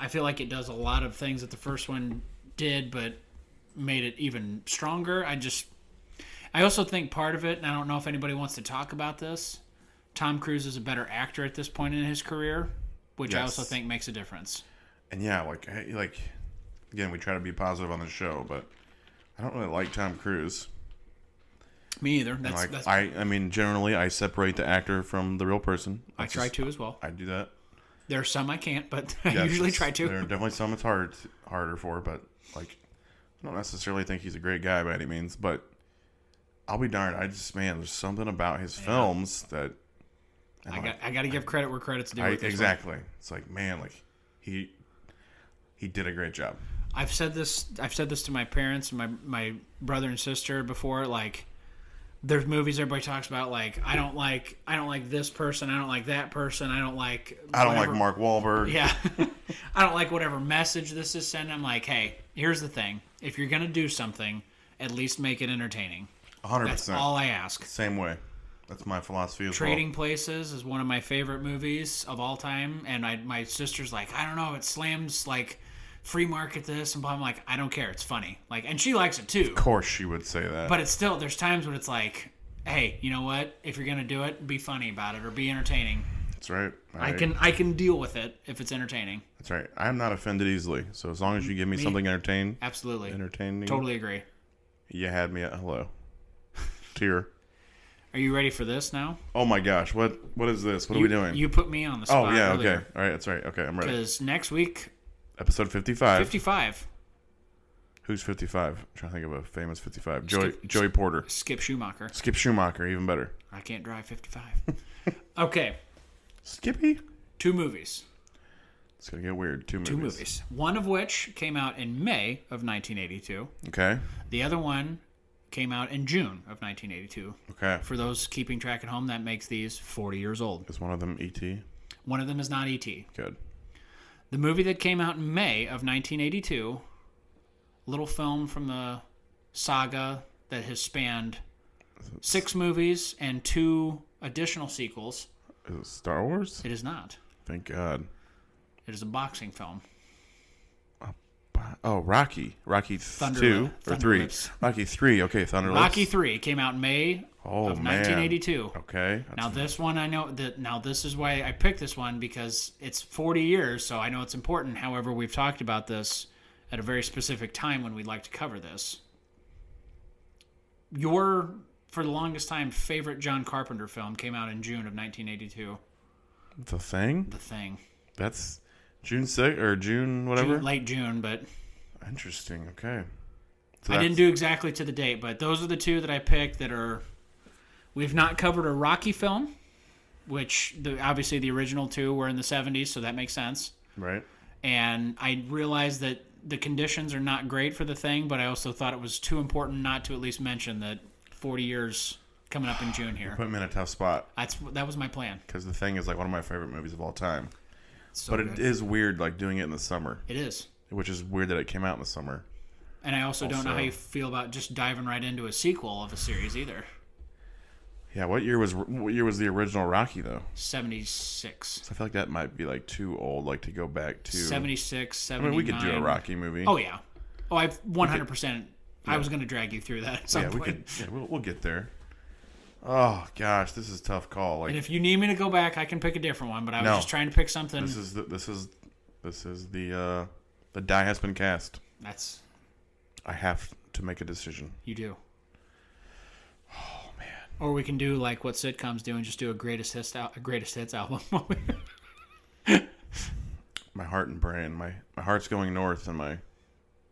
Speaker 2: I feel like it does a lot of things that the first one did, but made it even stronger. I just, I also think part of it, and I don't know if anybody wants to talk about this. Tom Cruise is a better actor at this point in his career, which I
Speaker 1: Yes.
Speaker 2: also think makes a difference.
Speaker 1: And yeah, like hey, like again, we try to be positive on the show, but I don't really like Tom Cruise.
Speaker 2: Me either. That's
Speaker 1: Like
Speaker 2: that's I,
Speaker 1: I, I mean, generally, I separate the actor from the real person. That's
Speaker 2: try
Speaker 1: just-
Speaker 2: to as well.
Speaker 1: I do that.
Speaker 2: There are some I can't, but I
Speaker 1: Yes,
Speaker 2: usually
Speaker 1: it's-
Speaker 2: try to.
Speaker 1: There are definitely some it's hard harder for, but like I don't necessarily think he's a great guy by any means, but I'll be darned, I just man, there's something about his films that
Speaker 2: I got, I got to give credit where credit's due.
Speaker 1: I,
Speaker 2: with this one.
Speaker 1: exactly. It's like, man, like he he did a great job.
Speaker 2: I've said this. I've said this to my parents and my my brother and sister before. Like, there's movies everybody talks about. Like, I don't like. I don't like this person. I don't like that person. I don't like.
Speaker 1: I don't
Speaker 2: whatever-
Speaker 1: like Mark Wahlberg.
Speaker 2: Yeah, I don't like whatever message this is sending. I'm like, hey, here's the thing. If you're gonna do something, at least make it entertaining.
Speaker 1: hundred
Speaker 2: That's
Speaker 1: percent.
Speaker 2: all I ask.
Speaker 1: Same way. That's my philosophy as
Speaker 2: Trading Places is one of my favorite movies of all time, and I, my sister's like, I don't know, it slams like free market this and blah. I'm like, I don't care, it's funny, like, and she likes it too.
Speaker 1: well. Of course, she would say that.
Speaker 2: But it's still there's times when it's like, hey, you know what? If you're gonna do it, be funny about it or be entertaining.
Speaker 1: that's right.
Speaker 2: I can I can deal with it if it's entertaining.
Speaker 1: That's right. I'm not offended easily. So as long as you give me, something entertain,
Speaker 2: Absolutely,
Speaker 1: entertaining,
Speaker 2: totally agree.
Speaker 1: you had me at hello. Tear.
Speaker 2: Are you ready for this now?
Speaker 1: Oh my gosh, what what is this? What are we doing?
Speaker 2: You put me on the spot.
Speaker 1: oh yeah, okay. All right, that's right. Okay, I'm ready.
Speaker 2: Because next week,
Speaker 1: Episode 55.
Speaker 2: 55,
Speaker 1: Who's 55? I'm trying to think of a famous 55. Joey
Speaker 2: Skip-
Speaker 1: Joey Porter.
Speaker 2: Skip Schumacher.
Speaker 1: Skip Schumacher, even better.
Speaker 2: I can't drive 55. okay,
Speaker 1: Skippy.
Speaker 2: two movies.
Speaker 1: It's gonna get weird. Two movies.
Speaker 2: Two movies. One of which came out in May of 1982.
Speaker 1: Okay.
Speaker 2: The other one came out in June of 1982.
Speaker 1: Okay.
Speaker 2: For those keeping track at home, that makes these 40 years old.
Speaker 1: Is one of them E.T.
Speaker 2: One of them is not E.T.
Speaker 1: Good.
Speaker 2: The movie that came out in May of 1982, little film from the saga that has spanned six movies and two additional sequels.
Speaker 1: Is it Star Wars?
Speaker 2: It is not.
Speaker 1: Thank God.
Speaker 2: It is a boxing film.
Speaker 1: Oh, Rocky. Rocky
Speaker 2: Thunder
Speaker 1: two
Speaker 2: Lip-
Speaker 1: or
Speaker 2: Thunder
Speaker 1: three.
Speaker 2: Lips.
Speaker 1: Rocky three. Okay, Thunder.
Speaker 2: Rocky
Speaker 1: Lips.
Speaker 2: Three came out in May
Speaker 1: Oh
Speaker 2: of
Speaker 1: man.
Speaker 2: 1982.
Speaker 1: Okay. that's-
Speaker 2: Now this one I know that now this is why I picked this one because it's 40 years, so I know it's important. However, we've talked about this at a very specific time when we'd like to cover this. Your for the longest time favorite John Carpenter film came out in June of 1982,
Speaker 1: the thing.
Speaker 2: The Thing.
Speaker 1: That's June six or June whatever.
Speaker 2: June, late June, but
Speaker 1: Interesting. Okay. So
Speaker 2: I
Speaker 1: that's-
Speaker 2: didn't do exactly to the date, but those are the two that I picked that are. We've not covered a Rocky film, which the, obviously the original two were in the 70s, so that makes sense.
Speaker 1: right.
Speaker 2: And I realized that the conditions are not great for the thing, but I also thought it was too important not to at least mention that 40 years coming up in June here.
Speaker 1: Put him in a tough spot
Speaker 2: That's that was my plan.
Speaker 1: because the thing is like one of my favorite movies of all time.
Speaker 2: So
Speaker 1: But it is weird, like doing it in the summer,
Speaker 2: it is.
Speaker 1: which is weird that it came out in the summer.
Speaker 2: And I also don't know how
Speaker 1: Also-
Speaker 2: you feel about just diving right into a sequel of a series either.
Speaker 1: Yeah. What year was what year was the original Rocky though?
Speaker 2: 76.
Speaker 1: So I feel like that might be like too old, like to go back to.
Speaker 2: 76,
Speaker 1: I mean, we could do a
Speaker 2: 79.
Speaker 1: Rocky movie.
Speaker 2: Oh yeah. Oh, I 100%. I was going to drag you through that at some
Speaker 1: yeah, we
Speaker 2: point.
Speaker 1: could. Yeah, we'll, we'll get there. Oh gosh, this is a tough call. Like
Speaker 2: And if you need me to go back, I can pick a different one. But I was
Speaker 1: No.
Speaker 2: just trying to pick something.
Speaker 1: this is the, this is this is the uh, the die has been cast.
Speaker 2: That's
Speaker 1: I have to make a decision.
Speaker 2: you do. Oh man. Or we can do like what sitcoms do and just do a greatest hits al- a greatest hits album.
Speaker 1: My heart and brain, my my heart's going north, and my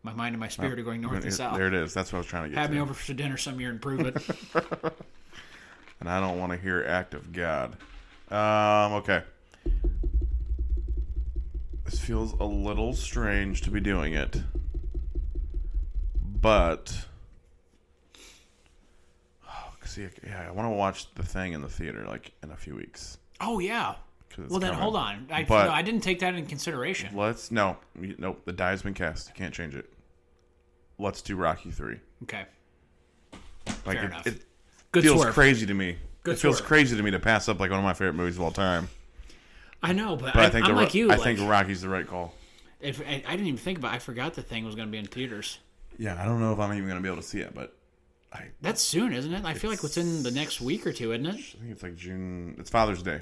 Speaker 2: my mind and my
Speaker 1: Oh,
Speaker 2: spirit are going north and south.
Speaker 1: there it is. That's what I was trying to get.
Speaker 2: Have
Speaker 1: to.
Speaker 2: me over for dinner some year and prove it.
Speaker 1: and I don't want to hear "Act of God." Um, okay. This feels a little strange to be doing it, but oh, see, yeah, I want to watch the thing in the theater like in a few weeks.
Speaker 2: oh yeah.
Speaker 1: 'cause it's
Speaker 2: Well then,
Speaker 1: coming.
Speaker 2: hold on. I
Speaker 1: But-
Speaker 2: no, I didn't take that into consideration.
Speaker 1: Let's no, you- nope. The die's been cast. You can't change it. Let's do Rocky three.
Speaker 2: Okay.
Speaker 1: Like
Speaker 2: Fair
Speaker 1: it,
Speaker 2: enough.
Speaker 1: it
Speaker 2: Good
Speaker 1: feels
Speaker 2: swerve.
Speaker 1: crazy to me.
Speaker 2: Good
Speaker 1: it feels
Speaker 2: swerve.
Speaker 1: crazy to me to pass up like one of my favorite movies of all time.
Speaker 2: I know, but,
Speaker 1: But I,
Speaker 2: I,
Speaker 1: think
Speaker 2: am
Speaker 1: the, Ro-
Speaker 2: like you.
Speaker 1: I
Speaker 2: like,
Speaker 1: think Rocky's the right call.
Speaker 2: if, I, I didn't even think about. I forgot the thing was going to be in theaters.
Speaker 1: Yeah, I don't know if I'm even gonna be able to see it, but I,
Speaker 2: That's soon, isn't it? I feel like within the next week or two, isn't it?
Speaker 1: I think it's like June. It's Father's Day,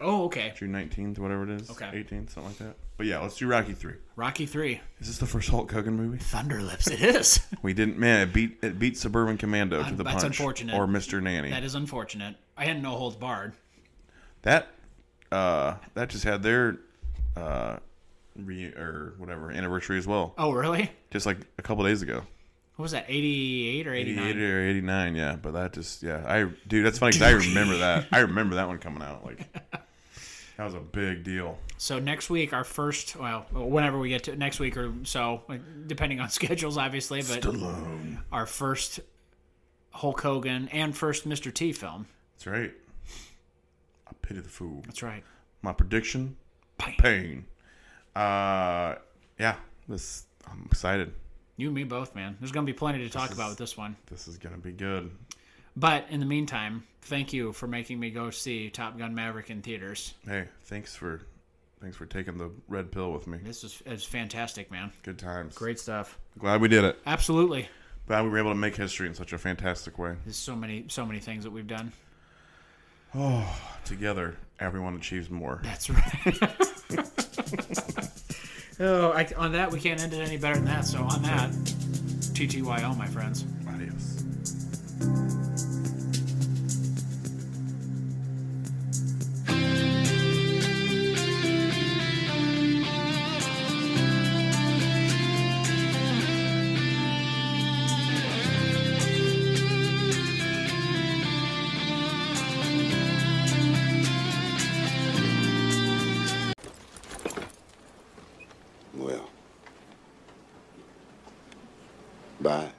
Speaker 2: Oh, okay.
Speaker 1: June nineteenth, whatever it is.
Speaker 2: Okay.
Speaker 1: eighteenth, something like that. But yeah, let's do Rocky three.
Speaker 2: Rocky Three,
Speaker 1: Is this the first Hulk Hogan movie?
Speaker 2: Thunderlips. It is.
Speaker 1: We didn't. Man, it beat it beat Suburban Commando to the
Speaker 2: that's
Speaker 1: punch.
Speaker 2: unfortunate.
Speaker 1: Or Mr. Nanny.
Speaker 2: that is unfortunate. I had no holds barred.
Speaker 1: That uh, that just had their uh, re- or whatever anniversary as well,
Speaker 2: Oh, really?
Speaker 1: just like a couple days ago.
Speaker 2: What was that? Eighty-eight or eighty-nine?
Speaker 1: 88 or 89, yeah. But that just, yeah. I Dude, that's funny because I remember that. I remember that one coming out. Like, that was a big deal.
Speaker 2: So next week, our first, well, whenever we get to next week or so, depending on schedules, obviously, but our first Hulk Hogan and first Mr. T film.
Speaker 1: That's right. I pity the fool.
Speaker 2: That's right.
Speaker 1: My prediction
Speaker 2: Bam.
Speaker 1: pain. Uh, yeah. This, I'm excited.
Speaker 2: You and me both, man. There's going to be plenty to talk about with this one.
Speaker 1: This is going to be good.
Speaker 2: But in the meantime, thank you for making me go see Top Gun Maverick in theaters.
Speaker 1: Hey, thanks for. Thanks for taking the red pill with me.
Speaker 2: This is, is fantastic, man.
Speaker 1: Good times.
Speaker 2: Great stuff.
Speaker 1: Glad we did it.
Speaker 2: Absolutely.
Speaker 1: Glad we were able to make history in such a fantastic way.
Speaker 2: There's so many, so many things that we've done.
Speaker 1: Together, everyone achieves more.
Speaker 2: That's right. oh, I, on that, we can't end it any better than that. So, on that, TTYL, my friends.
Speaker 1: Adios.
Speaker 5: Well, bye.